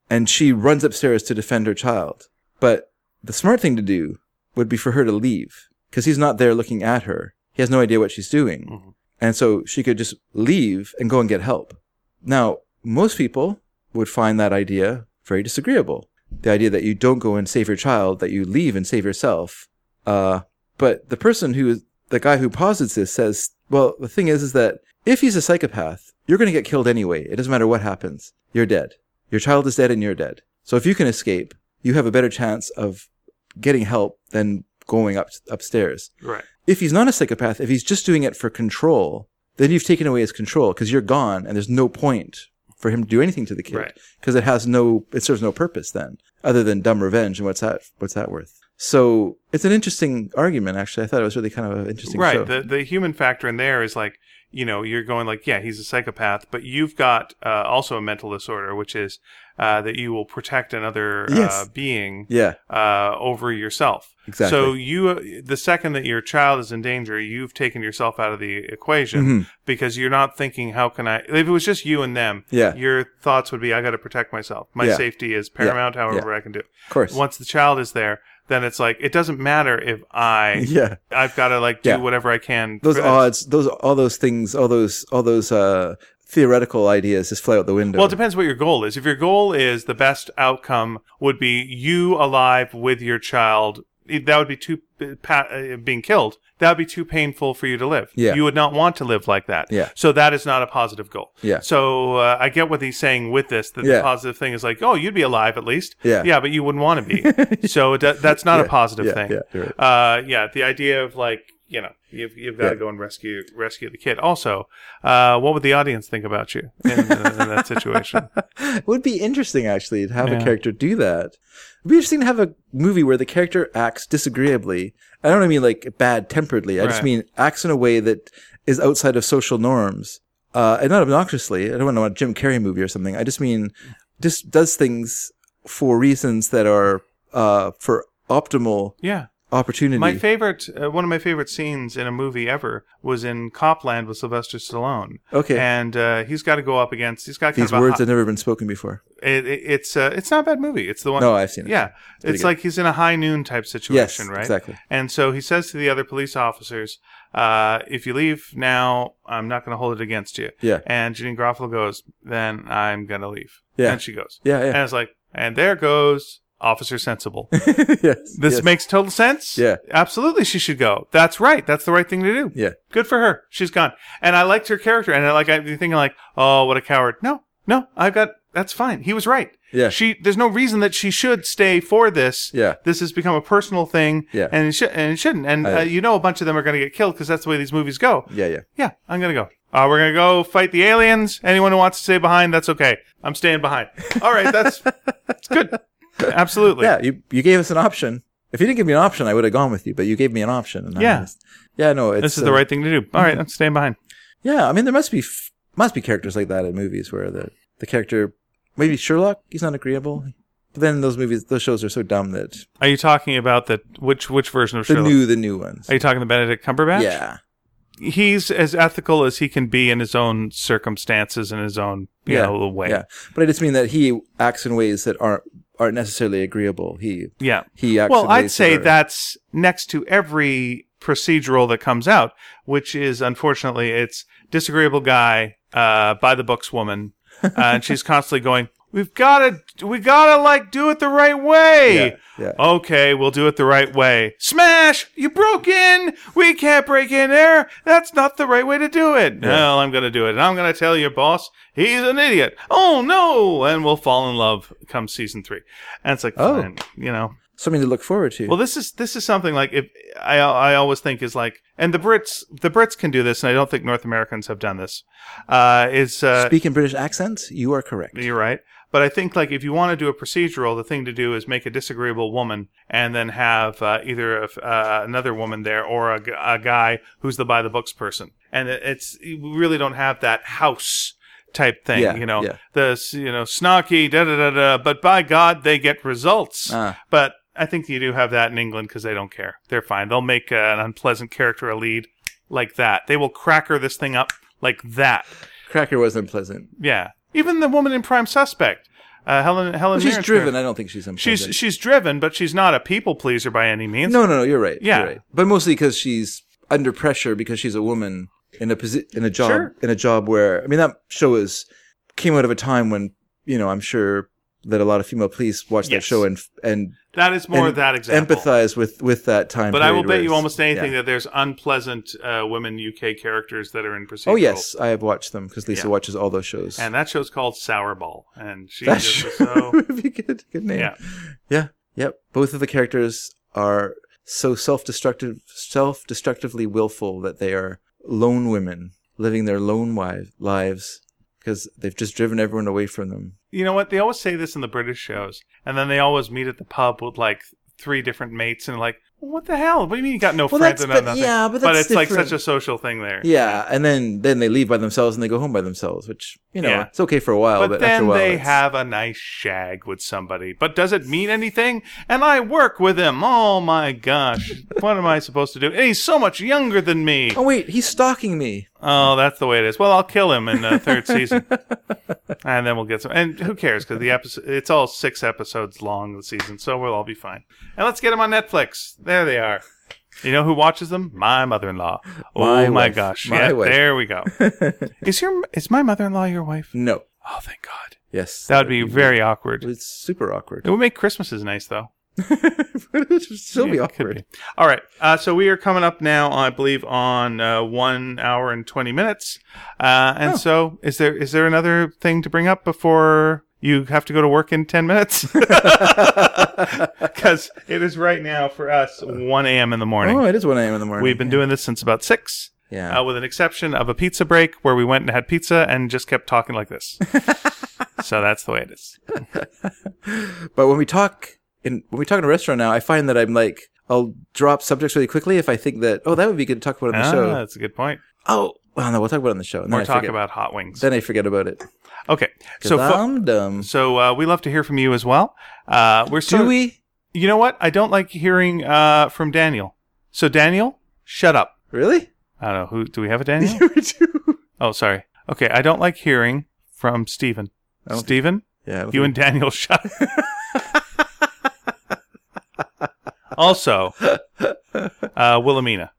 Speaker 2: And she runs upstairs to defend her child. But the smart thing to do would be for her to leave because he's not there looking at her. He has no idea what she's doing.
Speaker 1: Mhm.
Speaker 2: And so she could just leave and go and get help. Now, most people would find that idea very disagreeable. The idea that you don't go and save your child, that you leave and save yourself. Uh, but the person who, the guy who posits this says, well, the thing is, is that if he's a psychopath, you're going to get killed anyway. It doesn't matter what happens. You're dead. Your child is dead and you're dead. So if you can escape, you have a better chance of getting help than going up upstairs
Speaker 1: Right.
Speaker 2: if he's not a psychopath, if he's just doing it for control, then you've taken away his control because you're gone and there's no point for him to do anything to the kid
Speaker 1: Right.
Speaker 2: because it has no, it serves no purpose then other than dumb revenge. And what's that, what's that worth? So it's an interesting argument. Actually, I thought it was really kind of an interesting
Speaker 1: Right.
Speaker 2: show.
Speaker 1: The the human factor in there is like you know you're going like yeah he's a psychopath, but you've got uh, also a mental disorder, which is uh, that you will protect another uh,
Speaker 2: Yes.
Speaker 1: being
Speaker 2: yeah,
Speaker 1: uh, over yourself.
Speaker 2: exactly.
Speaker 1: So you, uh, the second that your child is in danger, you've taken yourself out of the equation
Speaker 2: Mhm.
Speaker 1: because you're not thinking, "How can I?" If it was just you and them,
Speaker 2: Yeah.
Speaker 1: your thoughts would be, "I got to protect myself. My
Speaker 2: Yeah.
Speaker 1: safety is paramount. However, I can do." it."
Speaker 2: of course.
Speaker 1: Once the child is there, then it's like it doesn't matter if I,
Speaker 2: yeah.
Speaker 1: I've got to like do
Speaker 2: Yeah.
Speaker 1: whatever I can.
Speaker 2: Those
Speaker 1: for this.
Speaker 2: odds, those, all those things, all those, all those, uh, theoretical ideas just fly out the window.
Speaker 1: Well, it depends what your goal is. If your goal is the best outcome would be you alive with your child, it- that would be too pa- uh, being killed. That would be too painful for you to live.
Speaker 2: Yeah.
Speaker 1: You would not want to live like that.
Speaker 2: Yeah.
Speaker 1: So that is not a positive goal.
Speaker 2: Yeah.
Speaker 1: So uh, I get what he's saying with this. That the
Speaker 2: Yeah.
Speaker 1: positive thing is like, oh, you'd be alive at least.
Speaker 2: Yeah.
Speaker 1: Yeah, but you wouldn't want
Speaker 2: (laughs)
Speaker 1: to be. so that, that's not a positive
Speaker 2: yeah,
Speaker 1: thing.
Speaker 2: yeah, you're right.
Speaker 1: Uh, yeah, the idea of like you know you've you've got to
Speaker 2: Yeah.
Speaker 1: go and rescue rescue the kid. Also, uh, what would the audience think about you in, in that
Speaker 2: (laughs)
Speaker 1: situation?
Speaker 2: it would be interesting actually to have
Speaker 1: Yeah.
Speaker 2: a character do that. It'd be interesting to have a movie where the character acts disagreeably. I don't mean like bad temperedly. I
Speaker 1: Right.
Speaker 2: just mean acts in a way that is outside of social norms. Uh, and not obnoxiously. I don't want a Jim Carrey movie or something. I just mean just does things for reasons that are uh, for optimal
Speaker 1: Yeah,
Speaker 2: opportunity.
Speaker 1: My favorite, uh, one of my favorite scenes in a movie ever was in Copland with Sylvester Stallone.
Speaker 2: okay.
Speaker 1: And uh, he's got to go up against. He's got kind
Speaker 2: These
Speaker 1: of a
Speaker 2: words
Speaker 1: hi-
Speaker 2: have never been spoken before.
Speaker 1: it, it- it's uh, it's not a bad movie. It's the one.
Speaker 2: No, I've seen it.
Speaker 1: yeah,
Speaker 2: pretty
Speaker 1: it's
Speaker 2: good.
Speaker 1: like he's in a high noon type
Speaker 2: Yes.
Speaker 1: situation, right?
Speaker 2: Exactly.
Speaker 1: And so he says to the other police officers, uh, "If you leave now, I'm not going to hold it against you."
Speaker 2: Yeah.
Speaker 1: And Janine Garofalo goes, "Then I'm going to leave."
Speaker 2: Yeah.
Speaker 1: And she goes,
Speaker 2: Yeah. (laughs)
Speaker 1: and
Speaker 2: Yeah.
Speaker 1: I was like, "And there goes Officer
Speaker 2: (laughs)
Speaker 1: Sensible."
Speaker 2: yes.
Speaker 1: This
Speaker 2: yes.
Speaker 1: makes total sense.
Speaker 2: Yeah.
Speaker 1: Absolutely, she should go. That's right. That's the right thing to do.
Speaker 2: Yeah.
Speaker 1: Good for her. She's gone. And I liked her character. And I like, I'm thinking like, oh, what a coward. No, no, I've got, that's fine. He was right.
Speaker 2: Yeah.
Speaker 1: She, there's no reason that she should stay for this. (laughs)
Speaker 2: Yeah.
Speaker 1: This has become a personal thing.
Speaker 2: Yeah.
Speaker 1: And it, should and it shouldn't. And
Speaker 2: I-
Speaker 1: uh, you know, a bunch of them are going to get killed because that's the way these movies go.
Speaker 2: Yeah. Yeah.
Speaker 1: Yeah, I'm gonna go. Uh, we're gonna go fight the aliens. Anyone who wants to stay behind, that's okay. I'm staying
Speaker 2: (laughs)
Speaker 1: behind. All right, that's that's good. Absolutely.
Speaker 2: yeah. You you gave us an option. If you didn't give me an option, I would have gone with you. But you gave me an option. And I
Speaker 1: Yeah.
Speaker 2: just- yeah. No. It's,
Speaker 1: this is the
Speaker 2: uh,
Speaker 1: right thing to do. All right, I'm staying behind.
Speaker 2: Yeah, I mean, there must be f- must be characters like that in movies where the the character maybe Sherlock he's not agreeable, but then those movies those shows are so dumb that
Speaker 1: Are you talking about the which which version of
Speaker 2: the
Speaker 1: Sherlock?
Speaker 2: new the new ones.
Speaker 1: Are you talking to Benedict Cumberbatch?
Speaker 2: yeah,
Speaker 1: He's as ethical as he can be in his own circumstances and his own you
Speaker 2: Yeah,
Speaker 1: know way.
Speaker 2: yeah, but I just mean that he acts in ways that aren't aren't necessarily agreeable. He
Speaker 1: Yeah.
Speaker 2: he acts.
Speaker 1: Well,
Speaker 2: in
Speaker 1: I'd
Speaker 2: ways
Speaker 1: say
Speaker 2: are-
Speaker 1: that's next to every procedural that comes out, which is unfortunately it's disagreeable guy uh, by the books woman, uh, and
Speaker 2: (laughs)
Speaker 1: she's constantly going, "We've got to, we got to like do it the right way."
Speaker 2: Yeah, yeah.
Speaker 1: Okay, we'll do it the right way. Smash! You broke in! We can't break in there! That's not the right way to do it. No, I'm gonna do it. And I'm gonna tell your boss he's an idiot. Oh no! And we'll fall in love come season three. And it's like,
Speaker 2: Oh.
Speaker 1: fine, you know.
Speaker 2: something to look forward to.
Speaker 1: Well, this is this is something like if I I always think is like, and the Brits the Brits can do this, and I don't think North Americans have done this. Uh, is uh,
Speaker 2: Speak in British accents. You are correct.
Speaker 1: you're right, but I think like if you want to do a procedural, the thing to do is make a disagreeable woman, and then have uh, either a, uh, another woman there or a, g- a guy who's the by the books person, and it- it's we really don't have that house type thing,
Speaker 2: Yeah,
Speaker 1: you know,
Speaker 2: yeah.
Speaker 1: the you know snarky da da da da, but by God they get results.
Speaker 2: Ah,
Speaker 1: But I think you do have that in England because they don't care. They're fine. They'll make uh, an unpleasant character a lead like that. They will cracker this thing up like that.
Speaker 2: Cracker was unpleasant.
Speaker 1: Yeah. Even the woman in Prime Suspect, uh, Helen Helen.
Speaker 2: Well, she's
Speaker 1: Mirren's
Speaker 2: driven.
Speaker 1: character.
Speaker 2: I don't think she's unpleasant.
Speaker 1: She's she's driven, but she's not a people pleaser by any means.
Speaker 2: No, no, no. You're right.
Speaker 1: Yeah.
Speaker 2: you're right. but mostly because she's under pressure because she's a woman in a posi- in a job
Speaker 1: Sure.
Speaker 2: in a job where I mean that show is came out of a time when you know I'm sure that a lot of female police watch that
Speaker 1: Yes.
Speaker 2: show and and
Speaker 1: that is more
Speaker 2: and
Speaker 1: of that example.
Speaker 2: empathize with with that time.
Speaker 1: But I
Speaker 2: period
Speaker 1: will
Speaker 2: where
Speaker 1: bet you
Speaker 2: it's-
Speaker 1: almost anything
Speaker 2: yeah.
Speaker 1: that there's unpleasant uh, women UK characters that are in procedural.
Speaker 2: Oh yes, I have watched them because Lisa
Speaker 1: Yeah.
Speaker 2: watches all those shows.
Speaker 1: And that show's called Sourball, and she
Speaker 2: that
Speaker 1: just
Speaker 2: show
Speaker 1: is so.
Speaker 2: (laughs) would be a good. Good name.
Speaker 1: Yeah.
Speaker 2: yeah, yep. Both of the characters are so self-destructive, self-destructively willful that they are lone women living their lone wives, lives because they've just driven everyone away from them.
Speaker 1: you know what they always say this in the british shows and then they always meet at the pub with like three different mates and like what the hell what do you mean you got no
Speaker 2: Well,
Speaker 1: friends
Speaker 2: that's-
Speaker 1: and no
Speaker 2: but-
Speaker 1: nothing
Speaker 2: yeah, but that's
Speaker 1: it's like
Speaker 2: different.
Speaker 1: such a social thing there
Speaker 2: Yeah, and then then they leave by themselves and they go home by themselves, which you know
Speaker 1: Yeah.
Speaker 2: it's okay for a while,
Speaker 1: but,
Speaker 2: but, after
Speaker 1: then
Speaker 2: a while
Speaker 1: they
Speaker 2: it's-
Speaker 1: have a nice shag with somebody but does it mean anything and i work with him oh my gosh what am i supposed to do and he's so much younger than me
Speaker 2: Oh wait, he's stalking me.
Speaker 1: oh that's the way it is well i'll kill him in the third season and then we'll get some and who cares because the episode it's all six episodes long the season so we'll all be fine and let's get them on netflix there they are you know who watches them my mother-in-law
Speaker 2: My
Speaker 1: oh my
Speaker 2: wife.
Speaker 1: gosh
Speaker 2: My
Speaker 1: yeah,
Speaker 2: wife.
Speaker 1: there we go is your is my mother-in-law your wife
Speaker 2: No.
Speaker 1: oh thank god
Speaker 2: Yes.
Speaker 1: that would be very awkward
Speaker 2: It's super awkward.
Speaker 1: (laughs)
Speaker 2: (laughs)
Speaker 1: it would make christmases nice though
Speaker 2: it would still be
Speaker 1: Yeah, it could
Speaker 2: awkward.
Speaker 1: be. All right. Uh, so we are coming up now, I believe, on uh, one hour and twenty minutes. Uh, and
Speaker 2: Oh.
Speaker 1: so, is there is there another thing to bring up before you have to go to work in ten minutes? (laughs) Because it is right now for us one a.m. in the morning.
Speaker 2: Oh, it is 1 a.m. in the morning.
Speaker 1: We've been doing this since about six.
Speaker 2: Yeah.
Speaker 1: Uh, with an exception of a pizza break where we went and had pizza and just kept talking like
Speaker 2: (laughs)
Speaker 1: this. so that's the way it is.
Speaker 2: But when we talk in when we talk in a restaurant now, I find that I'm like I'll drop subjects really quickly if I think that oh that would be good to talk about on the
Speaker 1: Ah,
Speaker 2: show.
Speaker 1: that's a good point.
Speaker 2: Oh, well, no, we'll talk about it on the show. And then
Speaker 1: Or
Speaker 2: I
Speaker 1: talk
Speaker 2: forget,
Speaker 1: about hot wings.
Speaker 2: then I forget about it.
Speaker 1: Okay.
Speaker 2: So
Speaker 1: So, fo-
Speaker 2: I'm dumb.
Speaker 1: So uh, we love to hear from you as well. Uh, we're
Speaker 2: Do
Speaker 1: sort of-
Speaker 2: we?
Speaker 1: You know what? I don't like hearing uh, from Daniel. So Daniel, shut up.
Speaker 2: Really?
Speaker 1: I don't know who. Do we have a Daniel?
Speaker 2: (laughs) You do.
Speaker 1: oh, sorry. Okay, I don't like hearing from Stephen.
Speaker 2: I don't think-
Speaker 1: Stephen,
Speaker 2: Yeah.
Speaker 1: you and Daniel (laughs) shut up.
Speaker 2: (laughs)
Speaker 1: also, uh, Wilhelmina,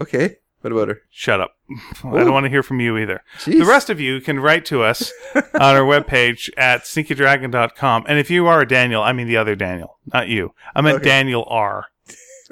Speaker 2: okay. What about her?
Speaker 1: shut up. (laughs) I
Speaker 2: Ooh.
Speaker 1: don't want to hear from you either.
Speaker 2: Jeez.
Speaker 1: The rest of you can write to us on our webpage at sneakydragon.com. And if you are a Daniel, I mean the other Daniel, not you. I meant
Speaker 2: Okay.
Speaker 1: Daniel R.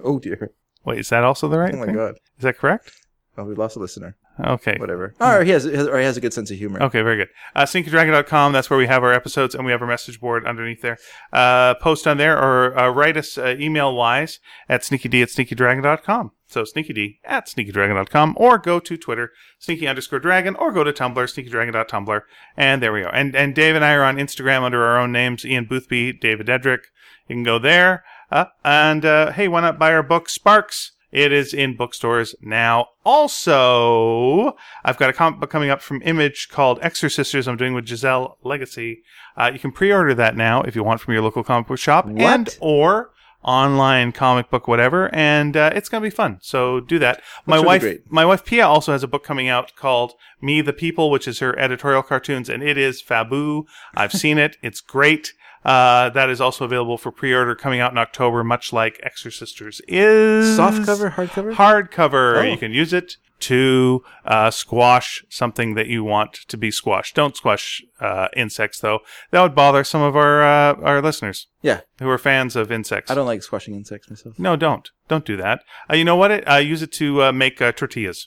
Speaker 2: Oh dear.
Speaker 1: Wait, is that also the right
Speaker 2: Oh my
Speaker 1: thing?
Speaker 2: god.
Speaker 1: Is that correct?
Speaker 2: Oh, we lost a listener.
Speaker 1: Okay.
Speaker 2: Whatever. Or he has, or he has a good sense of humor.
Speaker 1: Okay, very good. Uh, SneakyDragon.com, that's where we have our episodes and we have our message board underneath there. Uh, post on there or uh, write us uh, email wise at sneakyd at sneakydragon.com. So sneakyd at sneakydragon.com or go to Twitter, sneaky underscore dragon, or go to Tumblr, sneakydragon.tumblr. And there we go. And, and Dave and I are on Instagram under our own names, Ian Boothby, David Edrick. You can go there. Uh, and uh, hey, why not buy our book, Sparks? It is in bookstores now. Also, I've got a comic book coming up from Image called Exorcisters I'm doing with Giselle Legacy. Uh, you can pre-order that now if you want from your local comic book shop
Speaker 2: What?
Speaker 1: and or online comic book whatever and uh, it's going to be fun so do that my
Speaker 2: really
Speaker 1: wife
Speaker 2: great.
Speaker 1: my wife pia also has a book coming out called me the people which is her editorial cartoons and it is fabu i've seen it it's great uh, that is also available for pre-order coming out in october much like exorcisters is
Speaker 2: Soft cover, hard cover.
Speaker 1: hardcover.
Speaker 2: Oh.
Speaker 1: You can use it to uh, squash something that you want to be squashed. Don't squash uh, insects, though. That would bother some of our uh, our listeners
Speaker 2: Yeah.
Speaker 1: who are fans of insects.
Speaker 2: I don't like squashing
Speaker 1: (laughs)
Speaker 2: insects myself. (laughs)
Speaker 1: No, don't don't do that. Uh, you know what? It, uh, use it to uh, make uh, tortillas.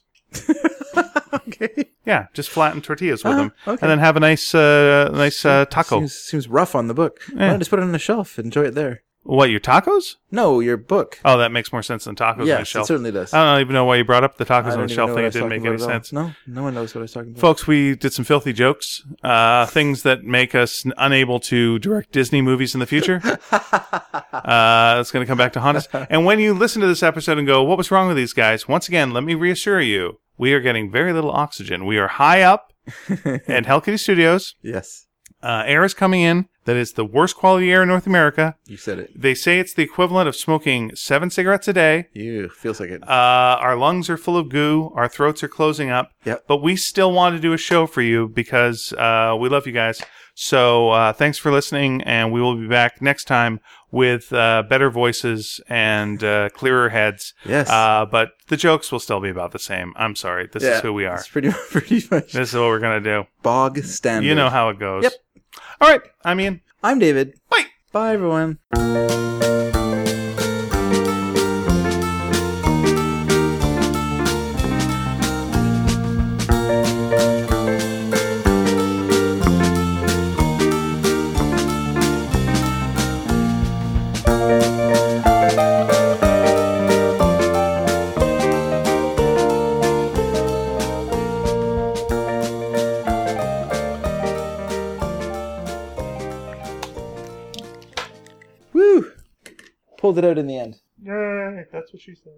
Speaker 2: okay.
Speaker 1: Yeah, just flatten tortillas with
Speaker 2: Uh-huh,
Speaker 1: them,
Speaker 2: okay.
Speaker 1: and then have a nice uh, nice uh, taco.
Speaker 2: Seems, seems rough on the book. Why
Speaker 1: Yeah.
Speaker 2: not just put it on the shelf? Enjoy it there.
Speaker 1: What your tacos?
Speaker 2: No, your book.
Speaker 1: Oh, that makes more sense than tacos on the
Speaker 2: yes, it
Speaker 1: shelf.
Speaker 2: certainly does.
Speaker 1: I don't even know why you brought up the tacos
Speaker 2: I
Speaker 1: on
Speaker 2: don't
Speaker 1: the
Speaker 2: even
Speaker 1: shelf thing.
Speaker 2: know what I
Speaker 1: It
Speaker 2: was
Speaker 1: didn't make
Speaker 2: talking
Speaker 1: any
Speaker 2: about at all.
Speaker 1: sense.
Speaker 2: No, no one knows what I was talking about.
Speaker 1: Folks, we did some filthy jokes, uh, things that make us n- unable to direct Disney movies in the
Speaker 2: (laughs)
Speaker 1: future. Uh, it's going to come back to haunt us. And when you listen to this episode and go, what was wrong with these guys? Once again, let me reassure you, we are getting very little oxygen. We are high
Speaker 2: (laughs)
Speaker 1: up at Hell Kitty Studios.
Speaker 2: yes,
Speaker 1: Uh, air is coming in. That is the worst quality air in North America.
Speaker 2: you said it.
Speaker 1: They say it's the equivalent of smoking seven cigarettes a day.
Speaker 2: You feels like it.
Speaker 1: Uh, our lungs are full of goo. Our throats are closing up.
Speaker 2: Yep.
Speaker 1: But we still want to do a show for you because uh, we love you guys. So uh, thanks for listening, and we will be back next time with uh, better voices and uh, clearer heads.
Speaker 2: Yes.
Speaker 1: Uh, but the jokes will still be about the same. I'm sorry. This
Speaker 2: Yeah,
Speaker 1: is who we are.
Speaker 2: It's pretty (laughs) pretty much
Speaker 1: This is what we're gonna do.
Speaker 2: bog standard.
Speaker 1: You know how it goes.
Speaker 2: Yep.
Speaker 1: All right. I'm Ian.
Speaker 2: I'm David.
Speaker 1: Bye.
Speaker 2: Bye, everyone. Woo! Pulled it out in the end.
Speaker 1: Yay! That's what she said.